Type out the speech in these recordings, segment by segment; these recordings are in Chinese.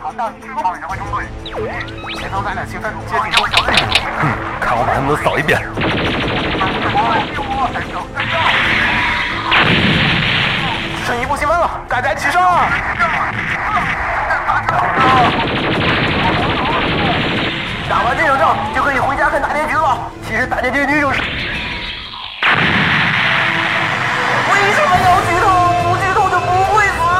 好，到你后指挥中队，前头咱俩兴奋，接近我小队。看我把他们都扫一遍。剩一步积分了，大家齐上！打完这场仗就可以回家看大结局了。其实大结局就是……为什么要剧透？不剧透就不会死啊！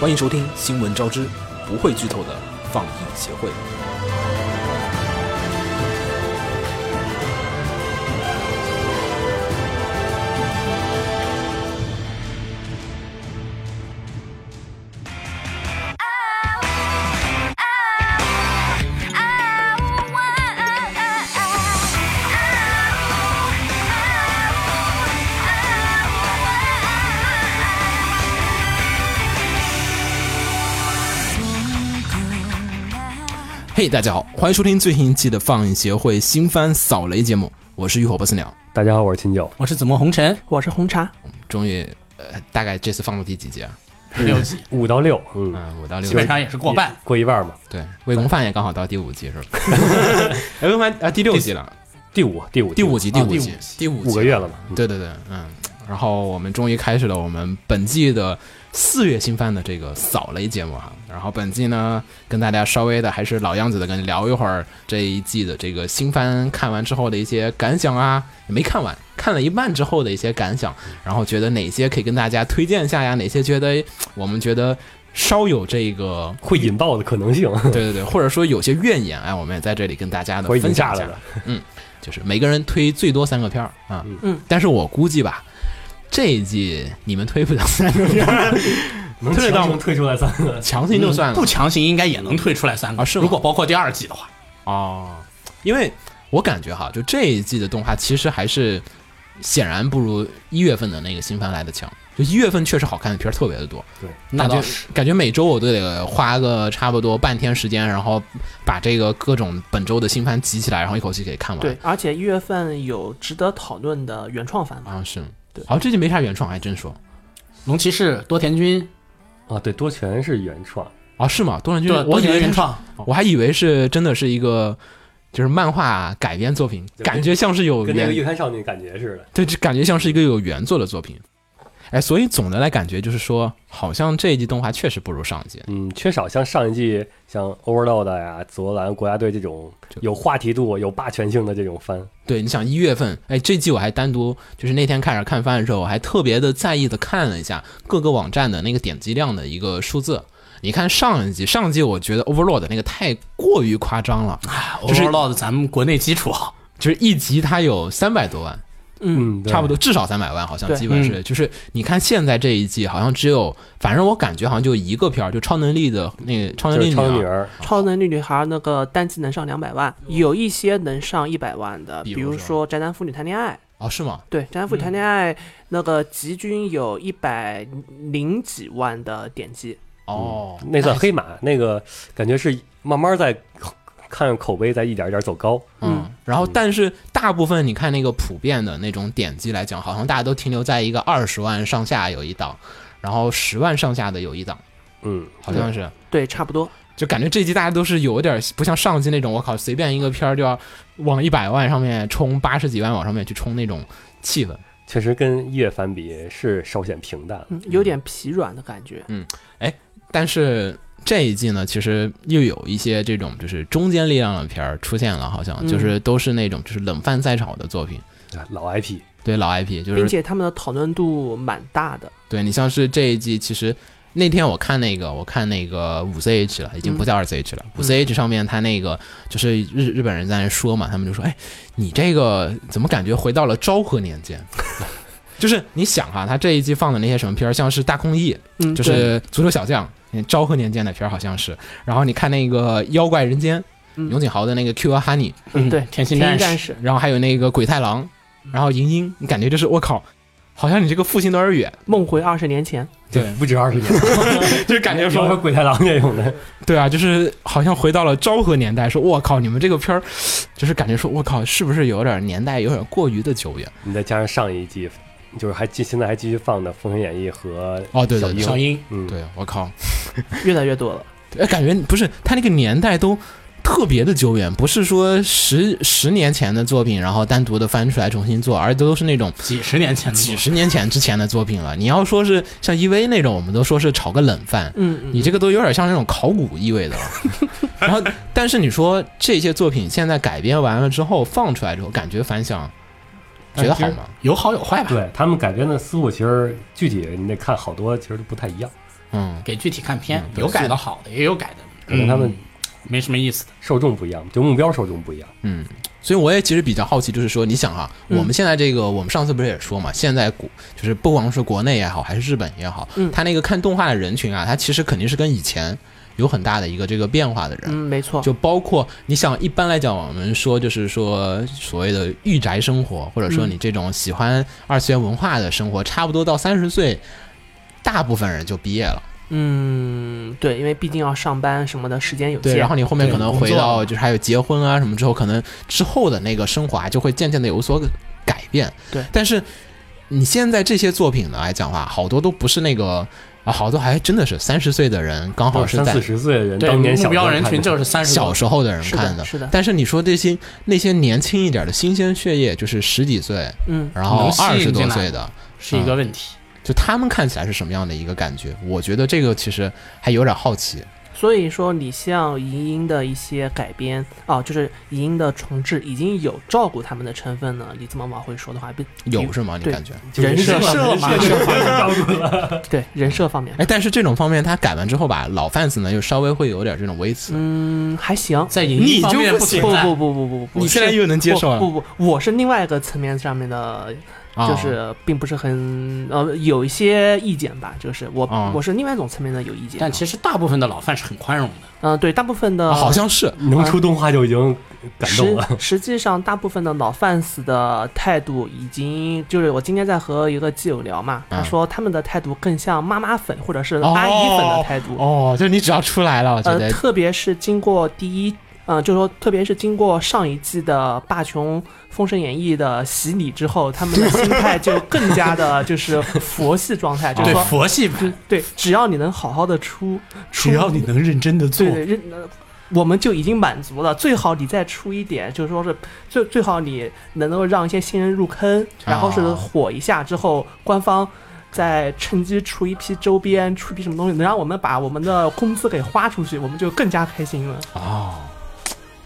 欢迎收听《新闻招之》，不会剧透的放映协会。嘿、大家好，欢迎收听最新一期的放映协会新番扫雷节目，我是浴火不死鸟。大家好，我是秦九。我是紫陌红尘，我是红茶，终于，呃，大概这次放到第几集啊？六级，五到六，嗯，嗯，五到六基。本上也是过半。过一半嘛。对，魏公范也刚好到第五集是 吧？魏公范啊，第六集了，第五，第五，啊第五集，第五五集，第五集五个月了嘛。对对对，嗯。然后我们终于开始了我们本季的四月新番的这个扫雷节目哈。然后本季呢，跟大家稍微的还是老样子的跟聊一会儿这一季的这个新番看完之后的一些感想啊，也没看完，看了一半之后的一些感想，然后觉得哪些可以跟大家推荐一下呀，哪些觉得我们觉得稍有这个会引爆的可 能性，对对对，或者说有些怨言，哎，我们也在这里跟大家的 我已经分炸享一了下的，。就是每个人推最多三个片儿啊，嗯，但是我估计吧，这一季你们推不了三个片儿，能推得到吗强行推出来三个，嗯强行就算了嗯不强行应该也能退出来三个啊是吗如果包括第二季的话，哦，因为我感觉哈，就这一季的动画其实还是显然不如一月份的那个新番来的强，就一月份确实好看的片儿特别的多，对，那感觉倒是感觉每周我都得花个差不多半天时间，然后把这个各种本周的新番集起来，然后一口气给看完。对，而且一月份有值得讨论的原创番嘛，啊，是，对好，这就没啥原创，还真说。龙骑士、多田君， 啊，对，多全是原创，啊，是吗？多人君对，，我多以田为原创，我还以为是真的是一个就是漫画改编作品，对感觉像是有跟那个原月刊少女感觉似的。对，这感觉像是一个有原作的作品。哎，所以总的来感觉就是说，好像这一季动画确实不如上一季。嗯，缺少像上一季像 Overload 呀、佐罗兰国家队这种就有话题度、有霸权性的这种番。对，你想一月份，哎，这季我还单独就是那天开始看番的时候，我还特别的在意的看了一下各个网站的那个点击量的一个数字。你看上一季，上一季我觉得 Overload 那个太过于夸张了，哎就是，Overlord 咱们国内基础啊好，就是一集它有三百多万，嗯，对嗯差不多至少三百万，好像对基本是。就是你看现在这一季，好像只有，反正我感觉好像就一个片儿，就超能力的那个超能就力女是超能女儿，儿，超能力女孩》那个单季能上两百万，有一些能上一百万的，比比如说如说《宅男妇女谈恋爱》。哦，是吗？对，《宅男妇女谈恋爱》那个集均有一百零几万的点击，哦，嗯那算黑马，那个感觉是慢慢在看口碑在一点一点走高。嗯。然后，但是大部分你看那个普遍的那种点击来讲，好像大家都停留在一个二十万上下有一档，然后十万上下的有一档，嗯，好像是。对，差不多。就感觉这一季大家都是有点不像上季那种，我靠，随便一个片儿就要往一百万上面冲，八十几万往上面去冲那种气氛。确实跟一月番比是稍显平淡。嗯，有点疲软的感觉。但是这一季呢，其实又有一些这种就是中间力量的片儿出现了，好像嗯就是都是那种就是冷饭赛炒的作品，嗯老 IP，对老 IP，就并是且他们的讨论度蛮大的，对你像是这一季，其实那天我看那个我看那个五 CH 了，已嗯经不叫二 CH 了，五 CH 上面他那个就是日日本人在那说嘛，他们就说，哎，你这个怎么感觉回到了昭和年间？ 就是你想哈、他这一季放的那些什么片儿，像是大空翼，嗯，就对是足球小将，嗯昭和年间的片儿好像是。然后你看那个《妖怪人间》，嗯永井豪的那个 Q 和 Honey，嗯对甜《心天战战士，士》，然后还有那个鬼太郎，嗯然后银鹰，你感觉就是我靠，好像你这个父亲的儿语，梦回二十年前，对，不止二十年，就感觉说哎嗯说，鬼太郎这种的，对啊，就是好像回到了昭和年代，说我靠，你们这个片儿，就是感觉说我靠，是不是有点年代有点过于的久远？你再加上上一季就是还继现在还继续放的《封神演义》和哦，对对小对樱 小樱嗯，对，我靠，越来越多了。哎，感觉不是他那个年代都特别的久远，不是说十十年前的作品，然后单独的翻出来重新做，而都是那种几十年前的几故事，十年前之前的作品了。你要说是像 EV 那种，我们都说是炒个冷饭，嗯，嗯你这个都有点像那种考古意味的 了。然后，但是你说这些作品现在改编完了之后放出来之后，感觉反响觉得好吗？有好有坏吧。对他们改编的思路，其实具体你得看好多，其实都不太一样，嗯，给具体看片嗯，对有改的好的，也有改的，可能他们嗯没什么意思的。受众不一样，就目标受众不一样。所以我也其实比较好奇，就是说，你想哈、嗯我们现在这个，我们上次不是也说嘛，现在国就是不光是国内也好，还是日本也好，嗯他那个看动画的人群啊，他其实肯定是跟以前有很大的一个这个变化的人。嗯，没错，就包括你想，一般来讲，我们说就是说所谓的御宅生活，或者说嗯你这种喜欢二次元文化的生活，差不多到三十岁，大部分人就毕业了。嗯，对，因为毕竟要上班什么的，时间有对，限。然后你后面对可能工回作到了就是还有结婚啊什么之后，可能之后的那个生活啊就会渐渐的有所改变。对但是你现在这些作品呢来讲的话，好多都不是那个啊，好多还真的是三十岁的人，刚好是啊三在四十岁的人，对，当年小目标时候人看群的就是三十小时候的人是的看的。是的但是你说这些那些年轻一点的新鲜血液，就是十几岁，嗯，然后能吸引二十多进来岁的，是一个问题。就他们看起来是什么样的一个感觉？我觉得这个其实还有点好奇。所以说你像银鹰的一些改编啊，就是银鹰的重置已经有照顾他们的成分了。你这么往回说的话，不有是吗？你嗯对感觉？就是人设设嘛人设方面对人设方面，哎，但是这种方面他改完之后吧，老贩子呢又稍微会有点这种微词。嗯，还行。在影艺方面不存在，不不不不不不，你现在是又能接受了不不不，我是另外一个层面上面的啊，就是并不是很呃有一些意见吧，就是我、哦我是另外一种层面的有意见。但其实大部分的老范是很宽容的。嗯、对大部分的、啊好像是 能出动画就已经感动了。实实际上，大部分的老贩子的态度已经就是我今天在和一个基友聊嘛，他嗯说他们的态度更像妈妈粉或者是呃阿姨粉的态度。哦，就是你只要出来了，我觉呃，得特别是经过第一，呃，就说特别是经过上一季的《霸琼封神演义》的洗礼之后，他们的心态就更加的就是佛系状态，就是对说，佛系吧，就啊对，只要你能好好的出，出你能认真的对对认。呃我们就已经满足了，最好你再出一点，就是说是最最好你能够让一些新人入坑，然后是啊火一下之后，官方再趁机出一批周边，出一批什么东西，能让我们把我们的工资给花出去，我们就更加开心了。哦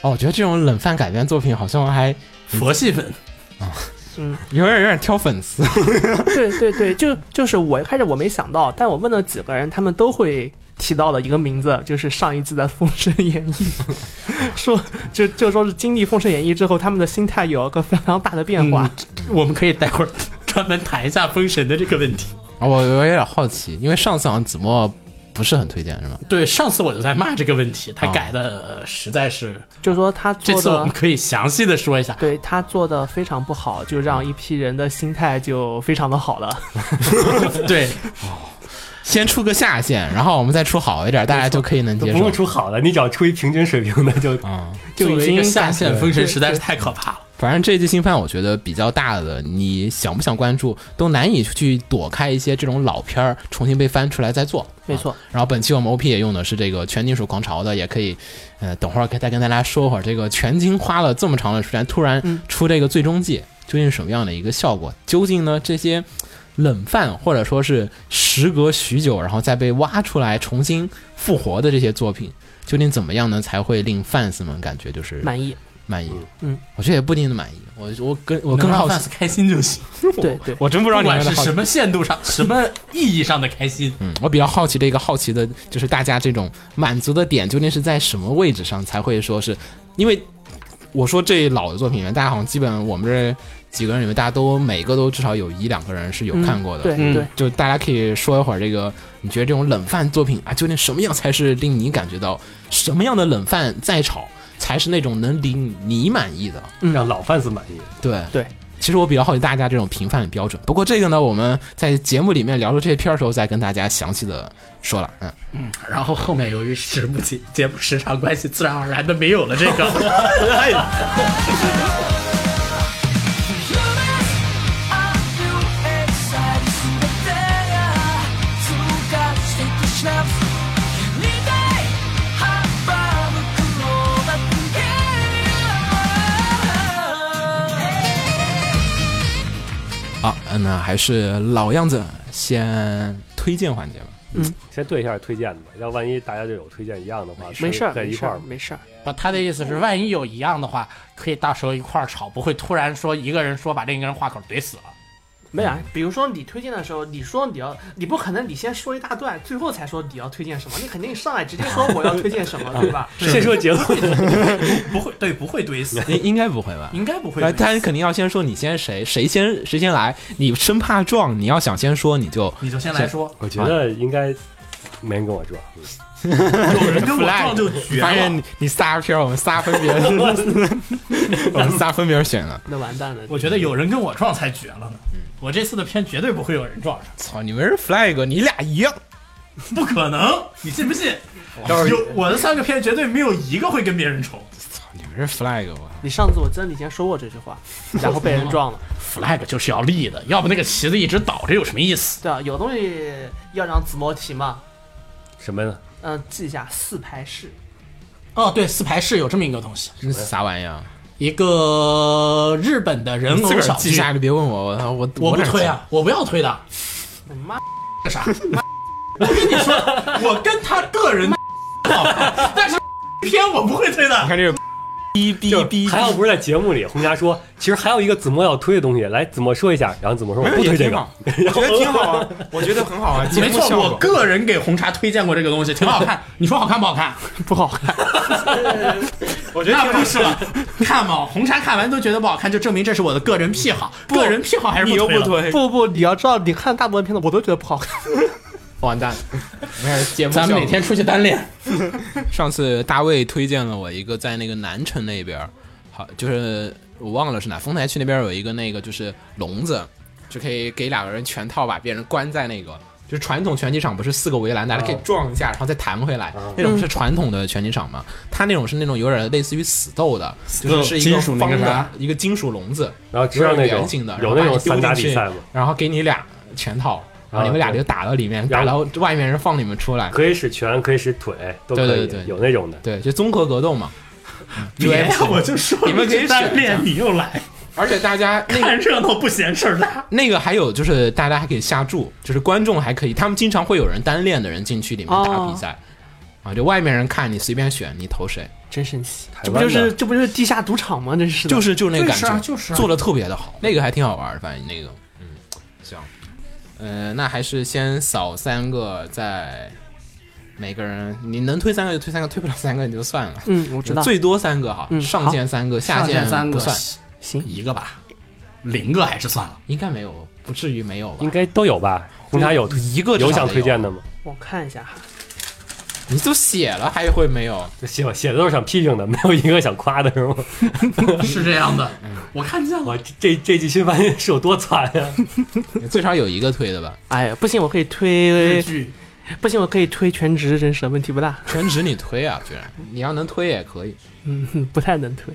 哦，我觉得这种冷饭改编作品好像还佛系粉，嗯，有点有点挑粉丝。 对对对，就就是我一开始我没想到，但我问了几个人，他们都会提到的一个名字，就是上一季的《封神演义》，说就就说是经历《封神演义》之后，他们的心态有一个非常大的变嗯化。我们可以待会儿专门谈一下封神的这个问题。啊我我有点好奇，因为上次好像子墨不是很推荐是吗？对，上次我就在骂这个问题，他啊改的呃实在是。就是说他这做次我的们，可以详细的说一下，对他做的非常不好，就让一批人的心态就非常的好 了。对， 先出个下限，然后我们再出好一点，大家就可以能都接不受用。出好的，你只要出一平均水平的就啊、就作已为经一个下感线封神实在是对太可怕了。反正这季新番我觉得比较大的，你想不想关注，都难以去躲开一些这种老片儿重新被翻出来再做。没错，然后本期我们 OP 也用的是这个全金属狂潮的，也可以，呃，等会儿再跟大家说会儿这个全金花了这么长的时间，突然出这个最终季，究竟是什么样的一个效果？究竟呢这些冷饭或者说是时隔许久然后再被挖出来重新复活的这些作品，究竟怎么样呢才会令 fans 们感觉就是满意。满意？嗯，我觉得也不一定能满意，我我跟我我更好奇， fans 开心就行，对对，我真不不知道你们管的是好奇什么限度上、什么意义上的开心，嗯，我比较好奇的一个好奇的就是大家这种满足的点究竟是在什么位置上才会说是，因为我说这老的作品里面，大家好像基本我们这几个人里面，大家都每个都至少有一两个人是有看过的。对嗯对，就大家可以说一会儿这个，你觉得这种冷饭作品啊，究竟什么样才是令你感觉到什么样的冷饭再炒才是那种能令你满意的？让老贩子满意。对对。其实我比较好奇大家这种评判的标准，不过这个呢，我们在节目里面聊出这些片儿的时候再跟大家详细的说了。嗯， 然后后面由于节目节节目时长关系，自然而然的没有了这个。 哎呀 I-U-X schnaps. Niday habam kurobat gera. 好，嗯那还是老样子，先推荐环节吧。先对一下推荐的吧，要万一大家就有推荐一样的话，没事儿，在没一事块儿，儿嗯没事儿。不，他的意思是，万一有一样的话，可以到时候一块儿炒，不会突然说一个人说把另一个人话口怼死了。没啊，比如说你推荐的时候，你说你要，你不可能你先说一大段，最后才说你要推荐什么，你肯定上来直接说我要推荐什么， 对吧？先说结论，不会，对，不会怼死，应应该不会吧？应该不会来，怼死。但是肯定要先说你先谁，谁先谁先来，你生怕撞，你要想先说你就你就先来说，我觉得应该没人跟我撞。嗯有人跟我撞就绝发现了。你你仨票，我们仨分别， 我们仨分别选了。那完蛋了。我觉得有人跟我撞才绝了呢。我这次的片绝对不会有人撞上，操，你们是 flag，你俩一样。不可能，你信不 信？到时候有我的三个片绝对没有一个会跟别人冲。操，你们是 flag，我你上次我记得你先说过这句 话，然后被人撞了。 flag 就是要立的，要不那个旗子一直倒着有什么意思？对啊，有东西要让子墨提嘛，什么呢？嗯、记一下四排式。哦，对，四排式有这么一个东西，这是啥玩意儿？一个日本的人你自偶个儿小记剧，下，就别问我，我我我不哪推记啊，我不要推的。你 妈，个啥？我跟你说，我跟他个人好，但是偏我不会推你的。看这个哔哔哔，还好不是在节目里，红霞说，其实还有一个子墨要推的东西，来子墨说一下，然后子墨说我不没有推也这挺个好，，我觉得挺好啊，我觉得很好 啊，节没目错，效我果。个人给红茶推荐过这个东西，挺 好看。你说好看不好看？不好看。 我觉得那不是了。看嘛，红茶看完都觉得不好看，就证明这是我的个人癖好。个人癖好还是你不又推不了。推，不不，你要知道，你看大部分片子我都觉得不好看。完蛋！没事，节目咱们效哪果天出去单练？上次大卫推荐了我一个在那个南城那边儿，好就是我忘了是哪，丰台区那边儿有一个那个就是笼子，就可以给两个人全套把别人关在那个。就是传统拳击场不是四个围栏，大家可以撞一下，然后再弹回来，那种是传统的拳击场嘛？它那种是那种有点类似于死斗的，就是是一金个属那方个啥的一个金属笼子，然后知道那有点种圆形的，然有后那把种你丢散打进去比赛吗？然后给你俩全套，然后你们俩对就打到里面，然打后到外面人放你们出来，可以使拳，可以使腿，都可以，对对对有那种的。对，就综合格斗嘛。别，啊我就说你们可以去单选练，你又 来 而且大家那个看热闹不嫌事儿大。那个还有就是大家还可以下注，就是观众还可以，他们经常会有人单练的人进去里面打比赛，哦啊，就外面人看你随便选，你投谁，真神奇，台这不湾就的是这不就是地下赌场吗？这是的就是就是那个感觉，就是做的特别的好，那个还挺好玩儿，反正那个，嗯，行，呃，那还是先扫三个，再每个人你能推三个就推三个，推不了三个你就算了，嗯，我知道。最多三个哈，嗯上限三个，下限三不个算，行，一个吧，零个还是算了。应该没有，不至于没有吧应？该都有吧？红茶有一个至有少想得推荐的吗？我看一下哈，你都写了还会没有？写写的都是想批评的，没有一个想夸的 是吗？是这样的，嗯我看见了。哇，这这这季新番是有多惨呀、 最少有一个推的吧？哎呀，不行，我可以日推，剧 不行，我可以推全职真神，问题不大。全职你推啊，居然你要能推也可以。嗯，哼不太能推。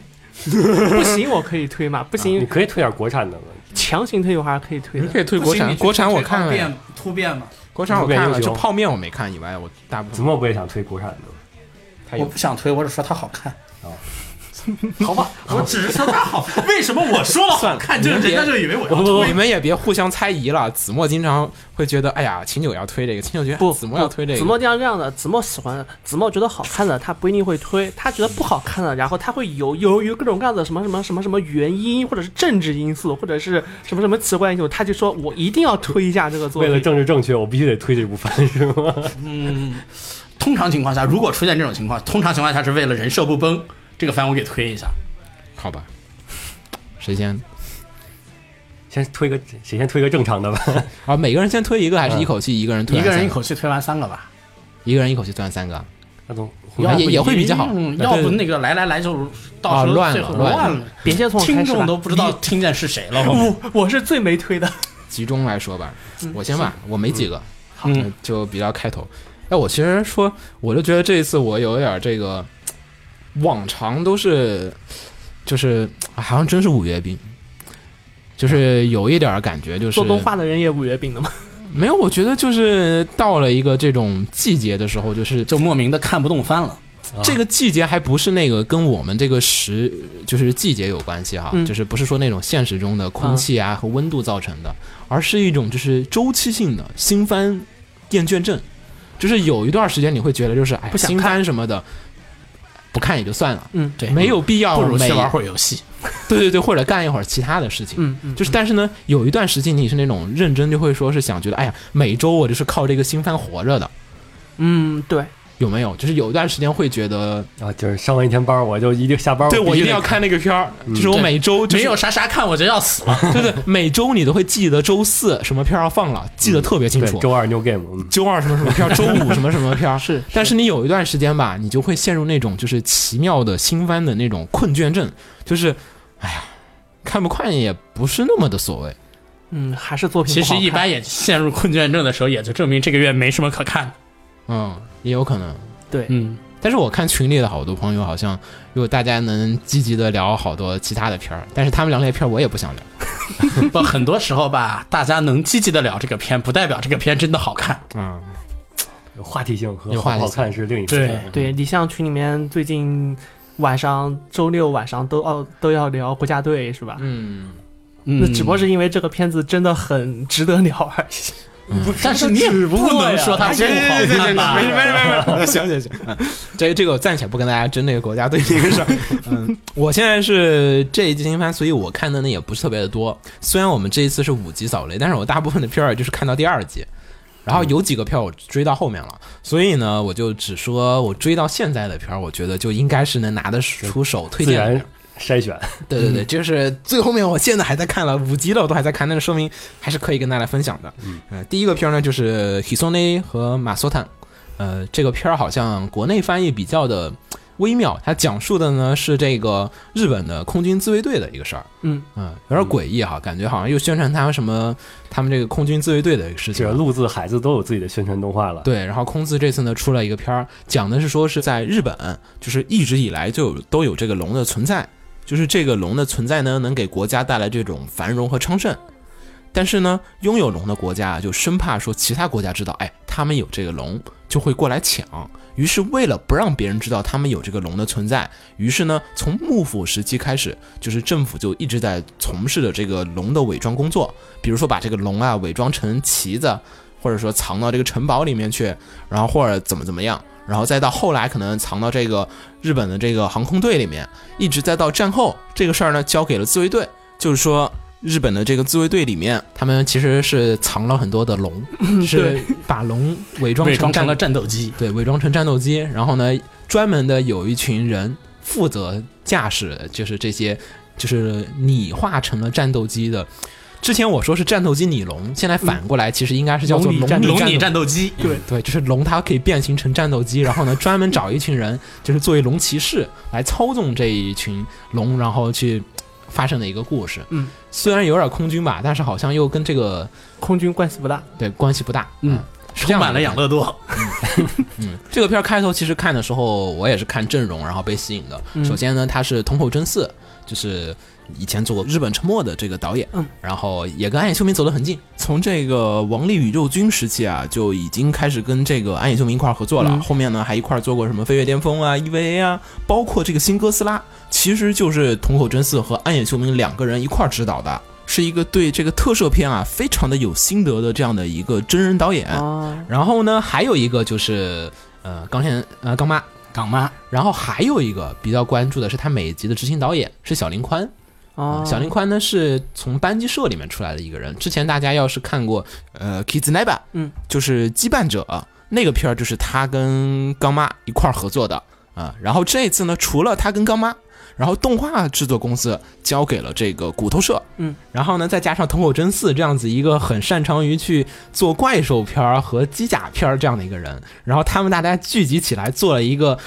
不行，我可以推嘛？不啊你行，可以推点国产的吗？强行推我还是可以推你的。可以推国产，国产我看了呀，变突变嘛，国产我看突变了，英就雄泡面我没看以外，我大部子分墨不也想推国产的吗？它我有哦不想推，我只说它好看。好 吧，我只是说它好。为什么我说了好看，就算了人家就以为我要不你推？们也别互相猜疑了。子墨经常会觉得，哎呀，秦九要推这个，秦九觉得啊不，子墨要推这子个墨。这样这样的，子墨喜欢，子墨觉得好看的，他不一定会推；他觉得不好看的，然后他会有由于各种各样的什么什么什么什么原因，或者是政治因素，或者是什么什么奇怪因素，他就说我一定要推一下这个作为品。了政治正确，我必须得推这部番是吗？通常情况下，如果出现这种情况，通常情况下是为了人设不崩，这个番我给推一下。好吧，谁先？ 先推个谁先推个正常 的吧？啊，每个人先推一个，还是一口气一个人推嗯一完个三？人一口气嗯推完三个吧，一个人一口气推完三个。那总要不也也会比较好嗯对要不那个来来来就到时啊候乱了最后乱了乱了，别先从我开听始吧众都不知道听见是谁了。后面我我是最没推的。集中来说吧，我先吧，我没几个，嗯呃就比较开头。哎，我其实说，我就觉得这一次我有点儿这个，往常都是，就是啊好像真是五月病，就是有一点儿感觉，就是做动画的人也五月病的嘛。没有，我觉得就是到了一个这种季节的时候，就是就莫名的看不动番了。这个季节还不是那个跟我们这个时就是季节有关系哈，嗯就是不是说那种现实中的空气啊和温度造成的，而是一种就是周期性的新番厌倦症，就是有一段时间你会觉得就是哎呀不想新看番什么的不看也就算了，嗯对，没有必要不如每去玩会儿游戏。 对对对，或者干一会儿其他的事情，嗯嗯，就是，但是呢，有一段时期你是那种认真，就会说是想觉得，哎呀，每周我就是靠这个新番活着的，嗯对，有没有？就是有一段时间会觉得，哦啊，就是上完一天班儿，我就一定下班儿，对我一必须定要得看那个片儿，就是我对每周就是没有啥啥看，我就要 死了。对对，每周你都会记得周四什么片儿要放了，记得特别清对楚。周二 new game，嗯周二什么什么 片儿，周五什么什么片儿是但是你有一段时间吧，你就会陷入那种就是奇妙的新番的那种困倦症，就是，哎呀，看不看也不是那么的所谓。嗯还是作品其不好实看一般也陷入困倦症的时候，也就证明这个月没什么可看的。嗯，也有可能。对，嗯，但是我看群里的好多朋友，好像如果大家能积极的聊好多其他的片儿，但是他们聊那些片儿我也不想聊。不，很多时候吧，大家能积极的聊这个片，不代表这个片真的好看。嗯，有话题性和有好话不题好性嗯看是另一回对事。对，你像群里面最近晚上周六晚上都要都要聊国家队是吧？嗯，嗯那只不过是因为这个片子真的很值得聊而已。但是你也不能说它不好看啊吧？没事，行行行，嗯这这个我暂且不跟大家争那个国家队这个事儿。嗯，我现在是这一季新番，所以我看的呢也不是特别的多。虽然我们这一次是五集扫雷，但是我大部分的片儿就是看到第二集，然后有几个片儿我追到后面了，所以呢，我就只说我追到现在的片儿，我觉得就应该是能拿得出手推自荐的片然儿。筛选， 对对对，就是最后面我现在还在看了五集了，我都还在看，那就说明还是可以跟大家分享的。嗯、第一个片儿呢就是《Hisone》和《马索坦》，呃，这个片儿好像国内翻译比较的微妙，它讲述的呢是这个日本的空军自卫队的一个事儿，嗯嗯，有点诡异哈，感觉好像又宣传他们什么他们这个空军自卫队的一个事这情个啊。陆字、海字都有自己的宣传动画了。对，然后空自这次呢出了一个片儿，讲的是说是在日本，就是一直以来就有都有这个龙的存在，就是这个龙的存在呢能给国家带来这种繁荣和昌盛。但是呢，拥有龙的国家啊就生怕说其他国家知道，哎，他们有这个龙就会过来抢。于是为了不让别人知道他们有这个龙的存在，于是呢，从幕府时期开始，就是政府就一直在从事着这个龙的伪装工作，比如说把这个龙啊伪装成旗子，或者说藏到这个城堡里面去，然后或者怎么怎么样，然后再到后来可能藏到这个日本的这个航空队里面，一直再到战后这个事儿呢交给了自卫队，就是说。日本的这个自卫队里面，他们其实是藏了很多的龙，是把龙伪装伪 成装战成了战斗机，对，伪装成战斗机，然后呢，专门的有一群人负责驾驶，就是这些，就是拟化成了战斗机的。之前我说是战斗机拟龙，现在反过来其实应该是叫做龙拟龙战嗯斗龙战拟斗战斗机。对对，就是龙它可以变形成战斗机，然后呢，专门找一群人，就是作为龙骑士来操纵这一群龙，然后去发生的一个故事。嗯，虽然有点空军吧，但是好像又跟这个空军关系不大。对关系不大。嗯，是这充样满了的养乐多，嗯，这个片儿开头其实看的时候，我也是看阵容然后被吸引的。嗯首先呢，他是通口真嗣，就是以前做过《日本沉没》的这个导演，嗯，然后也跟暗野秀明走得很近。从这个《王力宇宙军》时期啊，就已经开始跟这个暗野秀明一块儿合作了。嗯后面呢，还一块儿做过什么《飞跃巅峰》啊、EVA 啊，包括这个《新哥斯拉》，其实就是通口真嗣和暗野秀明两个人一块儿指导的。是一个对这个特摄片啊非常的有心得的这样的一个真人导演，啊，然后呢，还有一个就是呃钢线呃钢妈，港妈然后还有一个比较关注的是他每一集的执行导演是小林宽。哦，啊小林宽呢是从班级社里面出来的一个人。之前大家要是看过呃《Kids n e b a 嗯，就是《羁绊者》呃那个片儿，就是他跟刚妈一块儿合作的啊、然后这一次呢，除了他跟刚妈，然后动画制作公司交给了这个骨头社，嗯，然后呢再加上藤口真嗣这样子一个很擅长于去做怪兽片儿和机甲片儿这样的一个人，然后他们大家聚集起来做了一个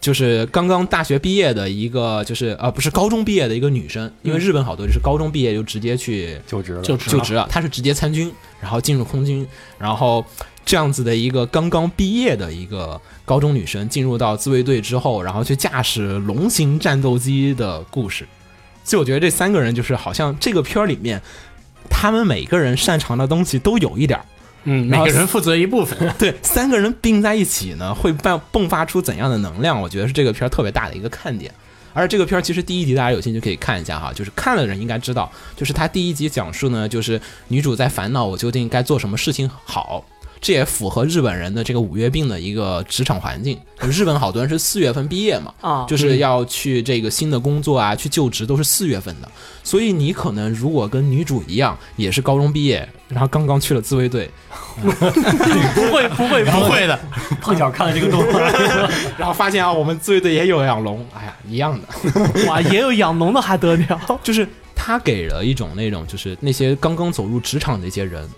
就是刚刚大学毕业的一个，就是呃不是高中毕业的一个女生，因为日本好多就是高中毕业就直接去嗯就职了，就就职了，她是直接参军，然后进入空军，然后这样子的一个刚刚毕业的一个高中女生进入到自卫队之后，然后去驾驶龙型战斗机的故事。所以我觉得这三个人就是好像这个片儿里面，他们每个人擅长的东西都有一点儿。嗯每个人负责一部分。 对三个人并在一起呢，会迸迸发出怎样的能量？我觉得是这个片儿特别大的一个看点。而这个片儿其实第一集大家有兴趣可以看一下哈，就是看了的人应该知道，就是他第一集讲述呢，就是女主在烦恼我究竟该做什么事情好。这也符合日本人的这个五月病的一个职场环境。日本好多人是四月份毕业嘛，啊就是要去这个新的工作啊，去就职都是四月份的。所以你可能如果跟女主一样，也是高中毕业，然后刚刚去了自卫队，不会不会不会的，碰巧看了这个动画，然后发现啊，我们自卫队也有养龙，哎呀，一样的，哇，也有养龙的还得 了？就是他给了一种那种，就是那些刚刚走入职场的一些人，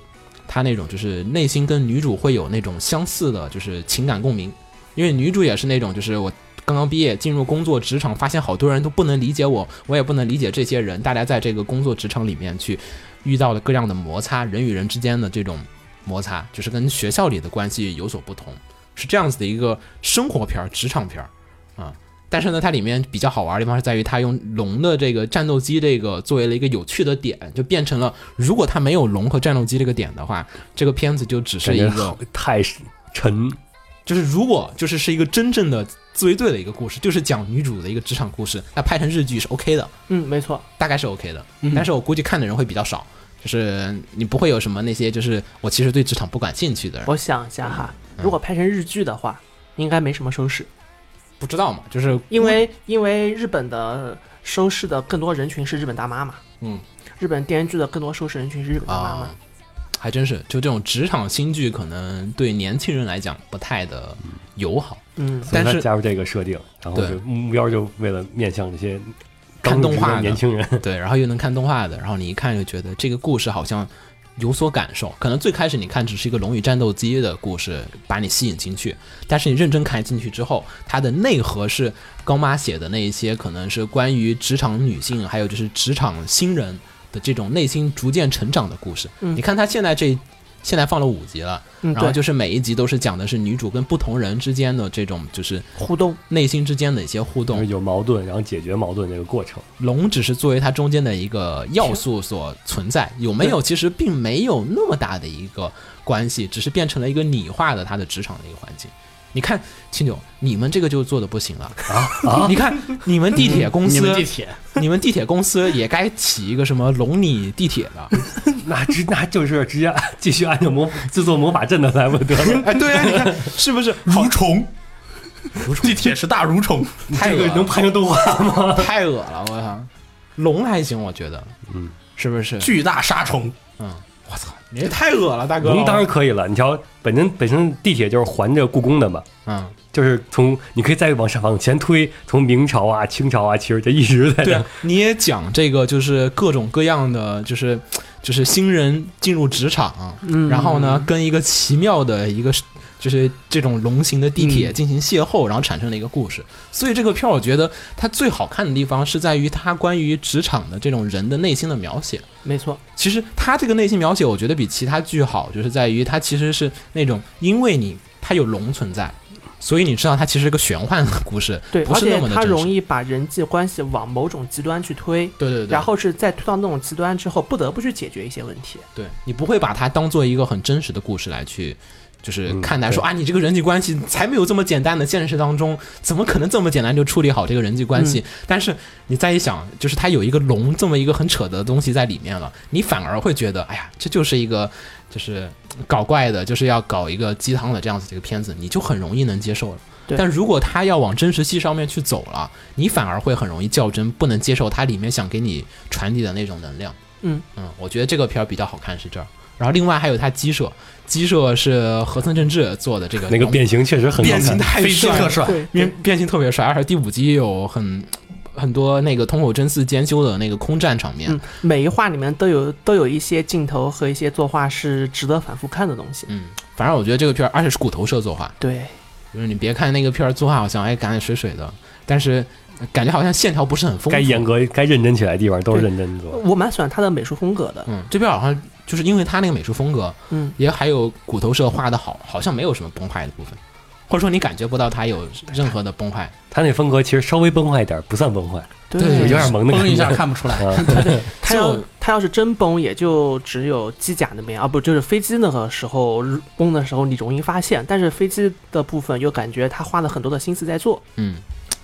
他那种就是内心跟女主会有那种相似的，就是情感共鸣，因为女主也是那种，就是我呃刚刚毕业进入工作职场，发现好多人都不能理解我，我也不能理解这些人，大家在这个工作职场里面去遇到了各样的摩擦，人与人之间的这种摩擦，就是跟学校里的关系有所不同，是这样子的一个生活片儿、职场片儿啊。但是呢，它里面比较好玩的地方是在于，它用龙的这个战斗机这个作为了一个有趣的点，就变成了如果它没有龙和战斗机这个点的话，这个片子就只是感一觉个好太沉，就是如果就是是一个真正的自卫队的一个故事，就是讲女主的一个职场故事，那拍成日剧是 OK 的，嗯，没错，大概是 OK 的嗯。但是我估计看的人会比较少，就是你不会有什么那些就是我其实对职场不感兴趣的人，我想一下哈，如果拍成日剧的话，应该没什么收视，不知道嘛，就是因为因为日本的收视的更多人群是日本大妈嘛，嗯，日本电视剧的更多收视人群是日本大妈嘛啊。，还真是就这种职场新剧，可能对年轻人来讲不太的友好。嗯，所以但他是加入这个设定，然后对就目标就为了面向这些看动刚入职画的的年轻人，对，然后又能看动画的，然后你一看就觉得这个故事好像有所感受。可能最开始你看只是一个《龙与战斗机》的故事把你吸引进去，但是你认真看进去之后，它的内核是高妈写的那一些，可能是关于职场女性，还有就是职场新人的这种内心逐渐成长的故事。嗯你看它现在这现在放了五集了，嗯，然后对，就是每一集都是讲的是女主跟不同人之间的这种就是互动，内心之间的一些互就动是。有矛盾，然后解决矛盾这个过 程。龙只是作为它中间的一个要素所存在，有没有其实并没有那么大的一个关系，只是变成了一个拟化的它的职场的一个环境。你看，秦九，你们这个就做的不行了啊！ 你看， 你们地铁公司， 你们地铁，你们地铁公司也该起一个什么龙拟地铁了？那直那就是直接继续按照魔制作魔法阵的来不得了。哎，对啊，你看是不是？蠕虫，地铁是大蠕虫，太这恶个了能拍成动画吗？太恶了，我操！龙还行，我觉得，嗯，是不是？巨大沙虫，我操，你这太恶了，大哥！龙当然，可以了，你瞧，本身本身地铁就是环着故宫的嘛，嗯，就是从你可以再往上往前推，从明朝啊、清朝啊，其实就一直 在对这啊，你也讲这个，就是各种各样的，就是就是新人进入职场，嗯，然后呢，跟一个奇妙的一个就是这种龙形的地嗯铁进行邂逅，然后产生了一个故事。所以这个片儿，我觉得它最好看的地方是在于它关于职场的这种人的内心的描写。没错，其实他这个内心描写，我觉得比其他剧好，就是在于他其实是那种，因为你他有龙存在，所以你知道它其实是个玄幻的故事，对，不而是且那么的它真实容。易把人际关系往某种极端去推，对对对，然后是在推到那种极端之后，不得不去解决一些问题。对你不会把它当做一个很真实的故事来去，就是嗯看待对说、啊，你这个人际关系才没有这么简单的，现实当中怎么可能这么简单就处理好这个人际关嗯系？但是你再一想，就是它有一个龙这么一个很扯的东西在里面了，你反而会觉得，哎呀，这就是一个就是搞怪的，就是要搞一个鸡汤的这样子的一个片子，你就很容易能接受了。对但如果他要往真实系上面去走了，你反而会很容易较真，不能接受它里面想给你传递的那种能量。嗯嗯，我觉得这个片儿比较好看是这儿。然后另外还有它鸡舍，鸡舍是和森正治做的这个那个变形确实很好变形看。太飞机帅特了，帅，对，变变形特别帅，而且第五集有很很多那个通口真嗣兼修的那个空战场面嗯，，每一话里面都有都有一些镜头和一些作画是值得反复看的东西。嗯反正我觉得这个片儿，而且是骨头社作画，对，就是你别看那个片儿作画好像哎感觉水水的，但是感觉好像线条不是很丰富。该严格、该认真起来的地方都是认真做。我蛮喜欢他的美术风格的。嗯，这边好像就是因为他那个美术风格，嗯，也还有骨头社画的好，好像没有什么崩坏的部分。或者说你感觉不到它有任何的崩坏。他那风格其实稍微崩坏一点，不算崩坏，啊对有点萌的感崩一下觉。看不出来。他要就他要是真崩，也就只有机甲那边啊，不就是飞机那个时候崩的时候你容易发现，但是飞机的部分又感觉他花了很多的心思在做。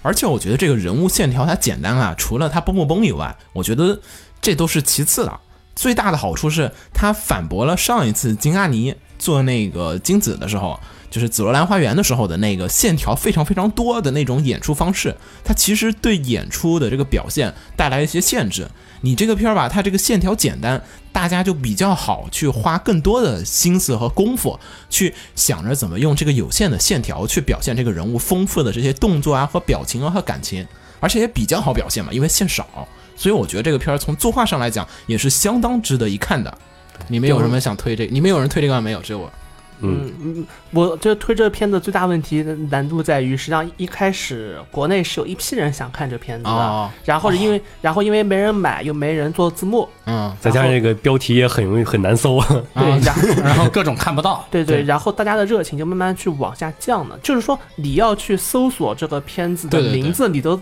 而且我觉得这个人物线条它简单啊，除了它崩不崩以外，我觉得这都是其次的。最大的好处是它反驳了上一次金阿尼做那个金子的时候，就是紫罗兰花园的时候的那个线条非常非常多的那种演出方式，它其实对演出的这个表现带来一些限制。你这个片儿吧，它这个线条简单，大家就比较好去花更多的心思和功夫，去想着怎么用这个有限的线条去表现这个人物丰富的这些动作啊和表情啊和感情，而且也比较好表现嘛，因为线少，所以我觉得这个片儿从作画上来讲也是相当值得一看的。你们有什么想推这？你们有人推这个吗没有？只有我。嗯，嗯，我这推这片子最大问题难度在于，实际上一开始国内是有一批人想看这片子的，哦然后是因为、然后因为没人买，又没人做字幕，嗯，再加上这个标题也很容易很难搜。对，啊然后然后各种看不到，对对，对然后大家的热情就慢慢去往下降了。就是说，你要去搜索这个片子的对对对名字，你都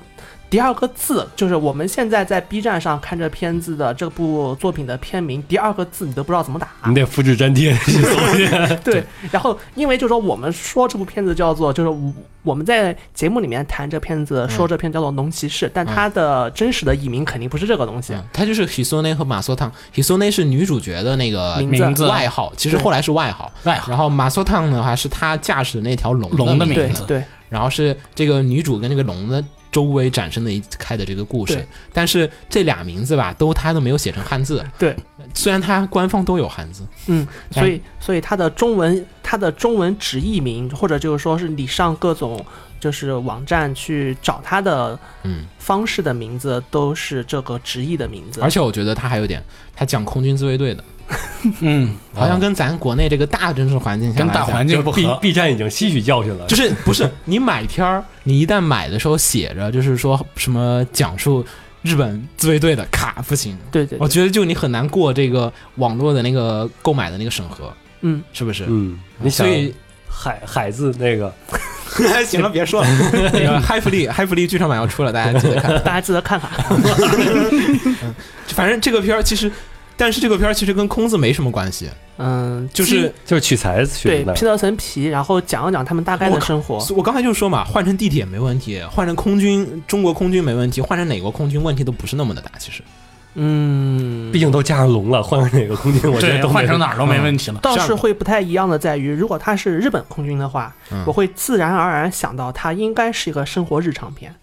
第二个字，就是我们现在在 B 站上看这片子的这部作品的片名，第二个字你都不知道 怎么打。你得复制粘贴去搜去。对，然后因为就是说，我们说这部片子叫做，就是我我们在节目里面谈这片子，说这片叫做《龙骑士》，但它的真实的译名肯定不是这个东西。嗯，它就是 Hisone 和马索烫。Hisone 是女主角的那个名字名字外号，其实后来是外号。外号然后马索烫的话是她驾驶那条龙嗯龙的名对名字对，然后是这个女主跟这个龙的周围展生的一开的这个故事对。但是这俩名字吧，都它都没有写成汉字。对，虽然它官方都有汉字。嗯，所以所以它的中文，它的中文直译名，或者就是说是你上各种就是网站去找它的嗯，方式的名字，都是这个直译的名字。而且我觉得它还有点，它讲空军自卫队的，嗯，哦好像跟咱国内这个大政治环境下跟来大讲环境不 B 合。 B 站已经吸取教训了，就是不是你买片儿，你一旦买的时候写着就是说什么讲述日本自卫队的卡不行，对对我对，觉得就你很难过这个网络的那个购买的那个审核，嗯，是不是？嗯，你想所以海海字那个 行了，别 说了，那个嗨福利嗨福利剧场版要出了，大家记得看。大家记得看看。 反正这个片儿其实，但是这个片儿其实跟空子没什么关系，嗯，就是就是取材取对的披，头陈皮，然后讲一讲他们大概的生活。我刚才就说嘛，换成地铁没问题，换成空军中国空军没问题，换成哪国空军问题都不是那么的大，其实。嗯毕，竟都加上龙了，换成哪个空军，我觉得对，都没换成哪儿都没问题了。倒上是会不太一样的在于，如果它是日本空军的话，嗯我会自然而然想到它应该是一个生活日常片，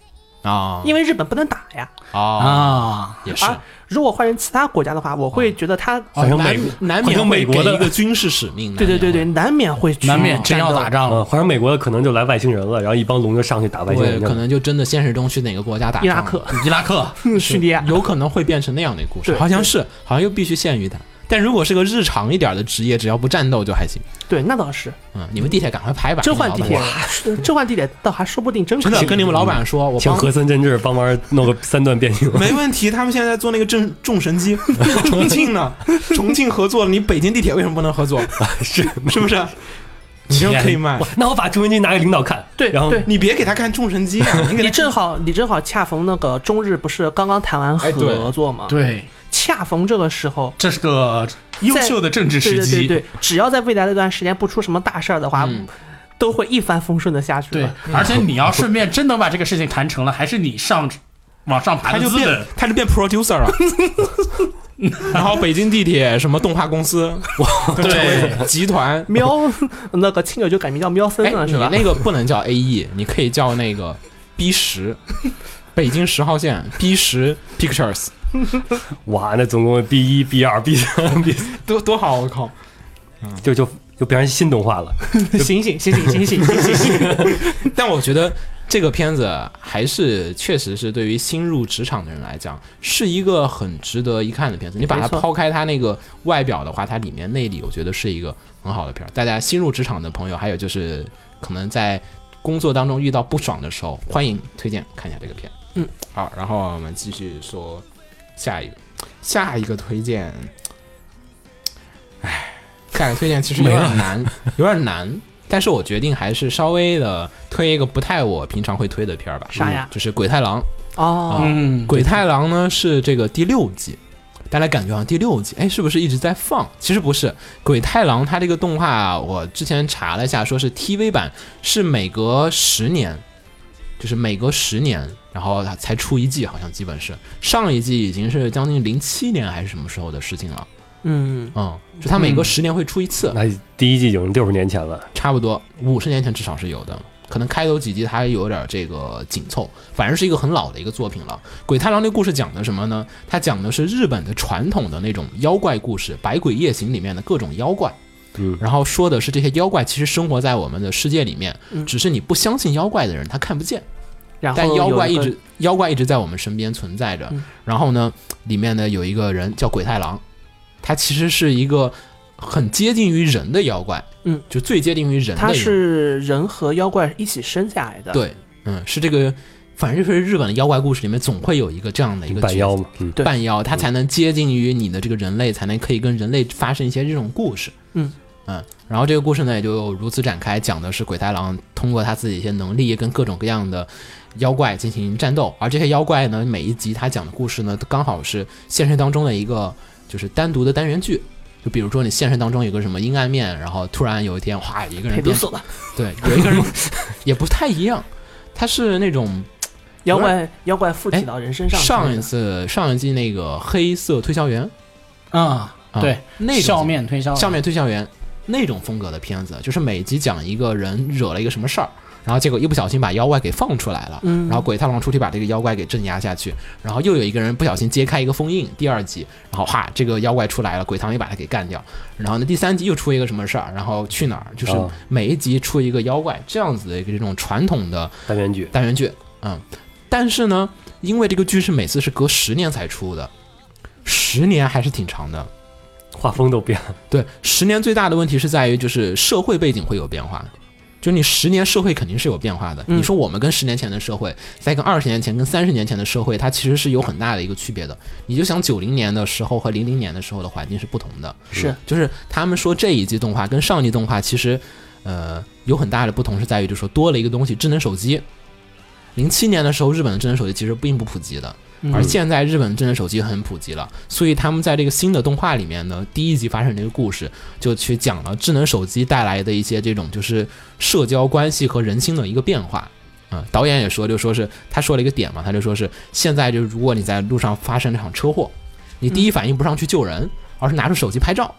啊因为日本不能打呀。啊，啊，也是。啊，如果换成其他国家的话，我嗯会觉得它好像美难难好免像美国的会给一个军事使 命。对对对对，难免会去难免真要打战仗嗯，了，换成美国的可能就来外星人了，然后一帮龙就上去打难外星免人会，去对，可了。能就真的现实中去哪个国家打仗斗，伊拉 克、伊拉克叙利亚，有可能会变成那样的故事，对好像是，好像又必须限于它。但如果是个日常一点的职业，只要不战斗就还行。 对，那倒是。嗯，你们地铁赶快拍吧，真换你地们铁老 板，真换地铁倒还说不定真可真的以。跟你们老板说，我请帮和森真治帮忙弄个三段变 形。没问题，他们现在在做那个重重神 机，重庆呢，重庆合作了，你北京地铁为什么不能合作？ 是是不是？你这可以卖哇，那我把重型机拿给领导看，对然后对你别给他看重神机 啊，你给你他正好，你正好恰逢那个中日不是刚刚谈完哎对合作吗？，对，恰逢这个时候，这是个优秀的政治对时对机。对对，只要在未来的一段时间不出什么大事儿的话，嗯都会一帆风顺的下去对的。，而且你要顺便真能把这个事情谈成了，还是你上往上爬他的就资变本。他就变 producer 了。然后北京地铁什么动画公 司，对，集团。喵， 那个亲友就改名叫喵森哎，了，你是吧？那个不能叫 A E，你可以叫那个 B 十，北京十号线 B 十 Pictures，哇，那总共 B 一、B 二、B 三、B 四，多多好！我靠，嗯就就就变成新动画了。 醒醒醒醒醒醒醒醒醒！ 但我觉得这个片子还是确实是对于新入职场的人来讲，是一个很值得一看的片子。你把它没错抛开它那个外表的话，它里面内里我觉得是一个很好的片儿。大家新入职场的朋友，还有就是可能在工作当中遇到不爽的时候，欢迎推荐看一下这个片。嗯，好，然后我们继续说下一个，下一个推荐，唉，下一个推荐其实有点难，有点难。但是我决定还是稍微的推一个不太我平常会推的片儿吧。啥呀嗯就是《鬼太狼》 哦，嗯鬼太郎呢是这个第六季，大家感觉好像第六季，哎，是不是一直在放？其实不是，鬼太郎它这个动画啊，我之前查了一下，说是 TV 版是每隔十年，就是每隔十年，然后它才出一季，好像基本是上一季已经是将近零七年还是什么时候的事情了，嗯，嗯，就它每隔十年会出一次，那第一季已经六十年前了，差不多五十年前至少是有的。可能开头几集它还有点这个紧凑，反正是一个很老的一个作品了。鬼太郎这故事讲的什么呢？它讲的是日本的传统的那种妖怪故事，《百鬼夜行》里面的各种妖怪。嗯然后说的是这些妖怪其实生活在我们的世界里面，嗯只是你不相信妖怪的人他看不见。然后但妖怪有一个直妖怪一直在我们身边存在着。嗯然后呢，里面呢有一个人叫鬼太郎，他其实是一个很接近于人的妖怪，嗯，就最接近于人的他妖怪。是人和妖怪一起生下来的， 对，嗯，是这个，反正就是日本的妖怪故事里面总会有一个这样的一个半角妖色嘛，嗯，对半妖，它才能接近于你的这个人类，才能可以跟人类发生一些这种故事。嗯嗯，然后这个故事呢也就如此展开，讲的是鬼太郎通过他自己一些能力跟各种各样的妖怪进行战斗，而这些妖怪呢，每一集他讲的故事呢，都刚好是现实当中的一个就是单独的单元剧。就比如说你现实当中有个什么阴暗面，然后突然有一天，哗，一个人裴鲁变，索吧，对，有一个人也不太一样，他是那种妖怪妖怪附体到人身上去的，哎上一次上一季那个黑色推销员，啊，啊对，那种笑面推销，笑面推销员那种风格的片子，就是每集讲一个人惹了一个什么事儿，然后结果一不小心把妖怪给放出来了，嗯然后鬼太郎出去把这个妖怪给镇压下去，然后又有一个人不小心揭开一个封印，第二集，然后哈这个妖怪出来了，鬼太郎又把他给干掉，然后呢第三集又出一个什么事儿，然后去哪儿，就是哦每一集出一个妖怪，这样子的一个这种传统的单元剧，单元剧，嗯，但是呢，因为这个剧是每次是隔十年才出的，十年还是挺长的。画风都变了， 对，十年最大的问题是在于，就是社会背景会有变化。就你十年社会肯定是有变化的。嗯你说我们跟十年前的社会，再跟二十年前、跟三十年前的社会，它其实是有很大的一个区别的。你就想九零年的时候和零零年的时候的环境是不同的。是就是他们说这一季动画跟上一季动画其实，呃，有很大的不同，是在于就是说多了一个东西，智能手机。零七年的时候，日本的智能手机其实并不普及的，嗯而现在日本智能手机很普及了，所以他们在这个新的动画里面呢，第一集发生这个故事，就去讲了智能手机带来的一些这种就是社交关系和人心的一个变化。啊、导演也说，就说是他说了一个点嘛，他就说是现在就是如果你在路上发生这场车祸，你第一反应不上去救人，而是拿出手机拍照，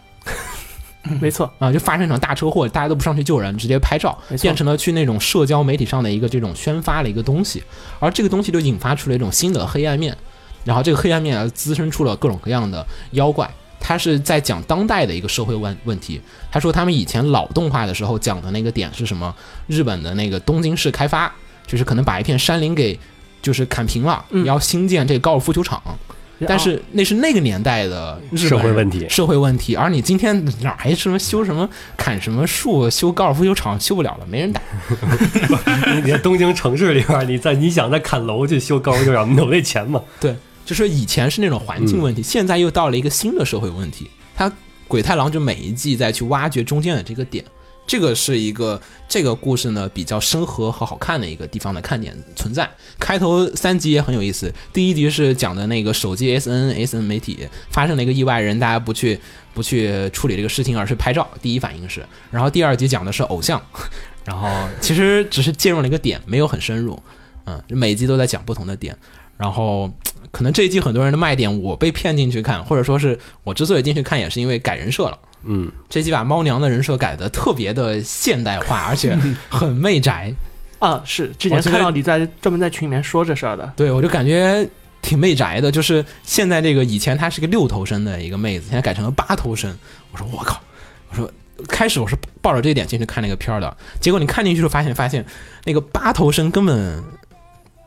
没错，啊、就发生一场大车祸，大家都不上去救人，直接拍照没，错变成了去那种社交媒体上的一个这种宣发的一个东西，而这个东西就引发出了一种新的黑暗面，然后这个黑暗面而滋生出了各种各样的妖怪。他是在讲当代的一个社会问问题。他说他们以前老动画的时候讲的那个点是什么？日本的那个东京市开发，就是可能把一片山林给就是砍平了，嗯要新建这个高尔夫球场。但是那是那个年代的日哦社本会人问题社会问题。而你今天哪还什么修什么砍什么树、修高尔夫球场，修不了了，没人打。你在东京城市里边，你在你想在砍楼去修高尔夫球场，有那钱吗？对，就是以前是那种环境问题，现在又到了一个新的社会问题。他鬼太郎就每一季再去挖掘中间的这个点，这个是一个这个故事呢比较深和和好看的一个地方的看点存在。开头三集也很有意思，第一集是讲的那个手机 SN SN 媒体发生了一个意外，人大家不去不去处理这个事情，而是拍照，第一反应是。然后第二集讲的是偶像，然后其实只是介入了一个点，没有很深入。嗯，每集都在讲不同的点，然后可能这一季很多人的卖点，我被骗进去看，或者说是我之所以进去看，也是因为改人设了。嗯，这季把猫娘的人设改的特别的现代化，而且很媚宅。啊，是之我前觉得看到你在专门在群里面说这事儿的，对我就感觉挺媚宅的，就是现在这个以前她是个六头身的一个妹子，现在改成了八头身。我说我靠，我说开始我是抱着这一点进去看那个片儿的，结果你看进去就发现发现那个八头身根本。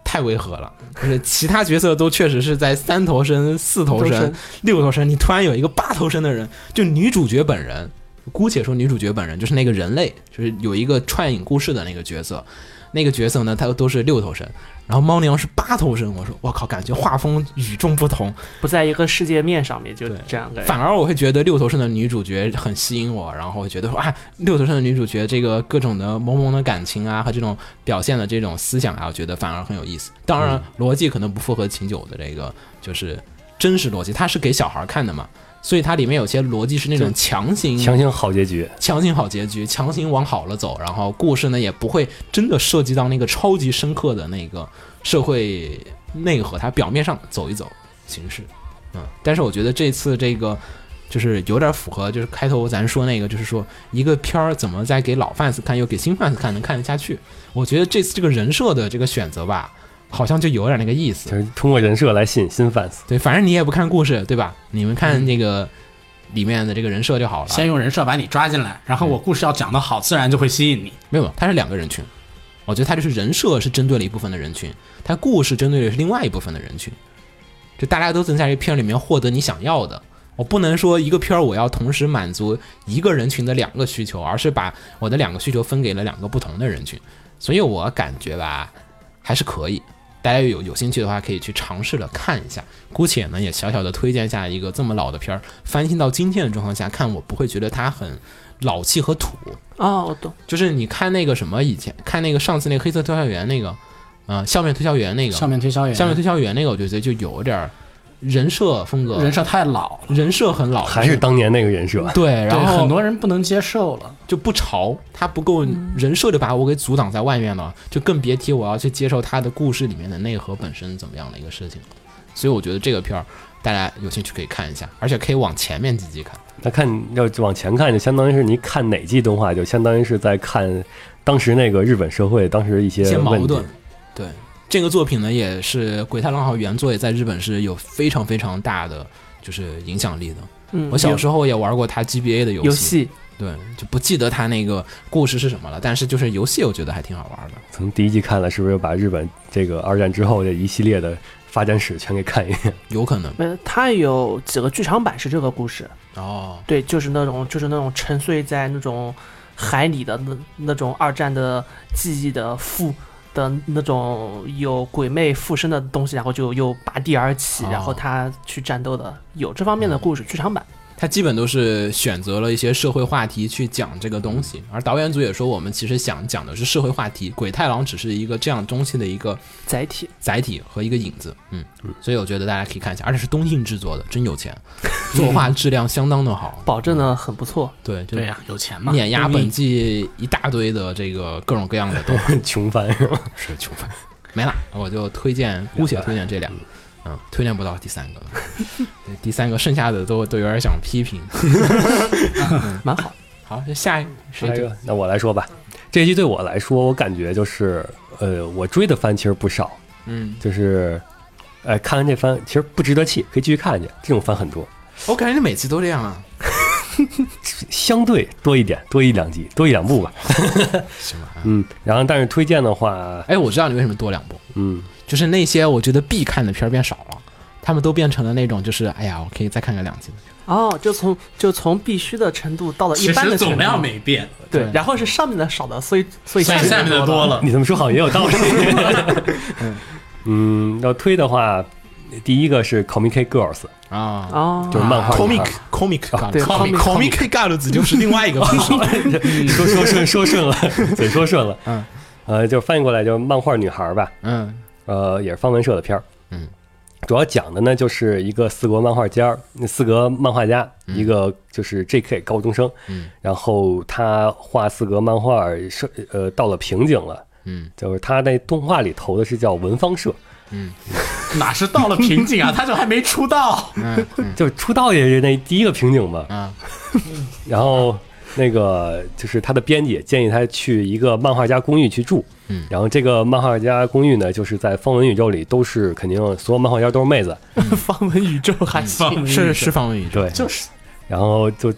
太违和了，就是其他角色都确实是在三头身、四头都身是，六头身，你突然有一个八头身的人，就女主角本人，姑且说女主角本人就是那个人类，就是有一个串影故事的那个角色，那个角色呢，他都是六头身，然后猫娘是八头身。我说我靠，感觉画风与众不同。不在一个世界面上面，就对这样对。反而我会觉得六头身的女主角很吸引我，然后我觉得说啊，六头身的女主角这个各种的萌萌的感情啊和这种表现的这种思想啊，我觉得反而很有意思。当然，逻辑可能不符合秦九的这个就是真实逻辑，它是给小孩看的嘛，所以它里面有些逻辑是那种强行强行好结局，强行好结局，强行往好了走，然后故事呢也不会真的涉及到那个超级深刻的那个社会内核，它表面上走一走形式，嗯，但是我觉得这次这个就是有点符合，就是开头咱说那个，就是说一个片儿怎么在给老 fans 看又给新 fans 看能看得下去，我觉得这次这个人设的这个选择吧，好像就有点那个意思，就是通过人设来吸引新 fans。对，反正你也不看故事，对吧？你们看那个里面的这个人设就好了，先用人设把你抓进来，然后我故事要讲得好，自然就会吸引你。没有，它是两个人群。我觉得它就是人设是针对了一部分的人群，它故事针对的是另外一部分的人群。就大家都能在这片儿里面获得你想要的。我不能说一个片儿我要同时满足一个人群的两个需求，而是把我的两个需求分给了两个不同的人群。所以我感觉吧，还是可以。大家有有兴趣的话，可以去尝试着看一下。姑且呢，也小小的推荐一下一个这么老的片儿，翻新到今天的状况下看，我不会觉得它很老气和土。哦，我懂。就是你看那个什么以前看那个上次那个黑色推销员那个，呃，笑面推销员那个，上面推销员，笑面推销员那个，我觉得就有点儿人设风格，人设太老，人设很老，还是当年那个人设，对，然对后很多人不能接受了。就不潮，他不够人设就把我给阻挡在外面了，就更别提我要去接受他的故事里面的内核本身怎么样的一个事情了。所以我觉得这个片儿大家有兴趣可以看一下，而且可以往前面几集看。那看要往前看，就相当于是你看哪季动画，就相当于是在看当时那个日本社会当时一些一些矛问题盾。对，这个作品呢，也是《鬼太郎号》原作，也在日本是有非常非常大的就是影响力的。嗯，我小有时候也玩过它 GBA 的游游戏，戏对，就不记得它那个故事是什么了，但是就是游戏我觉得还挺好玩的。从第一季看了，是不是又把日本这个二战之后这一系列的发展史全给看一遍？ 有可能没有，呃它有几个剧场版是这个故事，哦，对，就是那种就是那种沉睡在那种海里的那那种二战的记忆的附的那种有鬼魅附身的东西，然后就又拔地而起，哦然后他去战斗的，有这方面的故事，剧场版。它基本都是选择了一些社会话题去讲这个东西，而导演组也说我们其实想讲的是社会话题，鬼太郎只是一个这样东西的一个载体，载体和一个影子，嗯，所以我觉得大家可以看一下，而且是东映制作的，真有钱， 作画质量相当的好，保证呢很不错。对，就对呀、有钱嘛，碾压不一本季一大堆的这个各种各样的动画，穷翻是吧？是穷翻，没了，我就推荐，姑且推荐这两个，嗯，推荐不到第三个了， 对第三个剩下的都都有点想批评，蛮好。好，就下一个谁下一就个，那我来说吧。这一季对我来说，我感觉就是，呃，我追的番其实不少，嗯，就是，呃，看完这番其实不值得弃，可以继续看去。这种番很多，我感觉你每次都这样啊，相对多一点，多一两集，多一两部吧。 行吧，嗯，然后但是推荐的话，哎，我知道你为什么多两部，嗯，就是那些我觉得必看的片儿变少了，他们都变成了那种就是哎呀，我可以再看个两集的。哦，就从就从必须的程度到了一其般的实程度总量没变，对，然后是上面的少了，所以所以所以面下面的多 了。了。你这么说好像也有 道理。嗯，要推的话，第一个是 Comic Girls，啊哦，就是漫画女孩 comic comic 对 comic comic- comic g a l 子就是另外一个故事 说说顺 说顺了，嘴说顺了。嗯，呃，就翻译过来就是漫画女孩吧，嗯呃，也是方文社的片儿。嗯，主要讲的呢就是一个四国漫画家，四国漫画家，一个就是 J.K. 高中生，嗯，然后他画四格漫画是呃到了瓶颈了。嗯，就是他在动画里投的是叫文方社，哪是到了瓶颈啊？他就还没出道，嗯就是出道也是那第一个瓶颈嘛。啊 然后那个就是他的编辑也建议他去一个漫画家公寓去住。嗯然后这个漫画家公寓呢，就是在方文宇宙里都是肯定所有漫画家都是妹子，方文宇宙还行，放是嗯是方文宇宙，对，就是然后就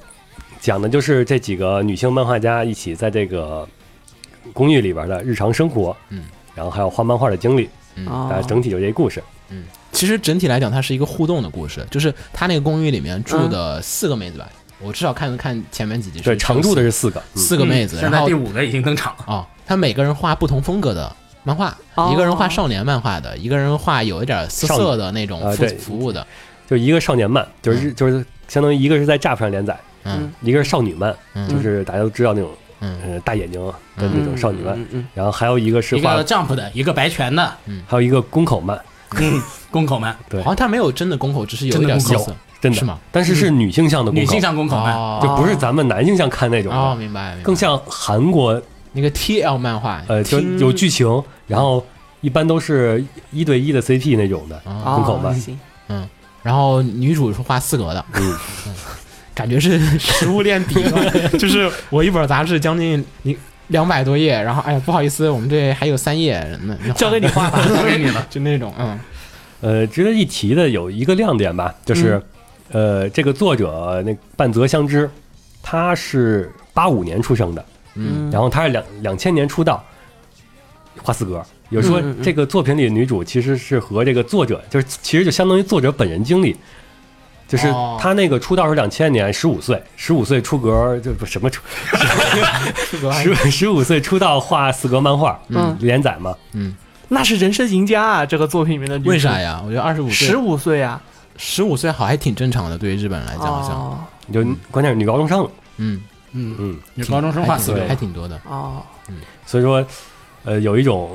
讲的就是这几个女性漫画家一起在这个公寓里边的日常生活，嗯，然后还有画漫画的经历，哦大家整体就这故事，其实整体来讲，它是一个互动的故事，就是他那个公寓里面住的四个妹子吧，我至少看了看前面几集是对，常驻的四是四个，嗯四个妹子，现然在后第五个已经登场了。哦，他每个人画不同风格的漫画，哦一个人画少年漫画的，一个人画有一点涩涩的那种少女啊服对服务的，就一个少年漫，就是就是相当于一个是在 Jump 上连载，嗯一个是少女漫，嗯就是大家都知道那种嗯，呃大眼睛啊的那种少女漫，嗯嗯然后还有一个是一画个，Jump 的，一个白拳的，还有一个宫口漫，嗯，宫口漫，对好像他没有真的公口，只是有一点真的涩公口涩，真的是吗？但是是女性向的宫女口性，向宫口漫，哦就不是咱们男性向看那种哦，的，明白，明白更像韩国那个 TL 漫画，呃，就听有剧情，然后一般都是一对一的 CP 那种的，嗯，啊宫口哦吧，行，然后女主是画四格的，嗯嗯感觉是食物链底了， 就是我一本杂志将近你两百多页，然后哎呀不好意思，我们这还有三页，那那 交给你画吧。交给你了。就那种嗯呃，值得一提的有一个亮点吧，就是，呃，这个作者那半泽香织，他是八五年出生的，嗯然后他是两两千年出道，画四格。有说嗯嗯嗯这个作品里的女主其实是和这个作者，就是其实就相当于作者本人经历，就是哦他那个出道是两千年，十五岁，十五岁出格就不什么出四格还十十五岁出道画四格漫画，嗯连载嘛，那是人生赢家啊！这个作品里面的女主为啥？呀？我觉得二十五岁十五岁啊，十五岁好还挺正常的，对于日本人来讲好像，哦你就关键是女高中生了，嗯，哎嗯，嗯，女高中生画四四格个还，挺多的，哦，所以说，呃，有一种，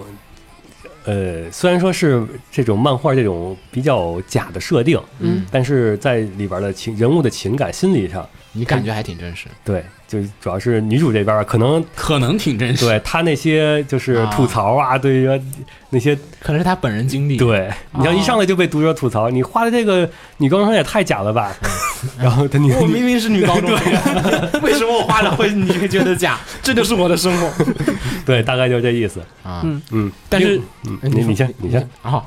呃，虽然说是这种漫画这种比较假的设定，嗯，但是在里边的情人物的情感心理上，你感觉还挺真实，对，就主要是女主这边儿可 能可能挺真 实。对她那些就是啊吐槽啊，对于那些可能是他本人经历，，对，啊你像一上来就被读者吐槽，你画的这个女高中生也太假了 吧，然后她女我明明是女高中生， 为什么我画了会你会觉得假？这就是我的生活对，大概就是这意思， 啊嗯嗯，但是哎嗯，你你先你先，啊、哦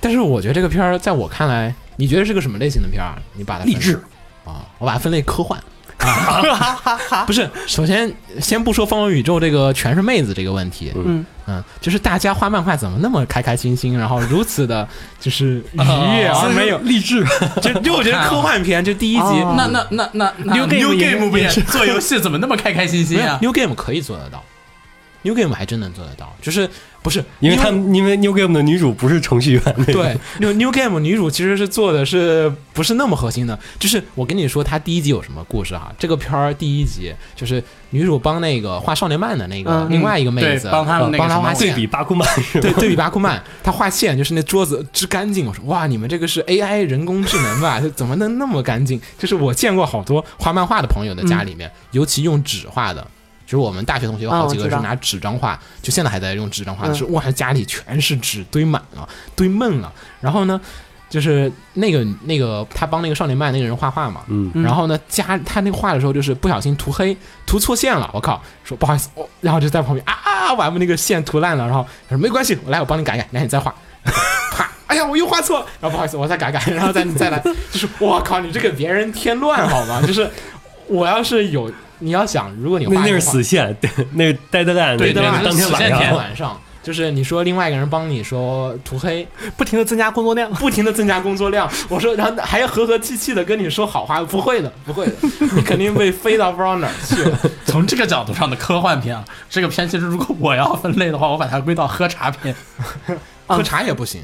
但是我觉得这个片儿在我看来，你觉得是个什么类型的片儿？你把它分励志啊、我把它分类科幻。啊， 不是，首先先不说《风龙宇宙》这个全是妹子这个问题，嗯，嗯，就是大家画漫画怎么那么开开心心，然后如此的， 就是愉悦啊哦 而没有，励志，就啊就我觉得科幻片就第一集哦那那那那那 New Game 也 Game 不也做游戏怎么那么开开心心啊？ ，New Game 可以做得到，New Game 还真能做得到，就是不是因为他们因为 New Game 的女主不是程序员，那个对，New New Game 女主其实是做的是不是那么核心的？就是我跟你说，她第一集有什么故事哈、这个片儿第一集就是女主帮那个画少年漫的那个、嗯另外一个妹子，对帮她呃那个帮她什么画对线，比巴库曼是吧？ 对对比巴库曼，她画线就是那桌子之干净。我说哇，你们这个是 AI 人工智能吧？ 这怎么能那么干净？就是我见过好多画漫画的朋友的嗯家里面，尤其用纸画的。就是我们大学同学有啊好我几知个是道拿纸张画，就现在还在用纸张画的，嗯是哇，家里全是纸堆满了，堆闷了。然后呢，就是那个那个他帮那个少年漫那个人画画嘛，嗯然后呢加他那个画的时候就是不小心涂黑涂错线了，我靠，说不好意思，哦、然后就在旁边啊啊，把我们那个线涂烂了，然后他说没关系，我来我帮你改改，来你再画。 啪！哎呀，我又画错，了，然后不好意思，我再改 改，然后再再来，就是我靠，你这给别人添乱好吗？就是我要是有，你要想，如果你画 那那一是个画死线，对，那是 deadline，对对那是吧？当天当天晚上，嗯晚上，就是你说另外一个人帮你说涂黑，不停的增加工作量， 不停的增加工作量。我说，然后还要和和气气的跟你说好话，不会的，不会的，你肯定被飞到不知道哪儿去了。 从这个角度上的科幻片啊，这个片其实如果我要分类的话，我把它归到喝茶片喝茶也不行，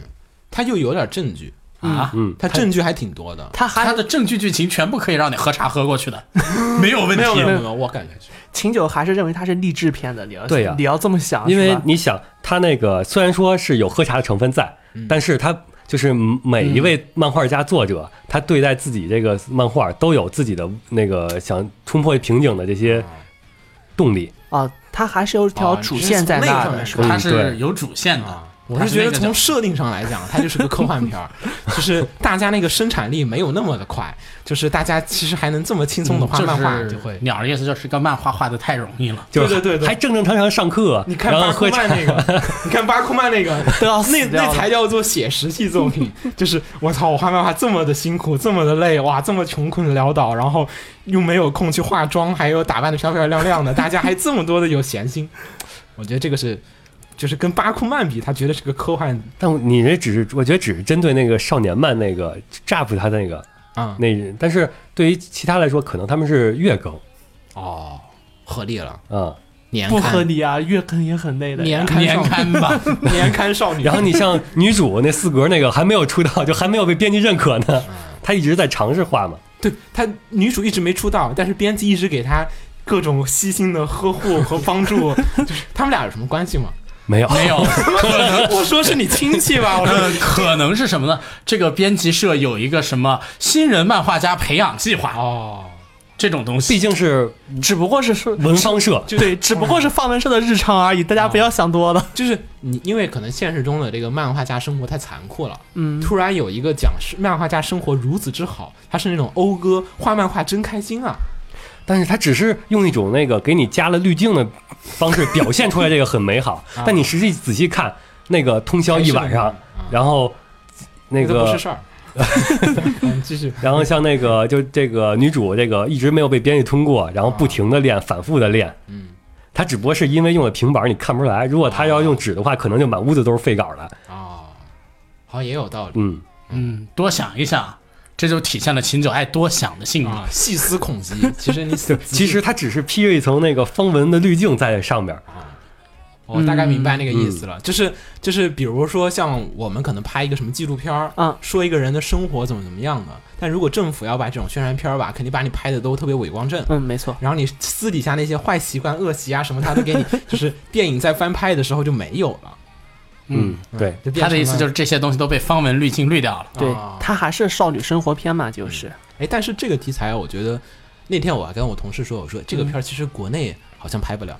他又有点证据，啊。嗯，他证据还挺多的。他还它的证据剧情全部可以让你喝茶喝过去的， 没有问题。没有没有没有，我感觉是秦九还是认为它是励志片的，你要对呀你要这么想，因是为吧你想，他那个虽然说是有喝茶的成分在，嗯但是他就是每一位漫画家作者，嗯他对待自己这个漫画都有自己的那个想冲破瓶颈的这些动力，啊，它还是有一条啊主你是线从在那那上的面，是吧吧它嗯对是有主线的啊。。我是觉得从设定上来讲，它就是个科幻片 儿，就是大家那个生产力没有那么的快，就是大家其实还能这么轻松的画漫画，嗯就会鸟儿意思就是这个漫画画的太容易了，就对是对对对还正正常常上课，你看然后巴喝库茶曼，那个， 你看巴库曼那个，都要死那掉那了才叫做写实系作品。就是我操，我画漫画这么的辛苦，这么的累，哇，这么穷困潦倒，然后又没有空去化妆，还有打扮的漂漂亮亮的，大家还这么多的有闲心，我觉得这个是。就是跟巴库曼比，他绝对是个科幻但你这只是，我觉得只是针对那个少年漫那个 Jump 他那个啊，那人，但是对于其他来说，可能他们是月更哦，合理了，啊、年不合刊理啊，月更也很累的呀。年刊年上刊吧，年刊少女 然后你像女主那四格那个还没有出道，就还没有被编辑认 嗯可呢，她一直在尝试画嘛。对她女主一直没出道，但是编辑一直给她各种悉心的呵护和帮 助。他们俩有什么关系吗？没有，没有， 我说是你亲戚吧，我说呃，可能是什么呢？这个编辑社有一个什么新人漫画家培养计划 哦，这种东 西，毕竟是只不过是说文方社，对，只不过是放文社的日常而已，大家不要想 多了。就是你，因为可能现实中的这个漫画家生活太残酷了，嗯，突然有一个讲是漫画家生活如此之好，他是那种讴歌画漫画真开心啊，但是他只是用一种那个给你加了滤镜的方式表现出来这个很美 好，啊但你实际仔细看，那个通宵一晚嗯上，然后那这都不个是，事 儿。嗯继续，然后像那个就这个女主这个一直没有被编辑通过，然后不停的练，反复的练，嗯，她只不过是因为用了平板，你看不出来。如果她要用纸的话，可能就满屋子都是废稿了。哦，好像也有道理嗯，嗯，多想一想，这就体现了秦九爱多想的性格。啊，细思恐极。其实你就 其实她只是披着一层那个方文的滤镜在上面。我大概明白那个意思了，就是就是，比如说像我们可能拍一个什么纪录片儿，嗯说一个人的生活怎么怎么样的，但如果政府要把这种宣传片儿吧，肯定把你拍的都特别伪光正。嗯，没错。然后你私底下那些坏习惯、恶习啊什么，他都给你， 就是电影在翻拍的时候就没有了。嗯，对，就变成，他的意思就是是这些东西都被方文滤镜滤掉了。对啊，它还是少女生活片嘛，就是哎，但是这个题材，我觉得那天我还跟我同事说，我说这个嗯片儿其实国内好像拍不了，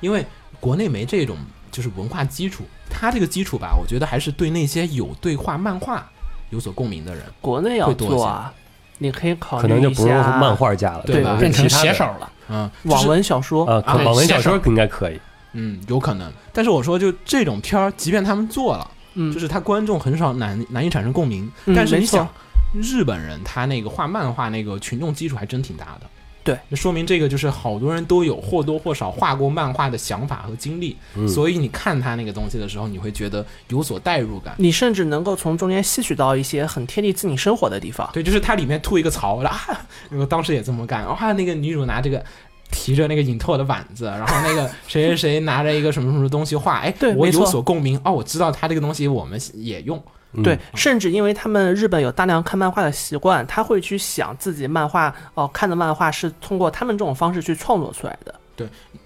因为国内没这种就是文化基础。它这个基础吧，我觉得还是对那些有对话漫画有所共鸣的人，国内要会多一些做啊，你可以考虑可能就不是一下漫画家了，对吧吧？变成写手啊了，嗯，就是网文小说，，呃可啊对网文写小手说应该可以。嗯，有可能。但是我说，就这种片儿，即便他们做了，嗯，就是他观众很少难难以产生共鸣。嗯但是你没错想，日本人他那个画漫画那个群众基础还真挺大的。对，那说明这个就是好多人都有或多或少画过漫画的想法和经历，嗯所以你看他那个东西的时候，你会觉得有所代入感。你甚至能够从中间吸取到一些很贴地自己生活的地方。对，就是它里面吐一个槽，然后啊，我当时也这么干。然后那个女主拿这个提着那个影透的碗子，然后那个谁谁谁拿着一个什么什么东西画，哎， 对我有没错所共鸣哦，我知道它这个东西我们也用，嗯对，甚至因为他们日本有大量看漫画的习惯，他会去想自己漫画哦、看的漫画是通过他们这种方式去创作出来的。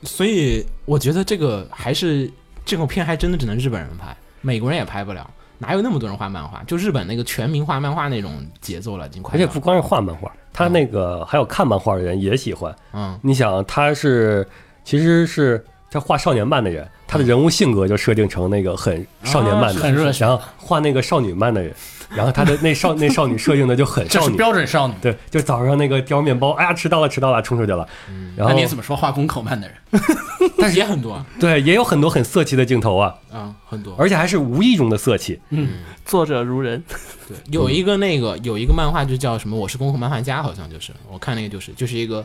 所以我觉得这个还是这种片还真的只能日本人拍，美国人也拍不了。哪有那么多人画漫画？就日本那个全民画漫画那种节奏了，已经快而到且了。不光是画漫画，他嗯那个还有看漫画的人也喜欢。嗯，你想，他是其实是他画少年漫的人，他的人物性格就设定成那个很少年漫的，嗯啊很热血然后画那个少女漫 的人，然后他的那少那少女设定的就很这少是女。标准少女。对，就早上那个叼面包，哎呀，迟到了，迟到了，冲出去了。然嗯那后你怎么说化工口慢的人？但是也很多啊，对，也有很多很色气的镜头啊，嗯，很多。而且还是无意中的色 气。作者如人，对，有一个那个有一个漫画就叫什么《我是功夫漫画家》，好像就是我看那个就是就是一个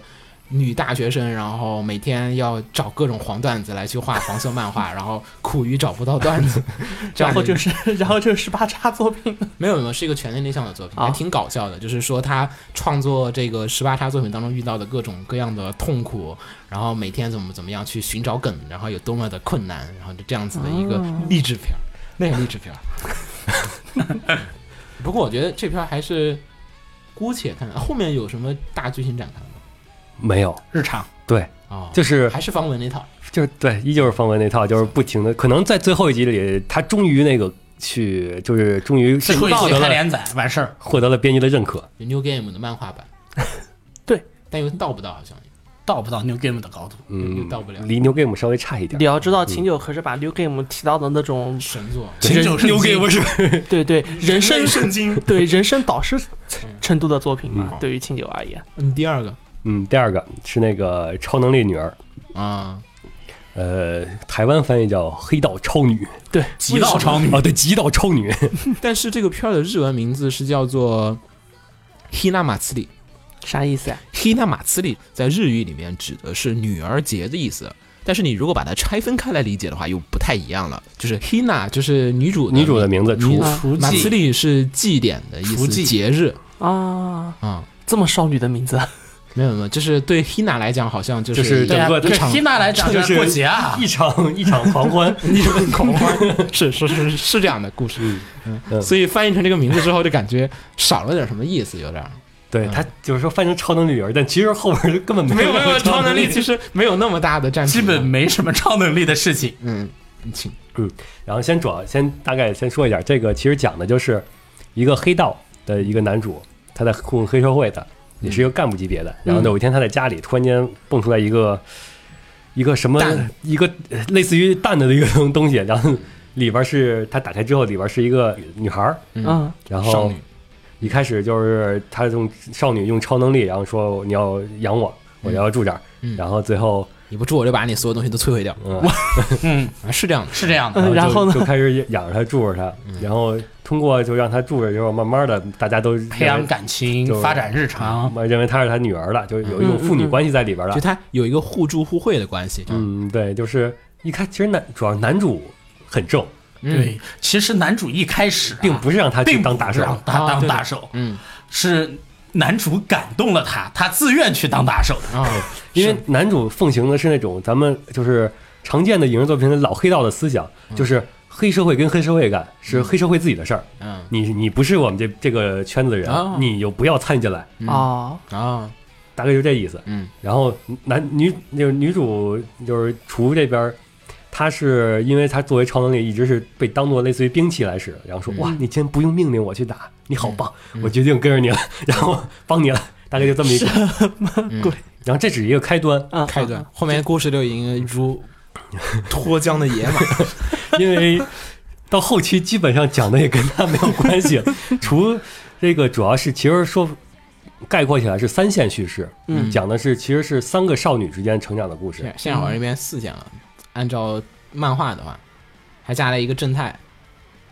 女大学生，然后每天要找各种黄段子来去画黄色漫画，然后苦于找不到段子， 这样然后的一个就是然后就是十八叉作品，没有没有是一个全能力向的作品，啊还挺搞笑的。就是说他创作这个十八叉作品当中遇到的各种各样的痛苦，然后每天怎么怎么样去寻找梗，然后有多么的困难，然后就这样子的一个励志片儿，那个励志片儿。 不过我觉得这片儿还是姑且看看，后面有什么大剧情展开吗？没有，日 常对，哦，就是还是方文那套，就是对，依旧是方文那套，就是不停的，可能在最后一集里，他终于那个去，就是终于最后一获集得开了连载完事儿，获得了编辑的认可。有 New Game 的漫画 版。对，但又到不到，好像到不到 New Game 的高度。嗯，到不了离 New Game 稍微差一点你。要知道秦九可是把 New Game 提到的那种，神作。秦九圣 New Game 经，是对对，人生圣经。 对人生导师程度的作品嘛，对于秦九而言，嗯，第二个嗯，第二个是那个超能力女儿，啊，呃，台湾翻译叫黑道超女极道超女，啊，对，极道超女，啊但是这个片儿的日文名字是叫做《希纳马茨里》。啥意思呀、希纳马茨里在日语里面指的是女儿节的意思，但是你如果把它拆分开来理解的话，又不太一样了。就是希纳就是女主女主的名字名除字，除马茨祭里是祭典的意除思，祭节日。啊，嗯，这么少女的名字，没有没有，就是对 Hina 来讲，好像就就是是啊整啊个一场听娜来讲就是过节 啊，一场一场 狂欢，你很恐慌，是是是是这样的故事，嗯，嗯所以翻译成这个名字之后，就感觉少了点什么意思，有点儿对他就是说翻成超能女儿，但其实后边根本没有有没 有超能力，其实。实没有那么大的占比，基本没什么超能力的事 情。嗯，你请然后先主要先大概先说一下，这个其实讲的就是一个黑道的一个男主，他在混黑社会的，也是一个干部级别的。然后呢，有一天他在家里突然间蹦出来一嗯个一个什么蛋一个呃类似于蛋的一个东东西，然后里边是他打开之后，里边是一个女孩儿，嗯，然少后女，一开始就是他用少女用超能力，然后说你要养我，我要住这儿，嗯然后最后你不住我就把你所有东西都摧毁掉，嗯。 嗯，啊是这样的，是这样的。然嗯然就后呢就开始养着他，住着他，然后通过就让他住着之后，慢慢的大家都培养感就是情，发展日常，认为，认为他是他女儿了，就有一种嗯父女关系在里边了就。它有一个互助互惠的关系，嗯，对，就是一开其实男主要是男主很正，嗯，对，其实男主一开始啊并不是让他去并当打手，让他啊当对打手，嗯是男主感动了他，他自愿去当打手的。啊，哦因为男主奉行的是那种咱们就是常见的影视作品的老黑道的思想，就是黑社会跟黑社会干是黑社会自己的事儿，嗯你你不是我们这这个圈子的人啊，你就不要参与进来，嗯哦，啊，大概就这意思。嗯然后男女就是女主就是厨这边儿，她是因为她作为超能力一直是被当做类似于兵器来使，然后说、哇，你今天不用命令我去打，你好棒，我决定跟着你了，然后帮你了，大概就这么一个。鬼然后这只是一个开端，嗯，开端，后面故事就已经如脱缰的 野马，因为到后期基本上讲的也跟他没有关系了，除这个主要是其实说概括起来是三线叙事，嗯讲的是其实是三个少女之间成长的故事现。现在好像这边四件了，按照漫画的话，还加了一个正太，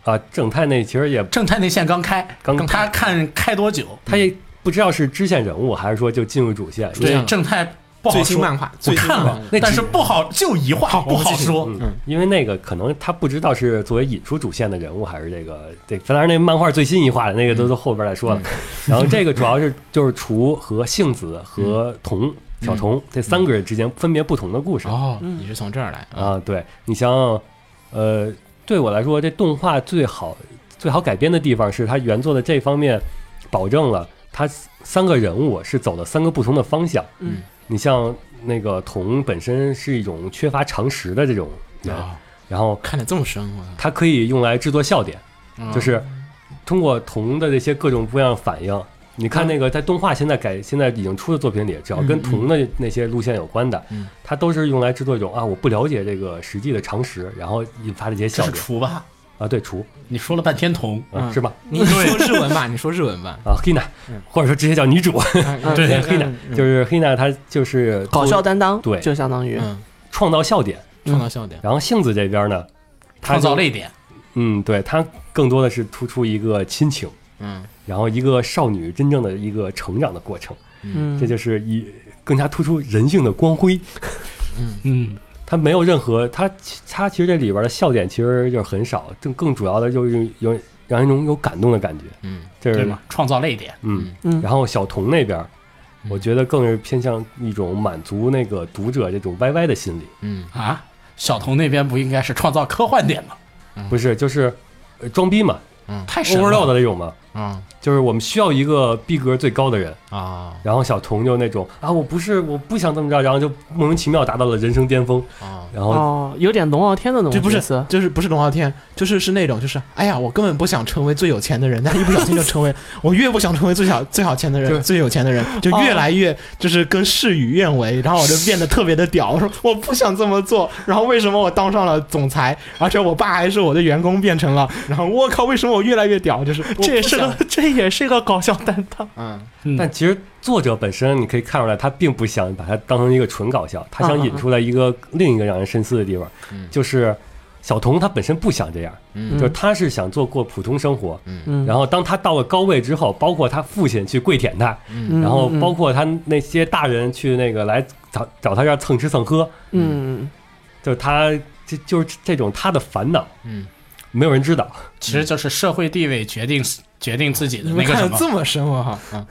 啊，正太那其实也正太那线刚开，刚开他看开多久？他也不知道是支线人物还是说就进入主线。这样对，正太不好最新说，漫画，我最新看漫画了，但是不好就一话不好说。嗯，因为那个可能他不知道是作为引出主线的人物还是这个对，当然那漫画最新一话的那个都是后边再说了。然后这个主要是就是厨和杏子和童小童这三个人之间分别不同的故事哦，嗯你是从这儿来啊？啊。对你想想，呃，对我来说这动画最好最好改编的地方是它原作的这方面保证了它三个人物是走了三个不同的方向。嗯，你像那个铜本身是一种缺乏常识的这种人，哦啊然后看得这么深， 我它可以用来制作笑点，嗯就是通过铜的这些各种不一样的反应。你看那个在动画现在改现在已经出的作品里，只要跟铜的那些路线有关的，嗯它都是用来制作一种啊我不了解这个实际的常识，然后引发的一些这笑是点厨吧？啊，对厨你说了半天童，啊、嗯是吧？你你说日文吧，你说日文吧，啊，Hina，或者说直接叫女主啊 对，Hina，就是 Hina，她就是搞笑担当，对就相当于嗯，创造笑点，创造笑点，然后杏子这边呢，她创造就泪点，嗯，对，它更多的是突出一个亲情，嗯然后一个少女真正的一个成长的过程，嗯这就是以更加突出人性的光辉。嗯，它没有任何，它其它其实这里边的笑点其实就是很少，更更主要的就是有让人一种有感动的感觉，嗯这对是吗？创造泪点，嗯嗯然后小童那边。我觉得更是偏向一种满足那个读者这种 YY 的心理，嗯啊，小童那边不应该是创造科幻点吗？不是就是呃装逼嘛太神了，overload 的那种嘛，啊就是我们需要一个逼格最高的人，啊然后小童就那种啊，我不是，我不想这么着，然后就莫名其妙达到了人生巅峰，啊！然后哦，有点龙傲天的那这种不角是色，就是不是龙傲天，就是是那种就是，哎呀，我根本不想成为最有钱的人，但是一不小心就成为，我越不想成为最小最好钱的人，最有钱的人，就啊越来越就是跟事与愿违，然后我就变得特别的屌，我说我不想这么做，然后为什么我当上了总裁，而且我爸还是我的员工变成了，然后我靠，为什么我越来越屌？就是我这也不是想个， 这也是个搞笑担当。嗯但其实作者本身你可以看出来，他并不想把它当成一个纯搞笑，他想嗯引出来一个另一个让人深思的地方嗯，就是小童他本身不想这样，嗯就是他是想做过普通生活。嗯，然后当他到了高位之后，包括他父亲去跪舔他，嗯然后包括他那些大人去那个来找找他这儿蹭吃蹭喝， 嗯就是他这就是这种他的烦恼。嗯没有人知道。其实就是社会地位决定决定自己的你那们个什看的么。这么深，我靠！啊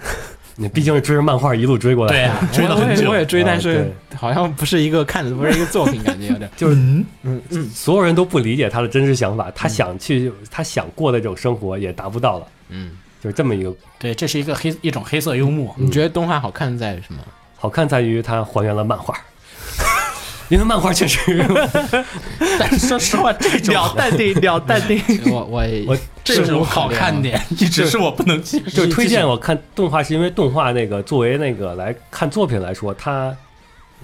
你毕竟是追着漫画一路追过来，对啊，嗯 追了我很也久我。也追，啊但是好像不是一个看着不是一个作品，感觉有 点。就是所有人都不理解他的真实想法，他想去他想过的这种生活也达不到了，嗯，就是这么一个对，这是一个黑一种黑色幽默。你觉得动画好看在什么？好看在于它还原了漫画， 因为漫画确实但是说实话，这种聊淡定，聊淡定。我我也我这种好看点一直是我不能接受就是推荐我看动画，是因为动画那个作为那个来看作品来说，它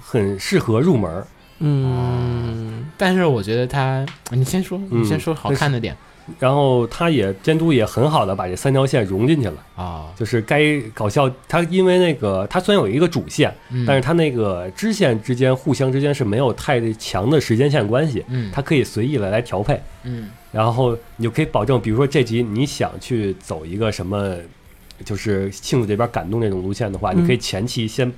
很适合入门。嗯，但是我觉得它，你先说，你先说好看的点然后它也监督也很好的把这三条线融进去了，啊，就是该搞笑，它因为那个它虽然有一个主线，嗯但是它那个支线之间互相之间是没有太强的时间线关系，嗯它可以随意来来调配。嗯然后你就可以保证，比如说这集你想去走一个什么，就是性子这边感动那种路线的话，嗯你可以前期先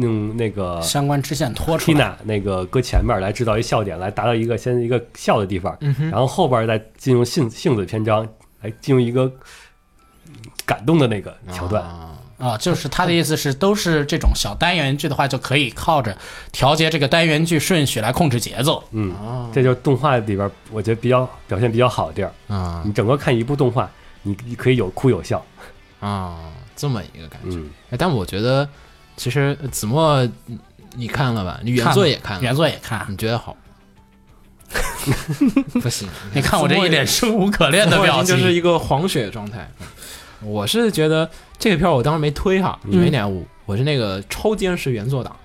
用那个相关支线拖出来。 Tina 那个搁前面来制造一笑点，来达到一个先一个笑的地方，嗯哼然后后边再进入性性子篇章，来进入一个感动的那个桥段。啊啊，就是他的意思是，都是这种小单元剧的话，就可以靠着调节这个单元剧顺序来控制节奏。嗯，啊这就是动画里边我觉得比较表现比较好的地儿。啊你整个看一部动画，你你可以有哭有笑。啊，这么一个感觉。嗯，哎但我觉得其实呃子墨你你看了吧？你原作也看了，原作也看，你觉得好？ 不行，你看我这一脸生无可恋的表我已经就是情，。一个黄血状态。我是觉得这个片儿我当时没推哈，嗯因为点我我是那个超坚实原作党，啊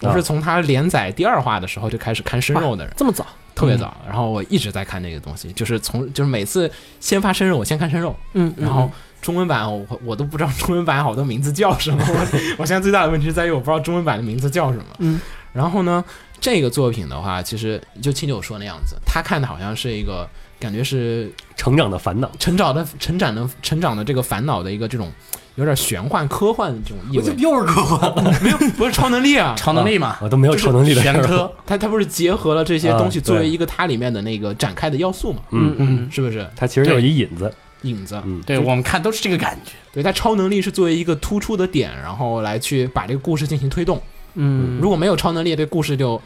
我是从它连载第二话的时候就开始看生肉的人，这么早，特别早。嗯然后我一直在看那个东西，就是从就是每次先发生肉，我先看生肉，嗯，然后中文版我我都不知道中文版好多名字叫 什么。我我现在最大的问题是在于我不知道中文版的名字叫什么。嗯，然后呢，这个作品的话，其实就清九说那样子，他看的好像是一个感觉是成长的烦恼。成长的成长的成长的这个烦恼的一个这种有点玄幻科幻的这种 意味，又是科幻，没有不是超能力啊超能力嘛，我都没有超能力的事玄儿。科。它它不是结合了这些啊东西作为对一个它里面的那个展开的要素嘛，嗯嗯，嗯，是不是它其实就是一引子。影子？嗯 对我们看都是这个感觉。对，它超能力是作为一个突出的点，然后来去把这个故事进行推动。嗯，如果没有超能力，这故事就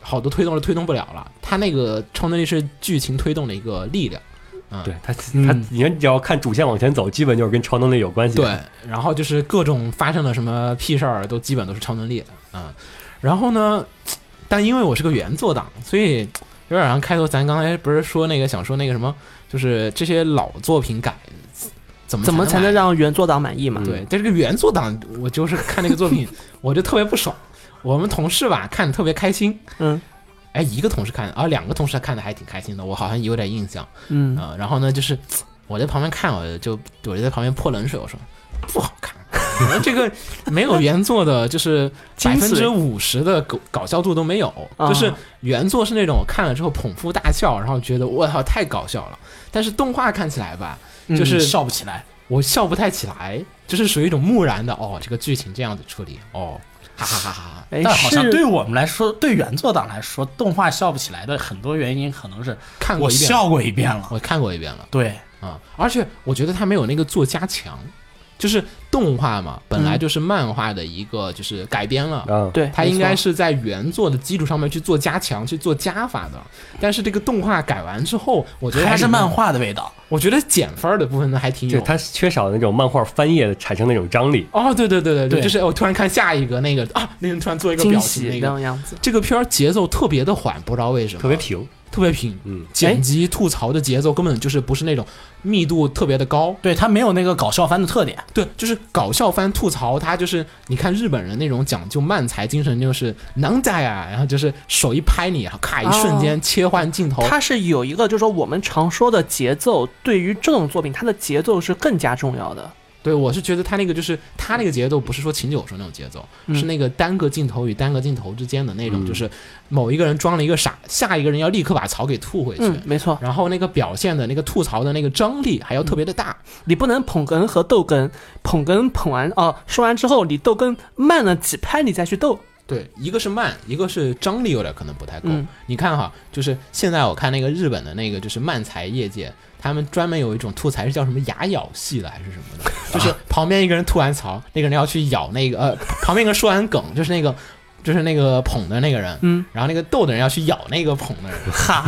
好多推动都推动不了了。它那个超能力是剧情推动的一个力量。啊对他，嗯他你看，只要看主线往前走，基本就是跟超能力有关系。对，然后就是各种发生了什么屁事儿，都基本都是超能力啊、嗯。然后呢，但因为我是个原作党，所以有点像开头咱刚才不是说那个想说那个什么，就是这些老作品改怎么怎么才买能让原作党满意嘛？对，但这个原作党，我就是看那个作品，我就特别不爽。我们同事吧看的特别开心，嗯哎，一个同事看的，啊，两个同事看的还挺开心的，我好像有点印象嗯，啊、然后呢，就是我在旁边看，我就我就在旁边泼冷水，我说不好看， 我说这个没有原作的，就是百 精分之髓五十的搞搞笑度都没有，就是啊原作是那种我看了之后捧腹大笑，然后觉得我操太搞笑了，但是动画看起来吧，就是嗯笑不起来，我笑不太起来，就是属于一种木然的哦，这个剧情这样子处理哦，哈哈哈哈哈。哎，但好像是对我们来说，对原作党来说，动画笑不起来的很多原因，可能是看过我一遍，笑过一遍了。我看过一遍了对，啊、而且我觉得他没有那个做加强，就是动画嘛，本来就是漫画的一个就是改编了。啊，对，它应没该错是在原作的基础上面去做加强、去做加法的，但是这个动画改完之后，我觉得它还是里面漫，画的味道。我觉得减分儿的部分呢还挺就有是。它缺少那种漫画翻页的产生那种张力。哦，对对对对对就是我突然看下一个那个啊，那个人突然做一个惊表喜情，那那个种样子。这个片儿节奏特别的缓，不知道为啊什么特别平，特别平，嗯，剪辑吐槽的节奏根本就是不是那种密度特别的高，对他没有那个搞笑番的特点，对，就是搞笑番吐槽，它就是你看日本人那种讲究漫才精神，就是能在啊，然后就是手一拍你，然后咔一瞬哦间切换镜头，它是有一个，就是说我们常说的节奏，对于这种作品，它的节奏是更加重要的。对我是觉得他那个就是他那个节奏不是说秦九说那种节奏，嗯是那个单个镜头与单个镜头之间的那种，嗯就是某一个人装了一个傻，下一个人要立刻把槽给吐回去。嗯，没错，然后那个表现的那个吐槽的那个张力还要特别的大，你不能捧哏和逗哏，捧哏捧完哦，说完之后你逗哏慢了几拍，你再去逗，对，一个是慢，一个是张力有点可能不太够。嗯你看哈，就是现在我看那个日本的那个就是漫才业界，他们专门有一种吐槽是叫什么牙咬系的还是什么的，就是旁边一个人吐完槽，那个人要去咬那个呃，旁边一个人说完梗，就是那个就是那个捧的那个人，嗯，然后那个逗的人要去咬那个捧的人，哈，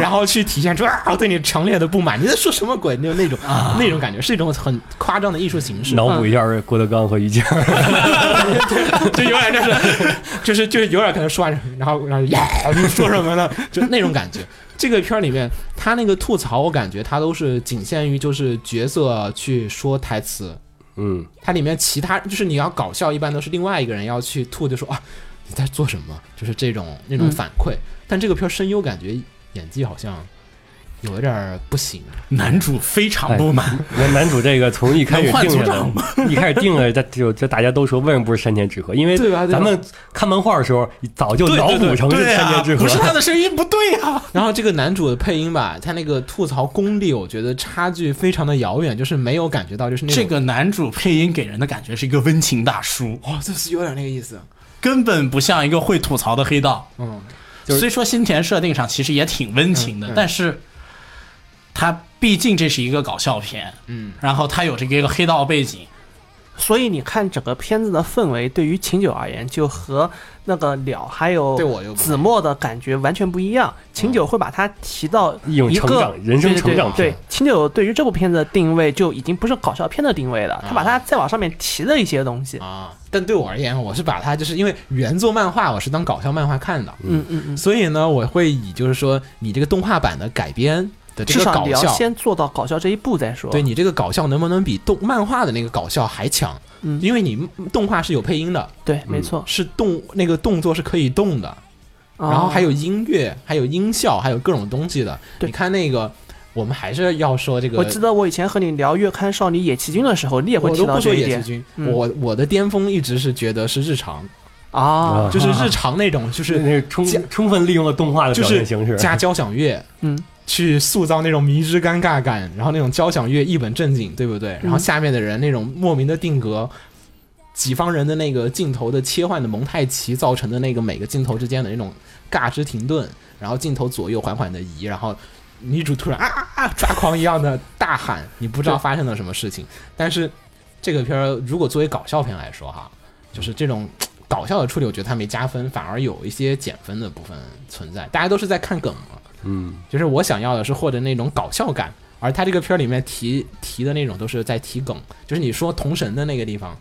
然后去体现出啊我对你强烈的不满，你在说什么鬼？就那种、那种感觉，是一种很夸张的艺术形嗯式。脑补一下郭德纲和于谦儿， 就有点就是就是就是有点可能说完，然后然后呀，你说什么呢？ 就那种感觉。这个片儿里面，他那个吐槽，我感觉他都是仅限于就是角色去说台词，嗯，它里面其他就是你要搞笑，一般都是另外一个人要去吐，就说啊你在做什么，就是这种那种嗯反馈。但这个片儿声优感觉演技好像有一点儿不行，啊男主非哎常不 满，男男主这个从一开始能换定下组长来， 一开始定下来，他就就大家都说为什么不是山田智和？因为对吧对吧咱们看漫画的时候早就脑补成是啊对山啊田智，和不，是他的声音不对 啊，然后这个男主的配音吧，他那个吐槽功力，我觉得差距非常的遥远，就是没有感觉到，就是那种这个男主配音给人的感觉是一个温情大叔，哇，哦这是有点那个意思。根本不像一个会吐槽的黑道。嗯，虽说新田设定上其实也挺温情的，嗯嗯但是他毕竟这是一个搞笑片，嗯，然后他有这个一个黑道背景，所以你看整个片子的氛围，对于秦九而言，就和那个鸟还有对我就不子墨的感觉完全不一样。秦九会把它提到一种一成个长人生成长对对片对，秦九对于这部片子的定位就已经不是搞笑片的定位了，他把它再往上面提了一些东西。啊，但对我而言，我是把它就是因为原作漫画我是当搞笑漫画看的，嗯嗯嗯，所以呢，我会以就是说你这个动画版的改编的这至个少搞你要笑，先做到搞笑这一步再说。对你这个搞笑能不能比动漫画的那个搞笑还强？嗯因为你动画是有配音的，对，没错。是动那个动作是可以动的，嗯然后还有有音乐，还有音效，还有各种东西的。对你看那个，我们还是要说这个我记得我以前和你聊《月刊少女野崎君》的时候，你也会我提都到不这说一野点崎君，嗯我我的巅峰一直是觉得是日常，啊。啊就是日常那种，就就是 那充加充分利用了动画的就表是现形式，加交响乐，嗯，去塑造那种迷之尴尬感，然后那种交响乐一本正经，对不对？然后下面的人那种莫名的定格。己方人的那个镜头的切换的蒙太奇造成的那个每个镜头之间的那种尬之停顿，然后镜头左右缓缓的移，然后女主突然啊啊啊抓狂一样的大喊，你不知道发生了什么事情。但是这个片儿如果作为搞笑片来说哈，就是这种搞笑的处理，我觉得它没加分，反而有一些减分的部分存在。大家都是在看梗嘛，嗯，就是我想要的是获得那种搞笑感，而他这个片儿里面提提的那种都是在提梗，就是你说童神的那个地方，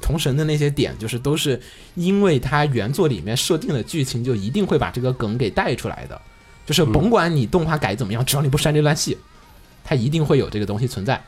童神的那些点，就是都是因为他原作里面设定的剧情就一定会把这个梗给带出来的，就是甭管你动画改怎么样，只要你不删这段戏，它一定会有这个东西存在。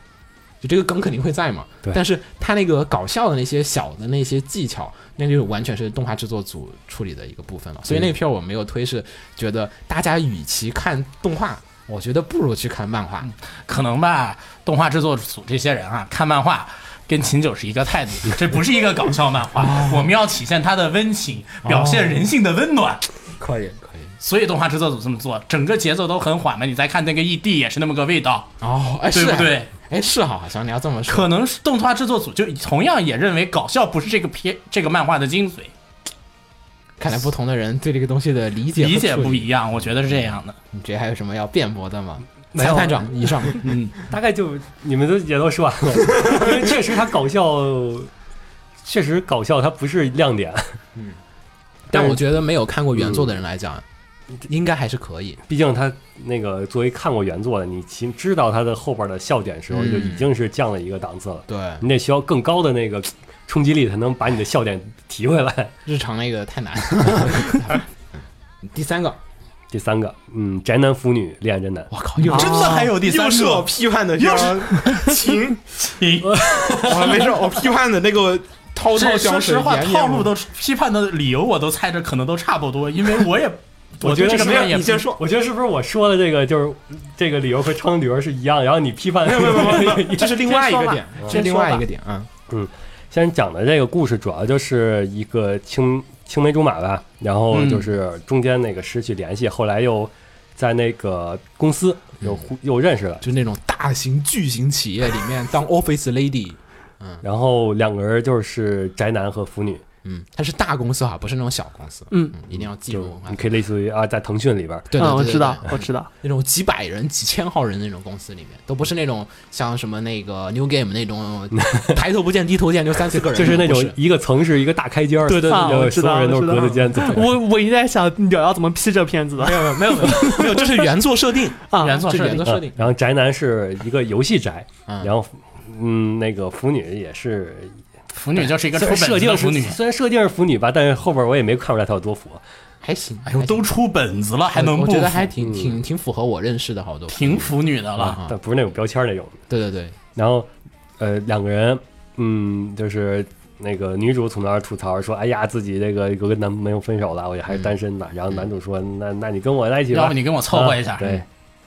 就这个梗肯定会在嘛，对但是他那个搞笑的那些小的那些技巧，那就完全是动画制作组处理的一个部分了。所以那片儿我没有推是觉得大家与其看动画，我觉得不如去看漫画。可能吧，动画制作组这些人啊，看漫画。跟秦九是一个态度，这不是一个搞笑漫画，我们要体现他的温情，表现人性的温暖，可以，可以。所以动画制作组这么做，整个节奏都很缓慢。你再看那个 ED 也是那么个味道，哦，哎，对是不对？哎，是哈，好像你要这么说，啊可能是动画制作组就同样也认为搞笑不是这个片这个漫画的精髓，看来不同的人对这个东西的理解理解不不。一样，我觉得是这样的。你觉得还有什么要辩驳的吗？没有裁判长以 上，嗯，大概就你们都也都说完了，因为确实它搞笑，确实搞笑，它不是亮点， 但我觉得没有看过原作的人来讲，应该还是可以。毕竟它那个作为看过原作的，你其知道它的后边的笑点时候，嗯就已经是降了一个档次了，对，你得需要更高的那个冲击力，才能把你的笑点提回来。日常那个太难。 第三个，第三个，嗯，宅男腐女恋爱真难，我靠，啊又真的还有第 三是我个，批判的这 个情，你我没事，我批判的那个滔滔这江说水实话，绵套绵路无都批判的理由我都猜着可能都差不多，因为我也我觉对得这个是没有也你先说，我觉得是不是我说的这个就是这个理由和超能理由是一样，然后你批判没有没有没有没 有，这是另外一个点，这是另外一个点啊。先讲的这个故事主要就是一个青青梅竹马吧，然嗯后就是中间那个失去联系，后来又在那个公司嗯又互又认识了，就是那种大型巨型企嗯业里面当 office lady，然后两个人就是宅男和腐女，嗯，它是大公司哈，不是那种小公司，嗯，一定要记就是住啊你。可以类似于啊，在腾讯里边儿，对，对嗯，我知，道对对，我知道，那种几百人、几千号人的那种公司里面，都不是那种像什么那个 New Game 那种抬头不见低头见就三四个人，就是那不种一个层是一个大开间儿，对对对然对后啊我知所有道人都是我知道格子间走。我我一直在想鸟要怎么批这片子的没有没有没有没 有没有，这是原作设定， 啊，原作这设是原定作设定嗯。然后宅男是一个游戏宅，嗯啊然后嗯，那个腐女也是腐女就是一个虽出然本设子定的是腐女，虽然设定是腐女吧，但是后边我也没看出来她有多腐。还行，哎呦，都出本子了，还能我不觉得腐还嗯挺挺挺符合我认识的好多挺腐女的啊了。啊，但不是那种标签儿那种。对对对，然后，呃，两个人，嗯，就是那个女主从那儿吐槽说：“哎呀，自己这个有跟男朋友分手了，我也还是单身呢。然后男主说：“那那你跟我在一起吧，要不你跟我凑合一下啊，对，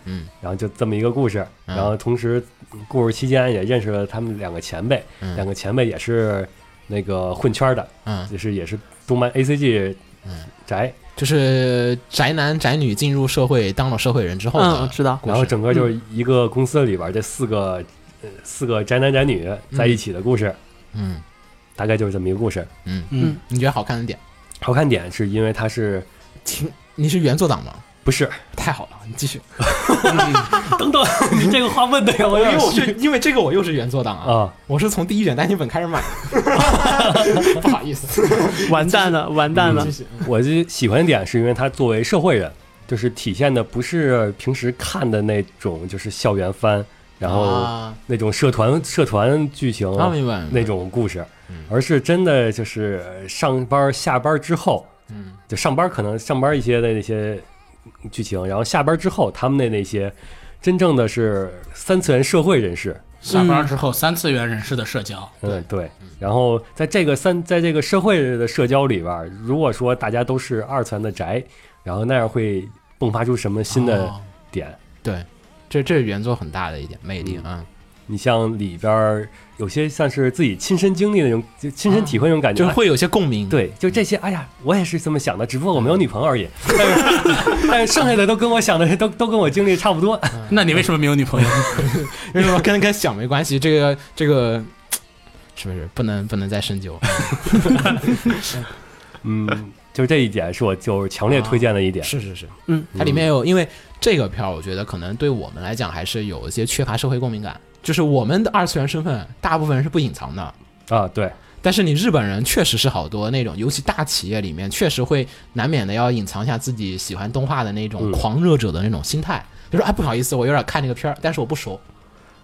嗯，然后就这么一个故事。嗯然后同时，故事期间也认识了他们两个前辈，嗯两个前辈也是那个混圈的，嗯，就是也是动漫 A C G 嗯宅，就是宅男宅女进入社会当了社会人之后嗯，我呢，知道，然后整个就是一个公司里边这四个、呃四个宅男宅女在一起的故事，嗯大概就是这么一个故事。嗯，嗯，你觉得好看的点，好看点是因为它是挺你是原作党吗？不是？太好了，你继续，等等，你这个话问的呀，我因 为我是因为这个我又是原作党啊，啊，我是从第一卷单行本开始买的，不好意思，完蛋了，完蛋了嗯继，续，我就喜欢点是因为它作为社会人，就是体现的不是平时看的那种，就是校园番， 然后啊那种社团社团剧情啊，明白，嗯那种故事，而是真的就是上班下班之后，嗯，就上班可能上班一些的那些剧情，然后下班之后他们的那些真正的是三次元社会人士，下嗯班之后三次元人士的社交，嗯，对。然后在这个三，在这个社会的社交里边儿，如果说大家都是二次元的宅，然后那样会迸发出什么新的哦点？对，这这是原作很大的一点魅嗯力啊，你像里边儿有些像是自己亲身经历那种，就亲身体会那种感觉。就是会有些共鸣，哎，对，就这些。哎呀，我也是这么想的，只不过我没有女朋友而已。但是， 但是剩下的都跟我想的都都跟我经历差不多。那你为什么没有女朋友？为什么跟跟想没关系？这个这个。是不是不能不能再深究？嗯，就这一点是我就是强烈推荐的一点。是是是，嗯，它里面有，因为这个片儿，我觉得可能对我们来讲还是有一些缺乏社会共鸣感，就是我们的二次元身份大部分人是不隐藏的，啊，对，但是你日本人确实是好多那种，尤其大企业里面，确实会难免的要隐藏一下自己喜欢动画的那种嗯狂热者的那种心态。比如说，哎，不好意思，我有点看这个片儿，但是我不熟。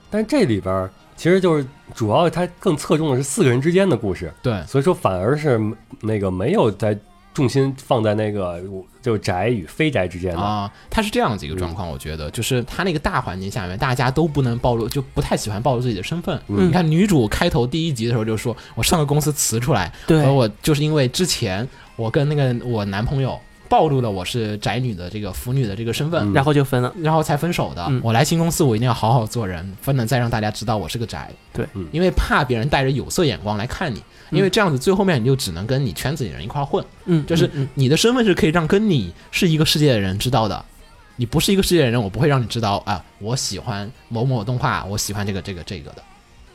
但这里边儿其实就是主要它更侧重的是四个人之间的故事，对，所以说反而是那个没有在重心放在那个就宅与非宅之间的。啊，它是这样子一个状况，我觉得就是它那个大环境下面，大家都不能暴露，就不太喜欢暴露自己的身份。嗯你看女主开头第一集的时候就说，我上个公司辞出来，对而我就是因为之前我跟那个我男朋友暴露了我是宅女的这个腐女的这个身份，嗯然后就分了，然后才分手的。嗯我来新公司，我一定要好好做人，不能再让大家知道我是个宅。对嗯因为怕别人带着有色眼光来看你，因为这样子最后面你就只能跟你圈子里人一块儿混。嗯，就是嗯你的身份是可以让跟你是一个世界的人知道的。你不是一个世界的人，我不会让你知道啊，我喜欢某某动画，我喜欢这个这个这个的，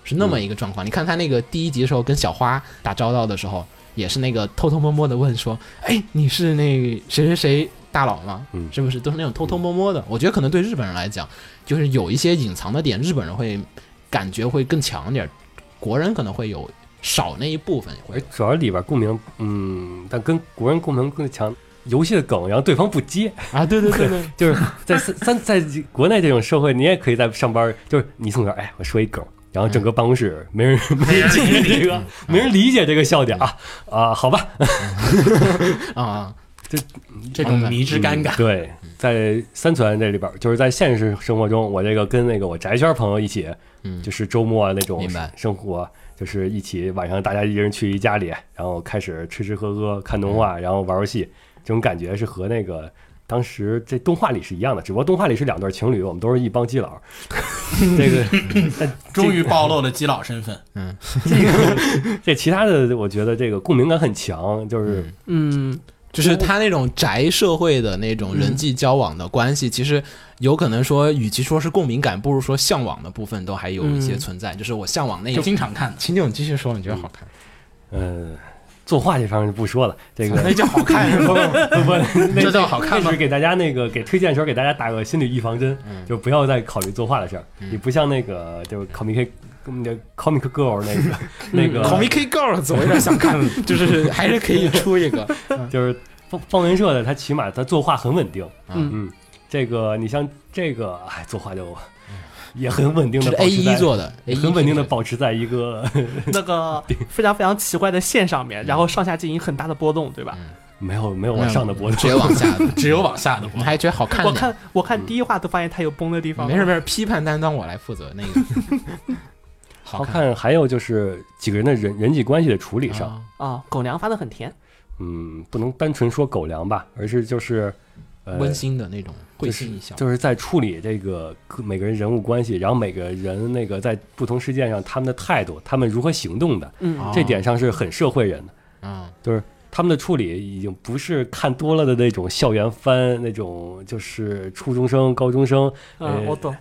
是那么一个状况。你看他那个第一集的时候跟小花打交道的时候，也是那个偷偷摸摸的问说，哎，你是那个谁谁谁大佬吗？嗯是不是都是那种偷偷摸摸的？我觉得可能对日本人来讲，就是有一些隐藏的点，日本人会感觉会更强一点，国人可能会有少那一部分也会而有。哎主要里边共鸣，嗯，但跟国人共鸣更强。游戏的梗，然后对方不接，啊，对对对对， 就是在三三在国内这种社会，你也可以在上班，就是你从这儿，哎，我说一梗，然后整个办公室没人没人理解这个，没人理解这个笑点啊啊，好吧，啊，这种迷之尴尬嗯。 对，在三次元这里边儿，就是在现实生活中，我这个跟那个我宅圈朋友一起，嗯就是周末那种明白生活，就是一起晚上大家一人去一家里，然后开始吃吃喝喝、看动嗯画，然后玩游戏，这种感觉是和那个。当时这动画里是一样的，只不过动画里是两对情侣，我们都是一帮 基佬。这个嗯终于暴露了基佬身份，这其他的，我觉得这个共鸣感很强，就是嗯，就是他那种宅社会的那种人际交往的关系，其实有可能说，与其说是共鸣感，不如说向往的部分都嗯还有一些存在。就是我向往那一就种。经常看的。秦九，你继续说，你觉得好看？嗯，作画这方面就不说了，这个那叫好看是不吧？不不，那这叫好看吗那是给大家那个给推荐的时候给大家打个心理预防针，就不要再考虑作画的事儿。你不像那个就是 comic 那 comic girl 那个那个嗯 Comic Girls，我有点想 看，就是还是可以出一 个。就是方方文社的，他起码他作画很稳定。嗯嗯，这个你像这个，哎，作画就也很稳定是的 A 保持一在，做的，也很稳定的保。保持在一个 那个非常非常奇怪的线上面，然后上下进行很大的波动，对吧？没有没有往上的波只嗯有动。往下的，只有往下的我们光。还觉得好看我点。看我嗯看第一话都发现它有崩的地方，没事没事，批判担当我来负责那个。 好好看看，还有就是几个人的人人际关系的处理上，啊啊。狗粮发的很甜，嗯，不能单纯说狗粮吧，而是就是呃温馨的那种，会就是心一笑。就是在处理这个各每个人人物关系，然后每个人那个在不同事件上他们的态度，他们如何行动的，哦嗯，这点上是很社会人的。啊，就是他们的处理已经不是看多了的那种校园番，那种就是初中生、高中生嗯，我懂。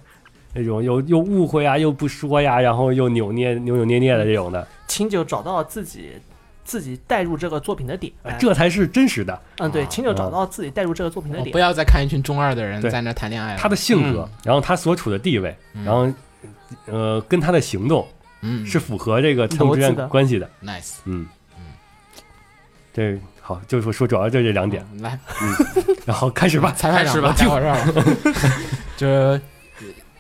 那种又又误会啊，又不说呀，然后又扭捏扭扭捏捏的这种的，清酒找到自己自己带入这个作品的点，哎这才是真实的。嗯啊对，清酒找到自己带入这个作品的我不点，要再看一群中二的人对在那谈恋爱了。他的性格，嗯然后他所处的地位，然后呃，跟他的行动嗯是符合这个他们之逻辑的间关系的。 nice。嗯，这好，就是说说主要就这两点，嗯来，然后开始吧。裁判长开始吧待会儿 让就是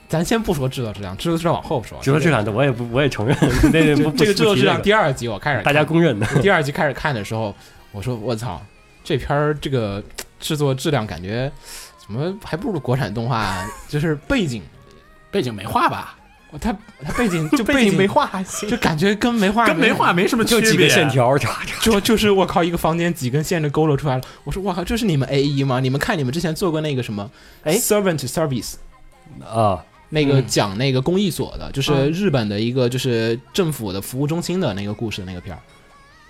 咱先不说制作质量，制作质量往后说。只说这两点，我也不我也承 认，那这不个不这个制不作提质量这个第二集我开始看大家公认的。第二集开始看的时候，我说我操，这片儿这个制作质量感觉怎么还不如国产动画？就是背景，背景没画吧？我它它背 景就背景景没，画还行就。感觉跟没画跟没画没什么区就别。几啊个线 条，啊叉叉。就就是我靠，一个房间几根线就勾勒出来了。我说我靠，这是你们 A 一吗？你们看你们之前做过那个什么，哎 s e r v a n t Service 啊，那个嗯讲那个公益所的，就是日本的一个就是政府的服务中心的那个故事那个片儿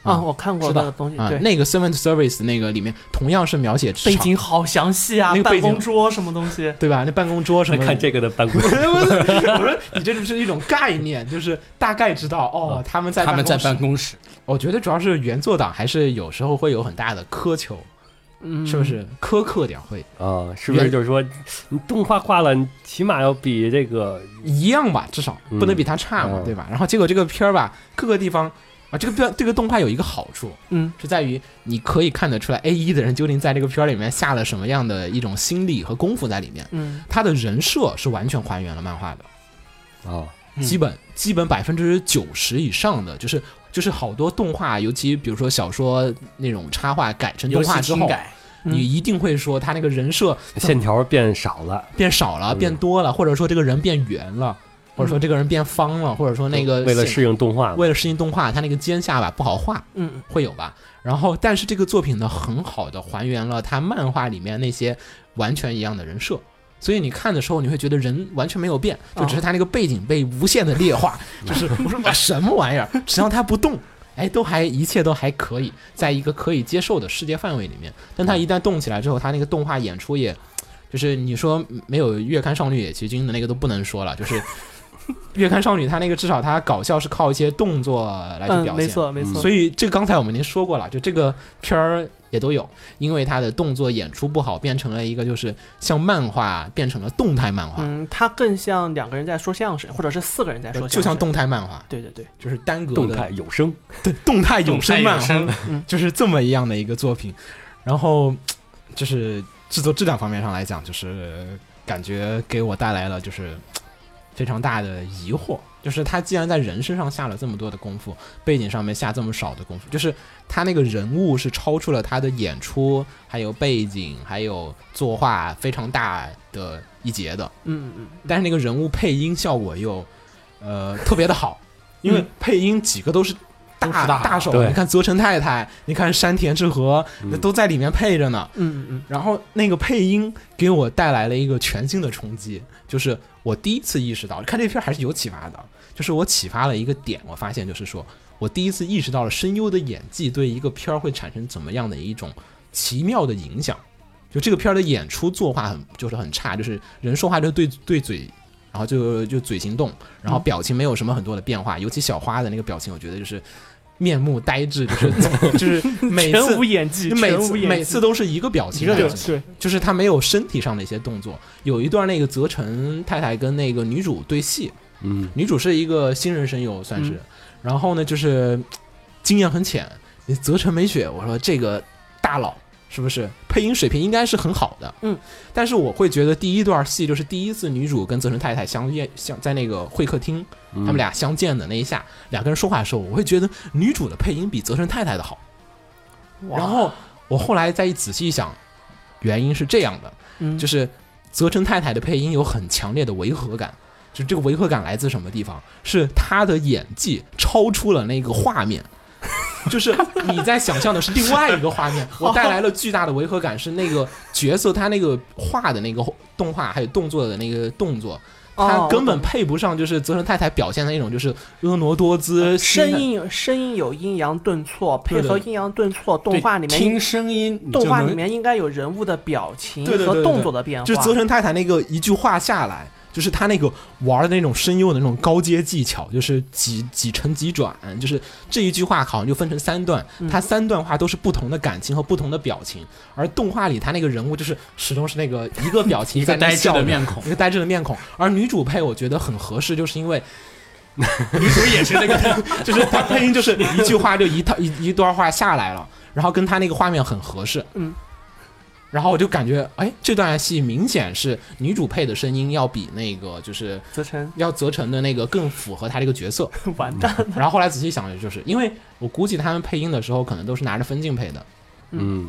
啊，我看过知道那个东西，啊对，，那个 Servant Service 那个里面同样是描写职 背场景好详细啊那，个背景办公桌什么东西，对吧？那办公桌什再么的看这个的办公室 我说你这就是一种概念，就是大概知道哦，他们在他们在办公室。公室，我觉得主要是原作党还是有时候会有很大的苛求，嗯，是不？是苛刻点会 啊，是不是就是说，你动画画了，你起码要比这个一样吧？至少嗯不能比它差嘛，嗯对吧？然后结果这个片儿吧，各个地方啊，这个片这个动画有一个好处嗯，是在于你可以看得出来 A 一的人究竟在这个片儿里面下了什么样的一种心理和功夫在里面。嗯，他的人设是完全还原了漫画的，哦啊，嗯基本基本百分之九十以上的，就是就是好多动画，尤其比如说小说那种插画改成游动戏画之轻后，改，嗯你一定会说他那个人设 线条变少了，变少了、嗯变多了，或者说这个人变圆了，或者说这个人变方了，或者 说那个为了线适应动画嘛，为了适应动画，他那个尖下巴不好画，嗯，会有吧？然后，但是这个作品呢，很好的还原了他漫画里面那些完全一样的人设，所以你看的时候，你会觉得人完全没有变，啊就只是他那个背景被无限的劣 化，就是我说哇什么玩意儿，只要他不动。哎，都还一切都还可以，在一个可以接受的世界范围里面。但他一旦动起来之后，他那个动画演出也，就是你说没有《月刊少女野崎君》的那个都不能说了，就是《月刊少女》她那个至少她搞笑是靠一些动作来去嗯，表现，没错没错，所以这个刚才我们已经说过了，就这个片儿也都有，因为他的动作演出不好，变成了一个就是像漫画变成了动态漫画，嗯，它更像两个人在说相声，或者是四个人在说相声，就像，动态漫画，对对对，就是单格的动态有声，对动态动有态声漫有画，声，就是这么一样的一个作品。然后就是制作质量方面上来讲，就是感觉给我带来了就是非常大的疑惑，就是他既然在人身上下了这么多的功夫，背景上面下这么少的功夫，就是他那个人物是超出了他的演出、还有背景、还有作画非常大的一截的。嗯嗯但是那个人物配音效果又，呃，特别的 好，因为配音几个都是大嗯都是大大手，对你看泽城太太，你看山田智和，嗯那都在里面配着呢。嗯嗯然后那个配音给我带来了一个全新的冲击，就是我第一次意识到，看这片儿还是有启发的，就是我启发了一个点，我发现就是说我第一次意识到了声优的演技对一个片儿会产生怎么样的一种奇妙的影响。就这个片儿的演出作画很就是很差，就是人说话就对对嘴，然后嗯就就嘴型动，然后表情没有什么很多的变化，尤其小花的那个表情，我觉得就是面目呆滞，就是就 是每次全无演技，每全次无演技，每次都是一个表情，对对，就是他没有身体上的一些动作。有一段那个泽城太太跟那个女主对戏，嗯，女主是一个新人声优算是，然后呢就是经验很浅，泽城美雪，我说这个大佬是不是配音水平应该是很好的？嗯，但是我会觉得第一段戏就是第一次女主跟泽城太太相见相在那个会客厅，他他们俩相见的那一下，两个人说话的时候，我会觉得女主的配音比泽城太太的好。哇然后我后来再仔细一想，原因是这样的，嗯就是泽城太太的配音有很强烈的违和感，就这个违和感来自什么地方？是她的演技超出了那个画面。 就是你在想象的是另外一个画 面，我带来了巨大的违和感，是那个角色他那个画的那个动画，还有动作的那个动作，他哦根本配不上，就是泽城太太表现的那种就是婀娜多姿、呃声新的音有声音有阴阳顿挫，配对对合阴阳顿挫，动画里对面听声音你就能，动画里面应该有人物的表情对对对和对动作的变化。就是泽城太太那个一句话下来，就是他那个玩的那种声优的那种高阶技巧，就是几几乘几转，就是这一句话好像就分成三段，嗯他三段话都是不同的感情和不同的表情，而动画里他那个人物就是始终是那个一个表情一个在那 呆滞笑的着面孔一个呆滞的面孔，而女主配我觉得很合适，就是因为女主也是那个， 就是他配音就是一句话就一套一一段话下来了，然后跟他那个画面很合适，嗯，然后我就感觉哎，这段戏明显是女主配的声音要比那个就是 泽城要泽城的那个更符合他这个角色，完蛋，然后后来仔细想，就是因为我估计他们配音的时候可能都是拿着分镜配的，嗯，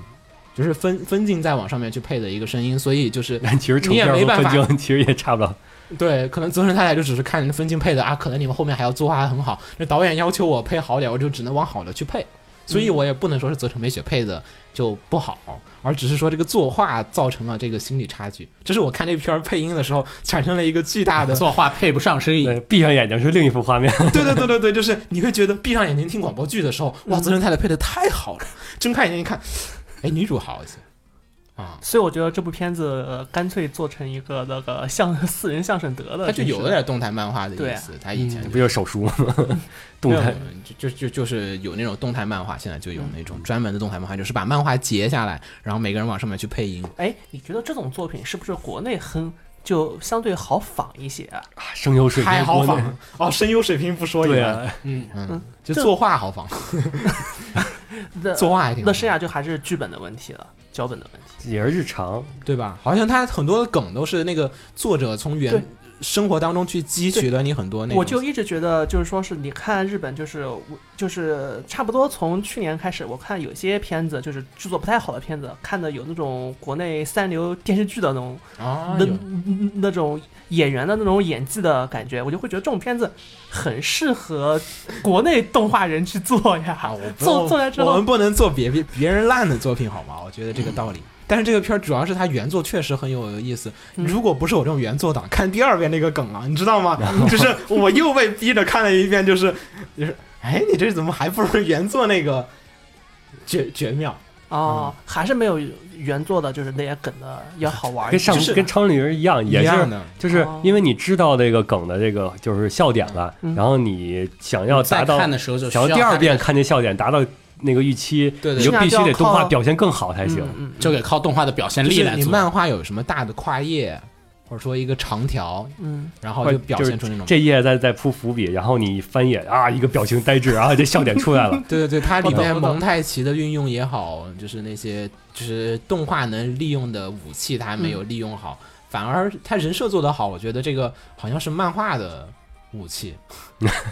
就是分分镜再往上面去配的一个声音，所以就是但嗯其实成你也片没和办分法镜其实也差不了，对，可能泽城太太就只是看分镜配的啊，可能你们后面还要作画很好，那导演要求我配好点，我就只能往好的去配，所以我也不能说是泽城美雪配的就不好，而只是说这个作画造成了这个心理差距。这是我看这片儿配音的时候产生了一个巨大的，作画配不上声音，对，闭上眼睛是另一幅画面， 对对对对对，就是你会觉得闭上眼睛听广播剧的时候，哇，泽城太太配的太好了，睁开眼睛一看，哎，女主好一些啊，所以我觉得这部片子、呃干脆做成一个那个相四人相声得了，它就真是有点动态漫画的对意啊思，它以前 不就是手书吗？动态嗯没有，就就就就是有那种动态漫画，现在就有那种专门的动态漫画，就是把漫画截下来，然后每个人往上面去配音。哎，你觉得这种作品是不是国内哼就相对好仿一些啊？啊声优水平太好国内仿了哦，声优水平不说 对也啊，嗯，就作画好仿，那作画还挺好那剩下就还是剧本的问题了，脚本的问题。也是日常，对吧？好像他很多梗都是那个作者从对原生活当中去汲取了你很多那种。我就一直觉得，就是说是你看日本，就是我就是差不多从去年开始，我看有些片子就是制作不太好的片子，看的有那种国内三流电视剧的那种、啊，那有那种演员的那种演技的感觉，我就会觉得这种片子很适合国内动画人去做啊，呀。我不做做来之后我们不能做别别别人烂的作品好吗？我觉得这个道理。但是这个片儿主要是它原作确实很有意思，嗯如果不是我这种原作党，看第二遍那个梗啊了，你知道吗？就是我又被逼着看了一遍，就是就是，哎，你这怎么还不如原作那个绝绝妙？哦，嗯还是没有原作的，就是那些梗的要好玩一跟些。上就是跟超能人一样，也一是样的就是哦因为你知道这个梗的这个就是笑点了，嗯然后你想要达到在看的时候就需想要要第二遍看见笑点达到那个预期，对对你就必须得动画表现更好才行。嗯就得靠动画的表现就力是来你做。漫画有什么大的跨页，或者说一个长条，嗯然后就表是现出那种。。这页在在铺伏笔，然后你翻页啊，一个表情呆滞啊，这笑点出来了对对对，它里我懂面我懂蒙太奇的运用也好，就是那些就是动画能利用的武器，它没有利用好，反而它人设做得好，我觉得这个好像是漫画的武器，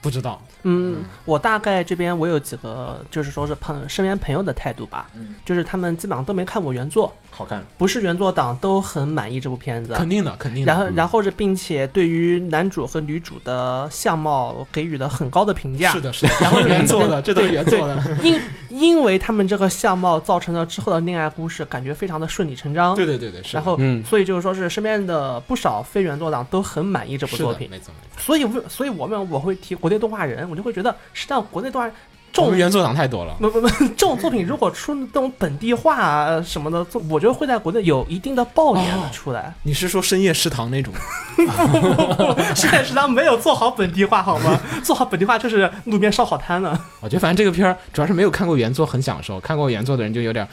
不知 道嗯，我大概这边我有几个，就是说是朋身边朋友的态度吧，就是他们基本上都没看过原作，嗯好看，不是原作党都很满意这部片子。肯定的，嗯肯定的。然后，然后是，并且对于男主和女主的相貌给予了很高的评价。是的，是 的，然后原作的，这都是原作的， 因因为他们这个相貌造成了之后的恋爱故事，感觉非常的顺理成 章。对对对对，是的。然后，嗯所以就是说是身边的不少非原作党都很满意这部是作的，品。没错没错，所以为，所以我们我会提国内动画人，我就会觉得，实际上国内动画我重们原作党太多了。不不不，这种作品如果出那种本地化啊什么的，我觉得会在国内有一定的爆点哦的出来。你是说深夜食堂那种？现在食堂没有做好本地化，好吗？做好本地化就是路边烧烤摊了。我觉得反正这个片儿主要是没有看过原作很享受，看过原作的人就有点儿，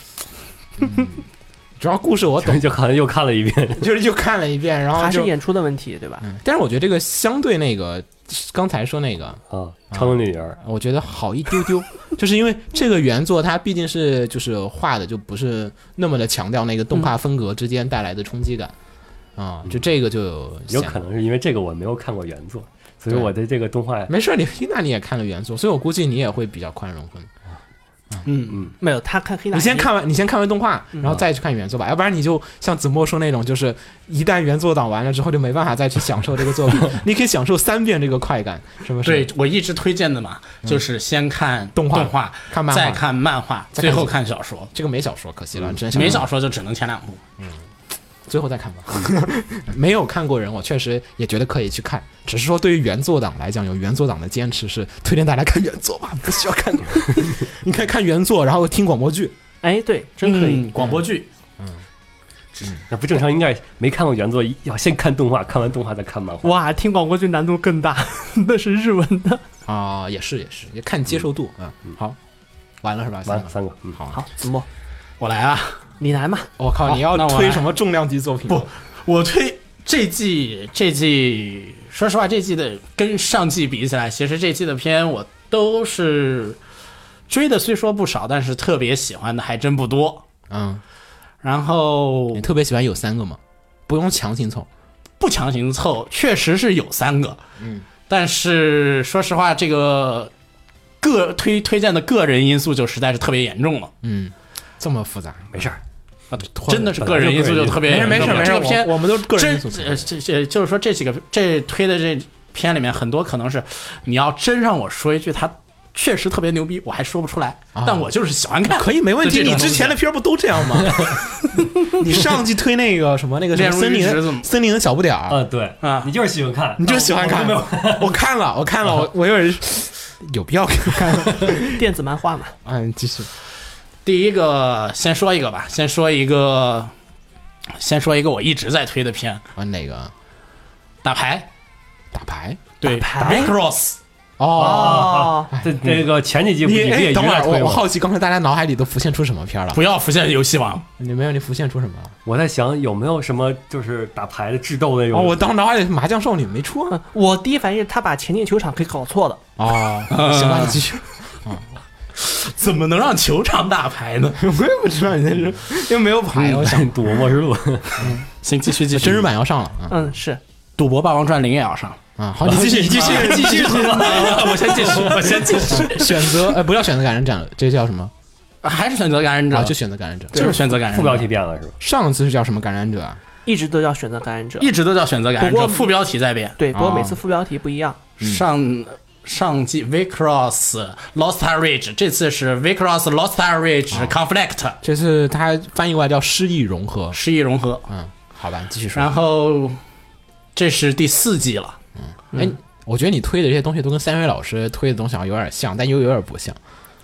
嗯、 主要故事我懂，就好像又看了一遍。就是又看了一遍，然后还哦就是演出的问题，对吧？嗯但是我觉得这个相对那个刚才说那个，啊，超能女儿，我觉得好一丢丢，就是因为这个原作它毕竟是就是画的就不是那么的强调那个动画风格之间带来的冲击感。啊、就这个就有有显可能是因为这个我没有看过原作，所以对我对这个动画没事儿，你那你也看了原作，所以我估计你也会比较宽容很。没有，他看黑大你衣先，看完，你先看完动画，然后再去看原作吧，要不然你就像子墨说那种，就是一旦原作党完了之后，就没办法再去享受这个作品，你可以享受三遍这个快感，是不是？嗯对，我一直推荐的嘛，就是先看动画动画看漫画再看漫画，再看嗯最后看小说。这个没小说，可惜嗯了，只能想没小说就只能前两部，最后再看吧。 没有看过人，我确实也觉得可以去看，只是说对于原作党来讲，有原作党的坚持是推荐大家看原作吧， 不需要看。你可以看原作，然后听广播剧。哎，对，真可以。嗯广播剧。那不正常，应该没看过原作，要先看动画，看完动画再看漫画。哇，听广播剧难度更大， 那是日文的。啊、也是也是，也看接受度啊、嗯好，完了是吧？完了三三个，嗯个，好，好，子墨，我来啊，你来嘛。我靠，好你要那我推来什么重量级作品？不，我推这季这季，说实话，这季的跟上季比起来，其实这季的片我都是追的，虽说不少，但是特别喜欢的还真不多。嗯，然后你特别喜欢有三个吗？不用强行凑，不强行凑，确实是有三个，嗯，但是说实话，这个个推推荐的个人因素就实在是特别严重了。嗯，这么复杂，没事儿，啊，对真的是个人因素就特别没事严没重事了没事，这个片我我们都是个人因真素凑。呃这这就是说这几个这推的这片里面很多可能是，你要真让我说一句，他确实特别牛逼，我还说不出来，啊但我就是喜欢 看。可以，没问题。就这你种之前的片儿不都这样吗？你上季推那个什么那个什么恋入森林一直怎么森林的小不点儿，啊，对啊你就是喜欢看，啊你就喜欢看我都没有。 我看了，我看了，我我有人 有必要看吗？电子漫画嘛，嗯，继续。第一个先说一个吧，先说一个，先说一个我一直在推的片，啊，哪个打牌，打牌？对打牌 b i g Cross，哦，哦，这这个前几集不你也不也哎，一等会再儿推我我吗？好奇，刚才大家脑海里都浮现出什么片儿了？不要浮现游戏王，你没有，你浮现出什么了？我在想有没有什么就是打牌的智斗那哦，种。我当时脑海里麻将少女没出啊。我第一反应是他把前进球场给搞错了。哦， 行吧，你继续。怎么能让球场打牌 呢？我也不知道你在这，因为没有牌。哎我 想，赌博末世录，行，继续继续，真人版要上了啊嗯，是赌博霸王传零也要上，啊！ 好，你继 续，你继续，继续。 我先继续，我先继续， 选择，呃，不叫选择感染者，这叫什么？还是选择感染者，啊，就选择感染者。就是选择感染者，副标题变了是吧？上次是叫什么感染者啊？一直都要选择感染者。一直都叫选择感染不者，过副标题在变。嗯对，不过哦每次副标题不一样。上上季 V Cross Lost Ridge，这次是 V Cross Lost Ridge Conflict 这次它翻译过来叫失忆融合。失忆融合。嗯，好吧，你继续说。然后这是第四季了，哎，我觉得你推的这些东西都跟三水老师推的东西好像有点像，但又有点不像。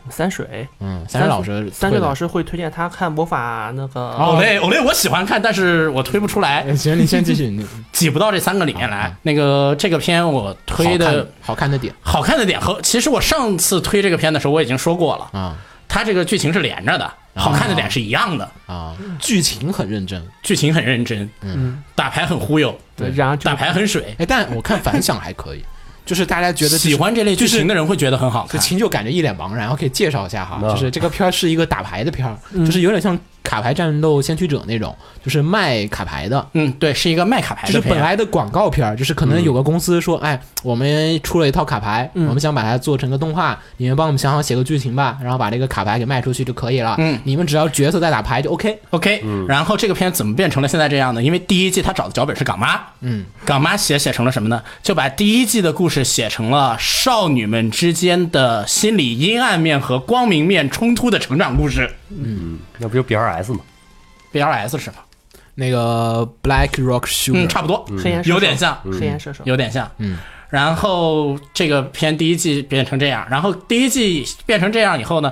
三水，嗯，三水老师，三水老师，师会推荐他看魔法那个。哦嘞哦嘞，我喜欢看，但是我推不出来，哎行，你先继续。你挤不到这三个里面来。那个这个片我推好的看好看的点好看的点和，其实我上次推这个片的时候我已经说过了，啊它这个剧情是连着的，好看的点是一样的，啊，剧情很认真。剧情很认真，嗯，打牌很忽悠，对，然后就打牌很水。哎，但我看反响还可以，就是大家觉得就是喜欢这类剧情的人会觉得很好就看。秦九感觉一脸茫然，我可以介绍一下哈，嗯就是这个片儿是一个打牌的片儿，就是有点像卡牌战斗先驱者那种，就是卖卡牌的。嗯，对，是嗯一个卖卡牌就的是片本来的广告片儿，就是可能有个公司说，哎，我们出了一套卡牌，嗯我们想把它做成个动画，你们帮我们想好写个剧情吧，然后把这个卡牌给卖出去就可以了。嗯你们只要角色在打牌就 OK。 OK，、然嗯后这个片怎么变成了现在这样呢？因为第一季他找的脚本是港妈，嗯，港妈写写成了什么呢？就把第一季的故事写成了少女们之间的心理阴暗面和光明面冲突的成长故事。嗯那不就 BRS 吗？ BLS 是什么？那个 Black Rock 嗯， Sugar，差不多，黑岩射手有点像，黑岩射手。有点像。嗯，然后这个片第一季变成这样，然后第一季变成这样以后呢，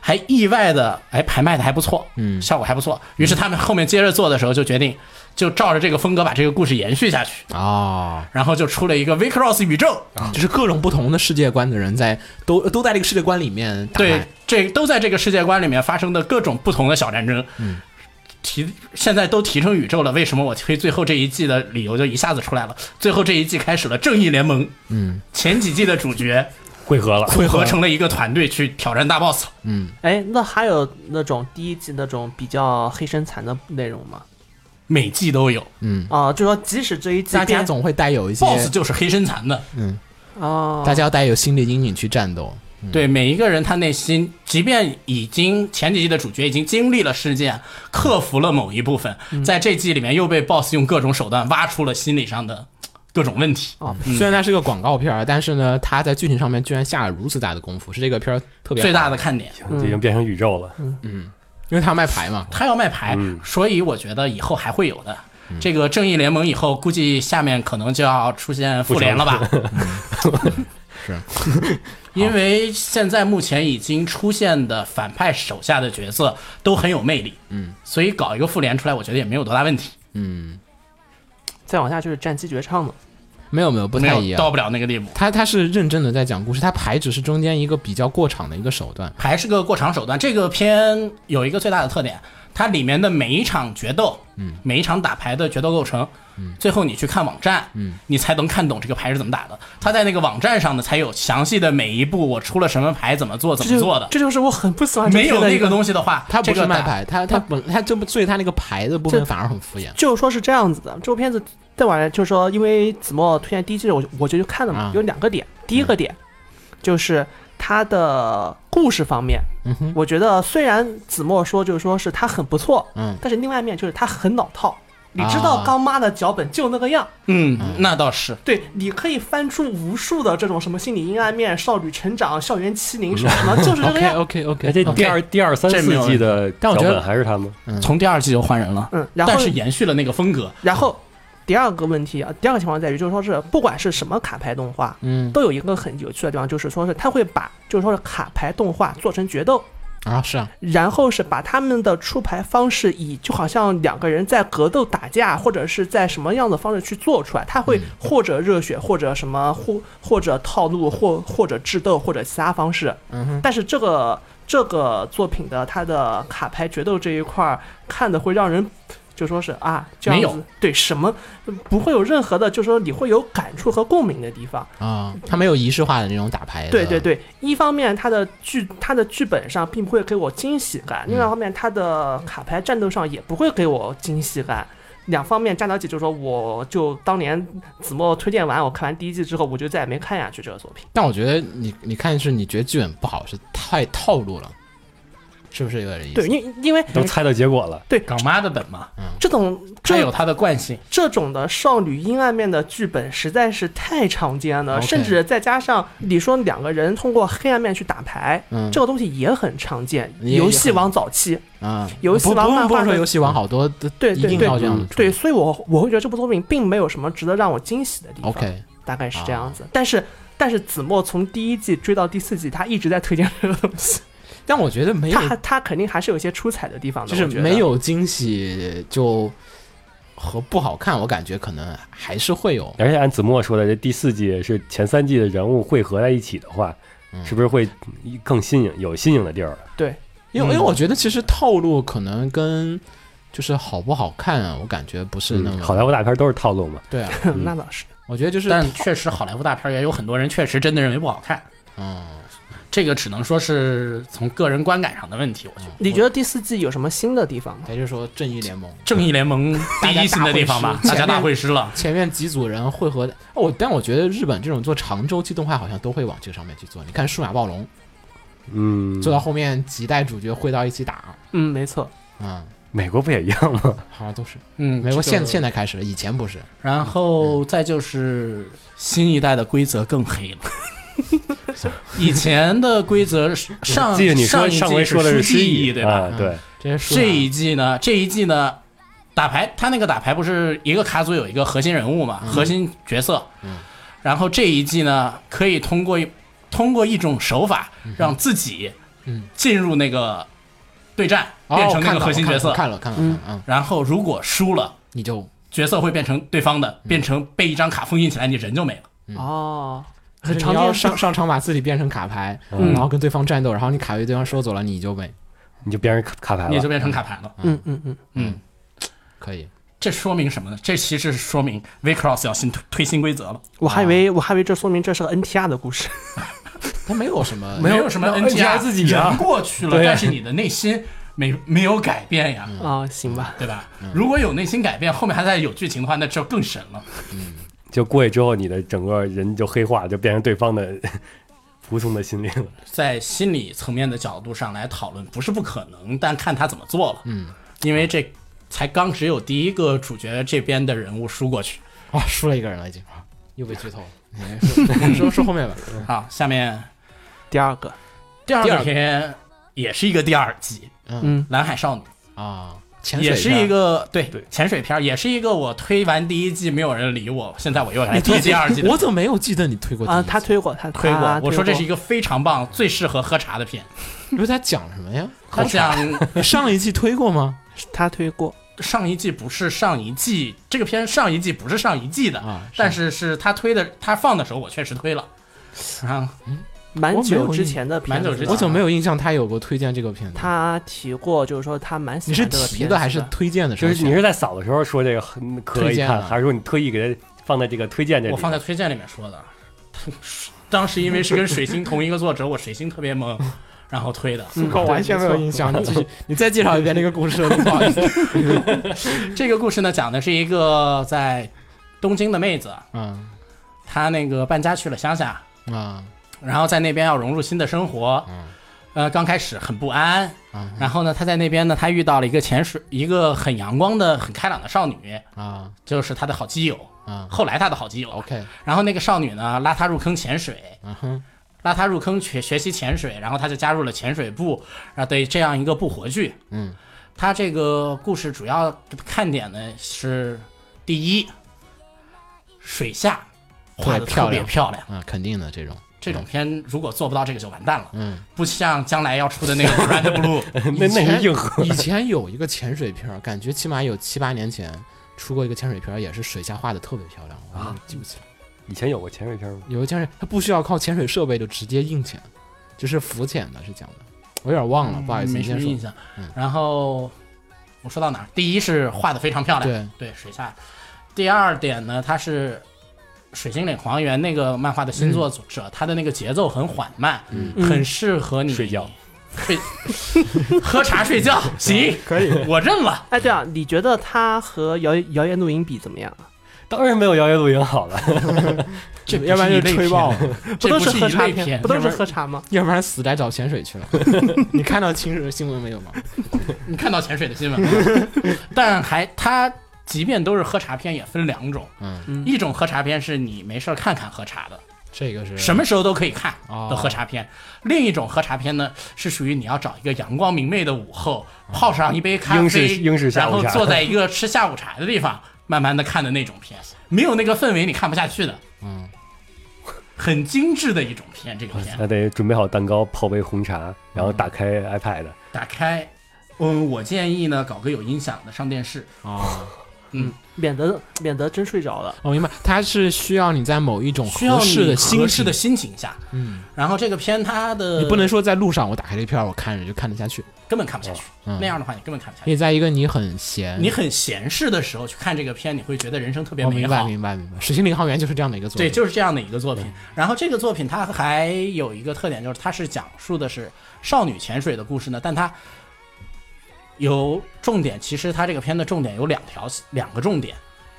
还意外的哎排卖的还不错，嗯，效果还不错。于是他们后面接着做的时候就决定，就照着这个风格把这个故事延续下去，哦，然后就出了一个 V Cross 宇宙，就是各种不同的世界观的人在都都在这个世界观里面打对败，这都在这个世界观里面发生的各种不同的小战争。嗯，提现在都提成宇宙了，为什么我推最后这一季的理由就一下子出来了？最后这一季开始了正义联盟。嗯，前几季的主角汇合了。汇合成了一个团队去挑战大 boss。嗯哎，那还有那种第一季那种比较黑身残的内容吗？每季都有啊、就说即使这一季大家变总会带有一些，BOSS 就是黑身残的，哦，大家要带有心理阴影去战斗。对每一个人他内心，即便已经前几季的主角已经经历了事件，克服了某一部分，在这季里面又被 BOSS 用各种手段挖出了心理上的各种问题。虽然它是个广告片儿，但是呢，它在剧情上面居然下了如此大的功夫，是这个片儿特别好最大的，看点，嗯已经变成宇宙了，因为它要卖牌嘛。他要卖牌，嗯所以我觉得以后还会有的。这个正义联盟以后，估计下面可能就要出现复联了吧？ 是，因为现在目前已经出现的反派手下的角色都很有魅力，嗯，所以搞一个复联出来，我觉得也没有多大问题，再往下就是战机绝唱了。没有没有，不没太一有到样。不了那个地步。它它是认真的在讲故事，它牌只是中间一个比较过场的一个手段。还是个过场手段。这个片有一个最大的特点，它里面的每一场决斗，嗯，每一场打牌的决斗构成，嗯，最后你去看网站，嗯，你才能看懂这个牌是怎么打的。它在那个网站上呢，才有详细的每一步我出了什么牌，怎么做，怎这么就做的。这就是我很不喜欢这没有片的那一个东西的话，它不这是个卖打，牌，它它本它这不，所以它那个牌的部分这反而很敷衍。就是说是这样子的，这部片子再往来就是说，因为子墨推荐第一季，我就我就去看了嘛，啊有两个点。第嗯一个点、就是它的故事方面，嗯我觉得虽然子墨说就是说是它很不错，嗯但是另外一面就是它很老套。你知啊道刚妈的脚本就那个样，嗯，那倒是。对，你可以翻出无数的这种什么心理阴暗面、少女成长、校园欺凌什么什 么，就是这个 OK 样。 OK 哎， OK，这第二、第二、三、这没有四季的但脚我觉得本还是他们。从第二季就换人了，嗯，然后但是延续了那个风格。然后第二个问题啊，第二个情况在于，就是说是不管是什么卡牌动画，嗯都有一个很有趣的地方，就是说是他会把就是说是卡牌动画做成决斗，啊是啊，然后是把他们的出牌方式以就好像两个人在格斗打架，或者是在什么样的方式去做出来，他嗯会或者热血，或者什么或或者套路，或或者智斗，或者其他方式。嗯、但是这个这个作品的它的卡牌决斗这一块儿看的会让人。就说是啊，这样没有子对什么不会有任何的，就说你会有感触和共鸣的地方。啊，它没有仪式化的那种打牌的。对对，对，一方面它的剧它的剧本上并不会给我惊喜感，另外一方面它的卡牌战斗上也不会给我惊喜感。两方面加到一起，就是说，我就当年子墨推荐完，我看完第一季之后，我就再也没看下去这个作品。但我觉得你你看是你觉得剧本不好，是太套路了，是不是有点意思？对，因因哎为都猜到结果了，港妈的本嘛，这种它有这它的惯性。这种的少女阴暗面的剧本实在是太常见了， OK 甚至再加上你说两个人通过黑暗面去打牌，嗯这个东西也很常见。也游戏也很王早期，啊，游戏不王不漫用不画用说的游戏王好多都嗯对一对定对要这样的处对，理所以我我会觉得这部作品并没有什么值得让我惊喜的地方。 OK 啊大概是这样子。但是但是子墨从第一季追到第四季，他一直在推荐这个东西，但我觉得 没有他他肯定还是有一些出彩的地方的，就是我觉得没。有惊喜就和不好看，我感觉可能还是会有。而且按子墨说的，这第四季是前三季的人物汇合在一起的话，嗯是不是会更新颖，有新颖的地儿了？对，嗯因为因为我觉得其实套路可能跟就是好不好看啊，我感觉不是嗯那么、嗯好莱坞大片都是套路嘛，对啊， 那倒是。我觉得就是但确实好莱坞大片儿也有很多人确实真的认为不好看。嗯，这个只能说是从个人观感上的问题。我觉得《你觉得第四季有什么新的地方吗？也就是说正义联盟正义联盟》第一新的地方吧，大大家家大大会会师了。前面几组人汇合的，哦，我但我觉得日本这种做长周期动画好像都会往这个上面去做。你看数码暴龙嗯，做到后面几代主角汇到一起打，嗯，没错，嗯，美国不也一样吗？好像都是嗯，美国这个现现在开始了，以前不是。然后再就是新一代的规则更黑了。 以前的规则是嗯上 记得你说一上回季说的是失忆忆，对吧？嗯啊，对，这些书这一季呢，这一季呢，嗯打牌他那个打牌不是一个卡组有一个核心人物嘛，核心角色。然后这一季呢，可以通过一通过一种手法让自己嗯进入那个对战，变成那个核心角色。哦看了看了看了，嗯，然后如果输了，你就角色会变成对方嗯的，变成被一张卡封印起来，你人就没了。哦，很你常要见上上场把自己变成卡牌，嗯然后跟对方战斗，然后你卡被对方收走了，你就没你就变成卡卡牌你就了。变成卡牌了。嗯嗯嗯，嗯，可以。这说明什么呢？这其实是说明 Vcross 要新推推新规则了，我啊还以为我还以为这说明这是个 NTR 的故事，他没有什么，没有什么 NTR 自己啊人过去了，对啊但是你的内心没没有改变呀，嗯 啊，行吧，对吧？如果有内心改变，后面还在有剧情的话，那就更神了。就过去之后，你的整个人就黑化，就变成对方的 服从的心灵了。在心理层面的角度上来讨论，不是不可能，但看他怎么做了。嗯，因为这才刚只有第一个主角这边的人物输过去。啊，输了一个人了已经，啊又被剧透了。嗯哎 说说说后面吧，好，下面第二个，第二第二个天也是一个第二集，嗯， 《蓝海少女》啊，潜水也是片一个对对潜水片儿，也是一个我推完第一季没有人理我，现在我又来推第二季的。哎我怎么没有记得你推过啊，第一他集推过他推过他，我说这是一个个非常棒、最适合喝茶的片。不是他讲什么呀？ 他讲 上一季推过吗？他推过，上一季不是上一季，这个片上一季不是上一季的，啊是但是是他推的，他放的时候我确实推了。啊，蛮我没有久之印前的片蛮子嗯久之了我怎么没有印象他有过推荐这个片子？他提过，就是说他蛮喜你是欢这个提片的子还啊是推荐的时就候是选你的？是在扫的时候说这个很可推以荐看，啊了还是说你特意给它放在这个推荐这里？啊啊我放在推荐里面说的。 当时因为是跟水星同一个作者，我水星特别 懵，然后推的。嗯我完全没有印象，你继续， 你再介绍一遍这个故 事，不好意思。这个故事呢，讲的是一个在东京的妹子，嗯她那个搬家去了乡下，啊然后在那边要融入新的生活，嗯呃，刚开始很不安，啊然后呢，她在那边呢，她遇到了一个潜水，一个很阳光的、很开朗的少女，啊就是她的好基友，啊后来她的好基友。 ！OK，然后那个少女呢，拉她入坑潜水，嗯哼，拉她入坑学学习潜水，然后她就加入了潜水部啊对这样一个部活剧。嗯，她这个故事主要看点呢是第一，水下画的特特别别漂亮，啊，肯定的这种，这种片如果做不到这个就完蛋了，嗯，不像将来要出的 那个 Red Blue， 那那是硬核以前。以前有一个潜水片儿，感觉起码有七八年前出过一个潜水片儿，也是水下画的特别漂亮，啊我记不起来。 以前有过潜水片吗？有个潜水，它不需要靠潜水设备就直接硬潜，就是浮潜的，是讲的。我有点忘了，不好意思，没你什先么说嗯印。象。然后我说到哪儿？第一是画的非常漂亮，对水下。第二点呢，它是《水晶领航员》那个漫画的新作者，他的那个节奏很缓慢，嗯很适合你睡觉。睡 喝茶睡觉 行，可以。我认了。哎，对啊，你觉得他和谣谣言露营比怎么样？当然没有《摇曳露营》好了。 这不要不然是一就类吹片爆，不这都不是是喝一茶类片，片不，都是喝茶吗？要不然死宅找潜水去了。 你看到清水新闻没有吗？你看到潜水的新闻了吗，但还它即便都是喝茶片，也分两种。嗯一种喝茶片是你没事儿看看喝茶的，这个是什么时候都可以看哦的喝茶片；另一种喝茶片呢，是属于你要找一个阳光明媚的午后，泡上一杯咖哦英啡，式英式下然午后茶坐在一个吃下午茶的地方， 慢慢的看的那种片，没有那个氛围，你看不下去的。嗯，很精致的一种片，这个片那得准备好蛋糕，泡杯红茶，然后打开 iPad，打开，嗯，我建议呢，搞个有音响的上电视，哦，免得免得真睡着了。我哦明白，它是需要你在某一种需要合适的你心合适情的，呃心情下，嗯，然后这个片它的你不能说在路上我打开这片儿我看着就看得下去，根本看不下去，嗯那样的话你根本看不下可去。以在一个你很闲，你很闲适的时候去看这个片，你会觉得人生特别我美明白好。明白明白，《水星领航员》就是这样的一个作品，对，就是这样的一个作品。然后这个作品它还有一个特点，就是它是讲述的是少女潜水的故事呢，但它有重点。其实它这个片的重点有两条，两个重点，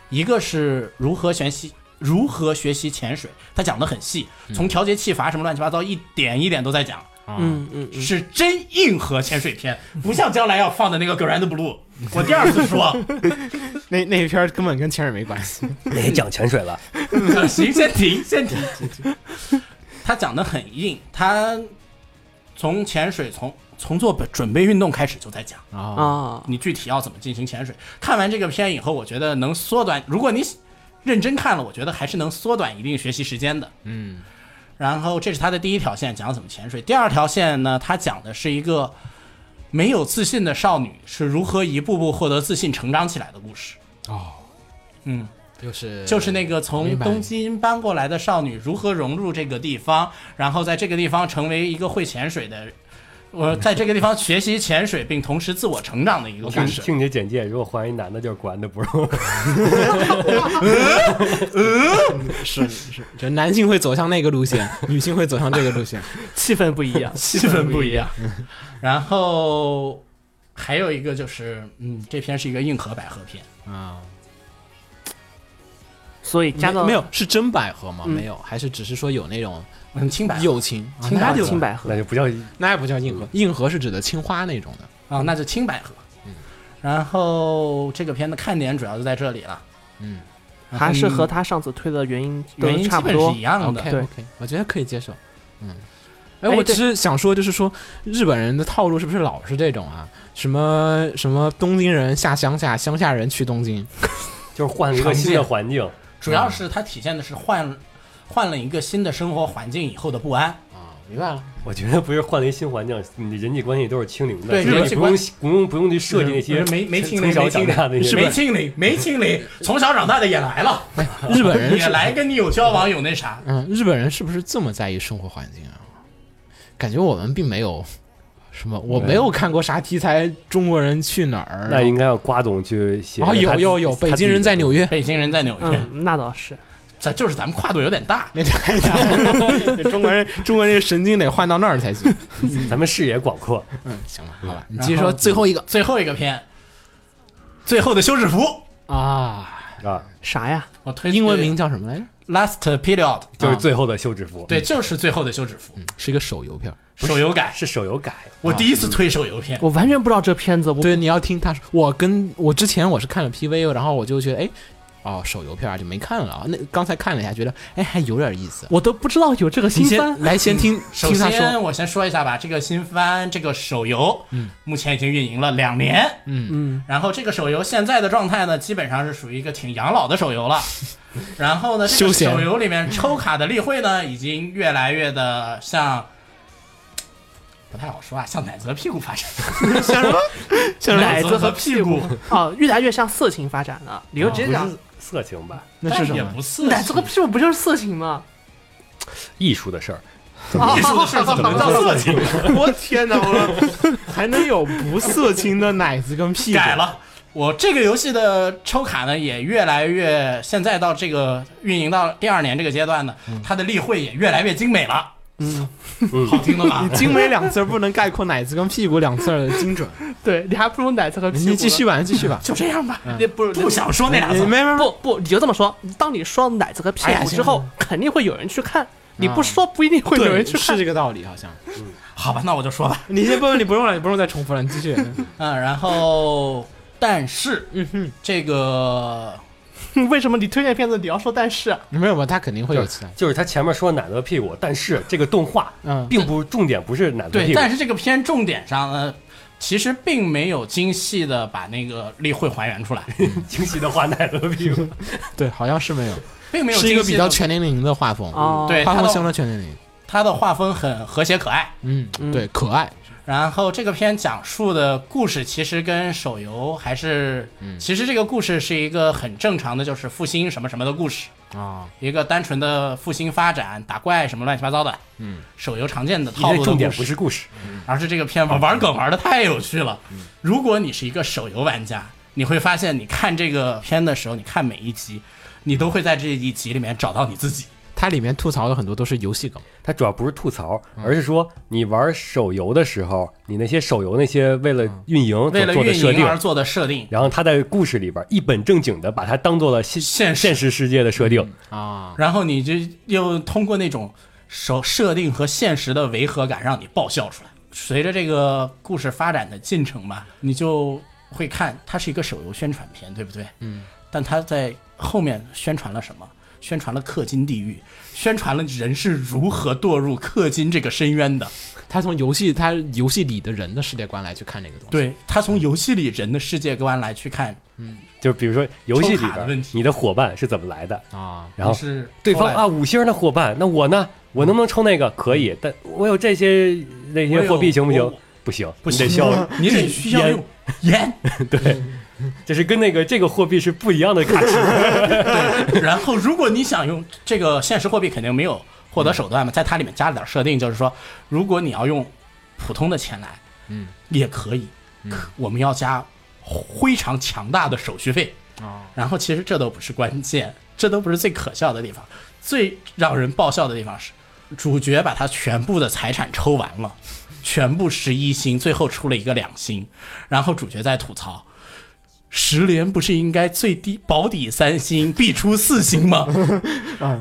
一个是如何学习如何学习潜水，它讲的很细，嗯从调节气阀什么乱七八糟一点一点都在讲，啊嗯嗯嗯，是真硬核潜水片，不像将来要放的那个 Grand Blue。我第二次说，那那一片儿根本跟潜水没关系，那也讲潜水 了。行，先停，先停。他讲的很硬，他从潜水从从做准备运动开始就在讲啊啊，你具体要怎么进行潜水。看完这个片以后，我觉得能缩短，如果你认真看了，我觉得还是能缩短一定学习时间的。嗯，然后这是他的第一条线，讲怎么潜水。第二条线呢，他讲的是一个没有自信的少女是如何一步步获得自信、成长起来的故事。哦，嗯，就是 就是那个从明白东京搬过来的少女如何融入这个地方，然后在这个地方成为一个会潜水的，我、在这个地方学习潜水，并同时自我成长的一个听故事。。听你的简介，如果怀疑男的，就是果然的不是我。是是，就男性会走向那个路线，女性会走向这个路线。嗯气氛不一样 气氛不一样。然后还有一个就是，嗯，这篇是一个硬核百合片，啊，所以加到没没有是真百合吗？嗯没有，还是只是说有那种嗯，清白友情，啊清白那就青百合那就不叫那还不叫硬核，硬核是指的青花那种的。啊，那就清百合。然后这个片的看点主要就在这里了，嗯然后还是和他上次推的原因都原因差基不本是多一。样的。 ，OK 对 OK，我觉得可以接受。嗯，哎，哎我只对是想说，就是说日本人的套路是不是老是这种啊？什么什么东京人下乡下，乡下人去东京，就是换了一个新的环境，主要是它体现的是换换了一个新的生活环境以后的不安。啊，明白了。我觉得不是换了一新环境，你的人际关系都是清零的，对日本人际不用关不用不用去设计那些没没清从零，小没长清大的零，那些没清零，没清零，从小长大的也来了，日本人 也是来跟你有交往，有那啥。嗯，日本人是不是这么在意生活环境啊？感觉我们并没有什么，我没有看过啥题材中国人去哪儿。那应该要瓜总去写。啊哦，有有有，北京人在 纽约，北京人在纽约，嗯，那倒是。咱就是咱们跨度有点大。那太难 了，中国人中国人这神经得换到那儿才行。约，咱们视野广阔，嗯，行吧，好吧，你然后继续说最后一个最后一个片，最后的休止符，啊，嗯啊，啥呀？我推英文名叫什么来着？ 《Last Period》，就是最后的休止符。啊对，，就是最后的休止符，嗯，是一个手游片儿。手游改。是手游改，我第一次推手游片，我完全不知道这片子。我对，你要听他说，我跟我之前我是看了 PV，然后我就觉得哎。哦，手游片儿啊就没看了啊。那刚才看了一下，觉得哎还有点意思。我都不知道有这个你新番先。来先听首听他说，先我先说一下吧，这个新番这个手游，嗯，目前已经运营了两年，嗯，然后这个手游现在的状态呢，基本上是属于一个挺养老的手 游了。然后呢，这休个闲手游里面抽卡的例会呢，已经越来越的像。不太好说啊，像奶子的屁股发展，像什么？奶奶子子和和屁股，啊哦，越来越向色情发展了。你就直接不讲是，色情吧？ 那是但什也么？不是奶这个屁股不就是色情吗？艺术的事儿，艺术的事儿怎么叫色情？我天哪！我还能有不色情的奶子跟 屁股？改了。我这个游戏的抽卡呢，也越来越，现在到这个运营到第二年这个阶段呢，它的例会也越来越精美了。 嗯，好听的吧？精美两字儿不能概括奶子跟屁股两字儿的精准。对你还不如奶子和屁股 呢。你继续吧，你继续吧。就这样吧，那不不想说那俩你字。没没没，不不，你就这么说。当你说奶子和屁哎呀股行之后了，肯定会有人去看。你啊不说，不一定会有对，人去是看。这个道理，好像。好吧，那我就说吧。你先不，你不用了，你不用再重复了，你继续。嗯，然后但是嗯哼，这个 为什么你推荐片子你要说但是啊？嗯没有吧？他肯定会有期待。就是他前面说奶子的屁股，但是这个动画嗯，并不重点不是奶子的对，屁股但，是这个片重点上呢，其实并没有精细的把那个例会还原出来，惊喜的画奶子的屁股，对，好像是没有，并没有是一个精细比地较全年龄的画风，哦，对画它风的相当全年龄。它的画风很和谐可爱。嗯，对，可爱。然后这个片讲述的故事其实跟手游还是，嗯其实这个故事是一个很正常的，就是复兴什么什么的故事，啊，一个单纯的复兴发展、打怪什么乱七八糟的，嗯，手游常见的你套这路的重点故不事，是啊故事，而是这个片玩玩梗玩的太有趣了。嗯如果你是一个手游玩家，你会发现你看这个片的时候，你看每一集，你都会在这一集里面找到你自己。它里面吐槽的很多都是游戏梗。它主要不是吐槽，嗯而是说你玩手游的时候，你那些手游那些为了运营所嗯为了做的运设营定，而做的设定，然后他在故事里边一本正经的把它当做了现现实嗯现实世界的设定，啊，然后你就又通过那种手设定和现实的违和感，让你爆笑出来。随着这个故事发展的进程吧，你就会看它是一个手游宣传片，对不对？嗯。但它在后面宣传了什么？宣传了氪金地狱，宣传了人是如何堕入氪金这个深渊的。他从游戏他游戏里的人的世界观来去看这个东西。对他从游戏里人的世界观来去看，就是比如说游戏里抽卡的问边题你的伙伴是怎么来的，啊，然后嗯是对方后来啊五星的伙伴，那我呢？我能不能抽那个？可以，但我有这些那嗯我些有货币行不行我？不行，不你行得消， 你得需要烟用烟，这是跟那个这个货币是不一样的 卡池。然后如果你想用这个现实货币，肯定没有获得手段嘛，在它里面加了点设定，就是说，如果你要用普通的钱来，嗯，也可以，可我们要加非常强大的手续费。哦然后其实这都不是关键，这都不是最可笑的地方，最让人爆笑的地方是，主角把他全部的财产抽完了，全部十一星，最后出了一个两星，然后主角在吐槽。十连不是应该最低保底三星必出四星吗？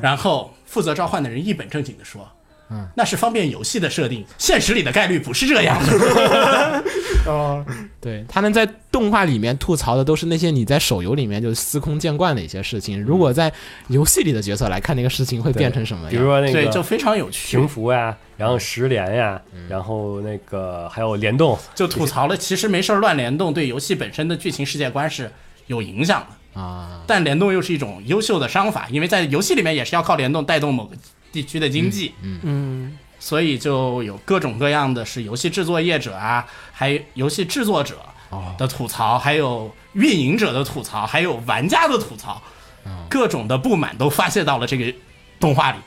然后负责召唤的人一本正经的说：“嗯，那是方便游戏的设定，现实里的概率不是这样的。”哦，对他能在动画里面吐槽的都是那些你在手游里面就司空见惯的一些事嗯情，如果在游戏里的角色来看，那个事情会变成什么样？比如说那对，嗯就个非常有趣。停服呀，然后十连呀，然后那个还有联动，就吐槽了，其实没事儿乱联动对游戏本身的剧情世界观是有影响的，啊，但联动又是一种优秀的商法，因为在游戏里面也是要靠联动带动某个地区的经济，嗯，所以就有各种各样的是游戏制作业者啊，还有游戏制作者哦的吐槽，还有运营者的吐槽，还有玩家的吐槽，哦各种的不满都发泄到了这个动画里。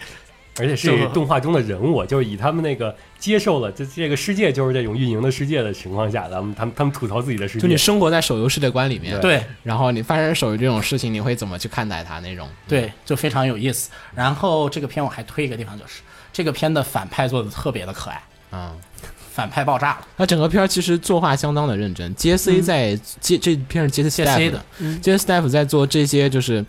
而且就是是动画中的人物，就是以他们那个接受了这这个世界就是这种运营的世界的情况下，咱们他们他们吐槽自己的世就你界，生活在手游世界观里面，对，嗯然后你发生手游这种事情，你会怎么去看待它那种？对，就非常有意思。然后这个片我还推一个地方，就是这个片的反派做的特别的可爱，啊、反派爆炸了。那整个片儿其实作画相当的认真。JC 在、接这片是 JC JC staff 的，JC staff 在做这些就是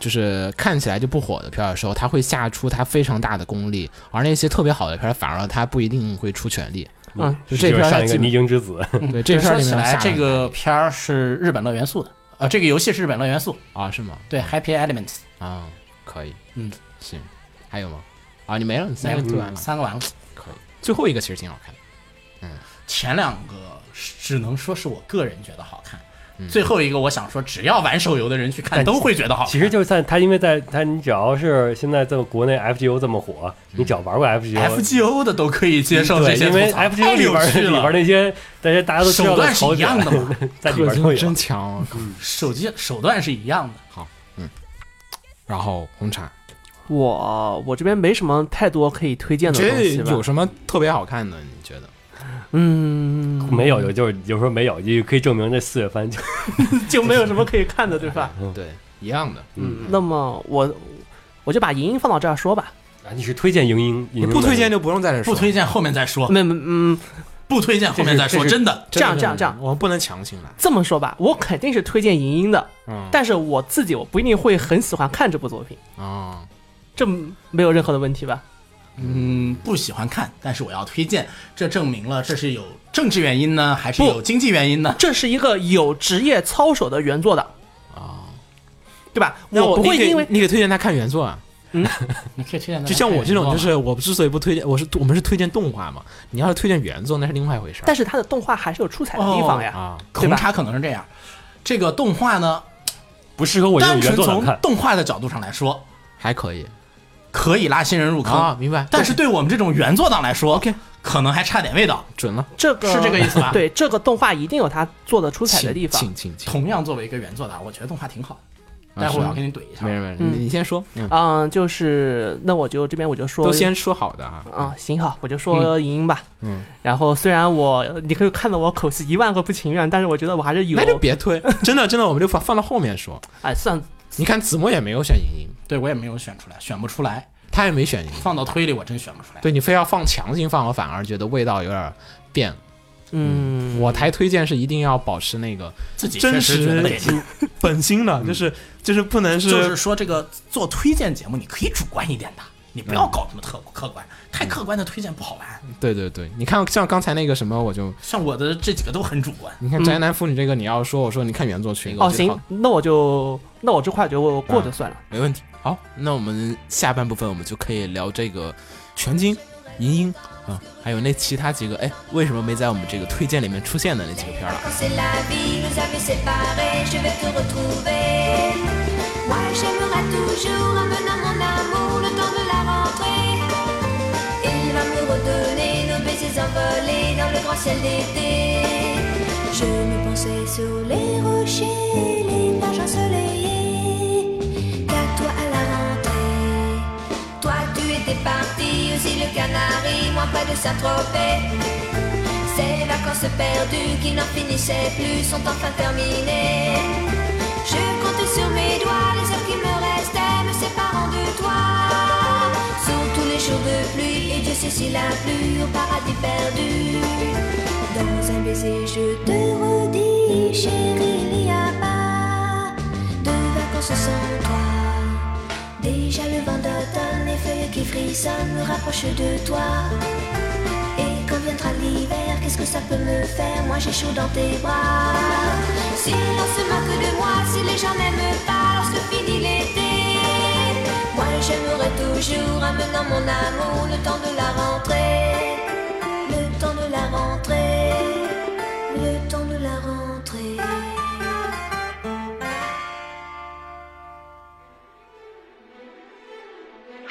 就是看起来就不火的片儿的时候，他会下出他非常大的功力，而那些特别好的片儿反而他不一定会出全力。嗯就这就片儿是他上一个基泥本泞之子，对这片儿说里面起下来，了这个片儿是日本乐元素的，呃，这个游戏是日本乐元素，啊是吗？对，Happy Elements，啊，可以，嗯，行，还有吗？啊，你没了，你三个嗯做完了，三个完了，可以。最后一个其实挺好看的，前两个是只能说是我个人觉得好看，最后一个我想说，只要玩手游的人去看嗯但都会觉得好看。 其实就是在他，因为在他，你只要是现在这么国内 FGO 这么火，嗯你只要玩过 FGO。 FGO 的都可以接受这对，些因吐为槽，太 FGO 里有边趣里边了。那些大家大家都知道手段是槽一样点 的嘛，在里 边都特有真。强啊。手机手段是一样的。然后红茶，我我这边没什么太多可以推荐你的觉东得西吧有。什么特别好看的？你觉得？嗯，没有，有就是有时候没有，也可以证明这四月番就 就没有什么可以看的，对吧？对，一样的， 嗯，那么我我就把银鹰放到这儿说吧。啊你是推荐莹莹，你你不推荐就不用在这说，不推荐后面再说，没没嗯，不推荐后面再说，这是真的。真的这样这样这样我们不能强行来。这么说吧，我肯定是推荐银鹰的，嗯，但是我自己我不一定会很喜欢看这部作品，啊，这没有任何的问题吧？嗯，不喜欢看，但是我要推荐，这证明了这是有政治原因呢，还是不有经济原因呢？这是一个有职业操守的原作的啊，对吧？那不你会可以因为你给推荐他看原作啊，你可以推荐大家就像我这种，看就一个是我之所以不推荐，我是我们是推荐动画嘛，你要是推荐原作那是另外一回事儿。但是它的动画还是有出彩的地方呀。啊，对红吧茶可能是这样，这个动画呢，不适合我这种单原纯作党从看。动画的角度上来说，还可以可以拉新人入啊，坑，明白。但是对我们这种原作党来说 OK 可能还差点味道。准了，这个是这个意思吧对，这个动画一定有它做的出彩请的地方请请请，同样作为一个原作党，我觉得动画挺好的，待啊会是儿吗我要跟你怼一下没。事没事，嗯你你先说，嗯，嗯，就是那我就这边我就说都先说好的啊。啊、行好，我就说银鹰吧。嗯，然后虽然我你可以看到我口气一万个不情愿，但是我觉得我还是有那就别 推，真的真的，我们就放放到后面说。哎算你看子墨也没有选莹莹，对我也没有选出来，选不出来，他也没选莹莹，放到推里我真选不出来。对你非要放强行放，我反而觉得味道有点儿变了。嗯，我台推荐是一定要保持那个嗯自己确真实觉得实也行。本心的，就是就是不能就是是说这个做推荐节目，你可以主观一点的。你不要搞什么特客观，太客观的推荐不好玩。对对对，你看像刚才那个什么，我就像我的这几个都很主观，你看嗯《宅男妇女》这个，你要说我说你看原作群哦，行，，那我就那我这块就过嗯着算了。没问题。好，那我们下半部分我们就可以聊这个全金、银鹰啊，还有那其他几个，哎，为什么没在我们这个推荐里面出现的那几个片儿了？ C'est la vie, nous avait séparés, je vais te retrouver. Moi j'aimerais toujours amener mon amour le temps de la rentrée. Il va me redonner nos baisers envolés dans le grand ciel d'été. Je me pensais sur les rochers, les plages ensoleillées. Qu'à toi à la rentrée. Toi tu étais parti aux îles Canaries, moi pas de Saint-Tropez. Ces vacances perdues qui n'en finissaient plus sont enfin terminées. Je compte sur mes doigts les heures qui me restaient, me séparant de toi. Sont tous les jours de pluie et Dieu sait si la pluie au paradis perdu. Dans un baiser, je te redis, chérie, il n'y a pas de vacances sans toi. Déjà le vent d'automne, les feuilles qui frissonnent me rapprochent de toi. Et quand viendra l'hiver, qu'est-ce que ça peut me faire Moi j'ai chaud dans tes bras. Si l'on se moque de moi, si les gens n'aiment pas, lorsque finit l'été. Moi j'aimerais toujours, amenant mon amour, le temps de la rentrée. Le temps de la rentrée. Le temps de la rentrée.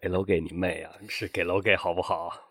给楼给你妹啊，是给楼给好不好？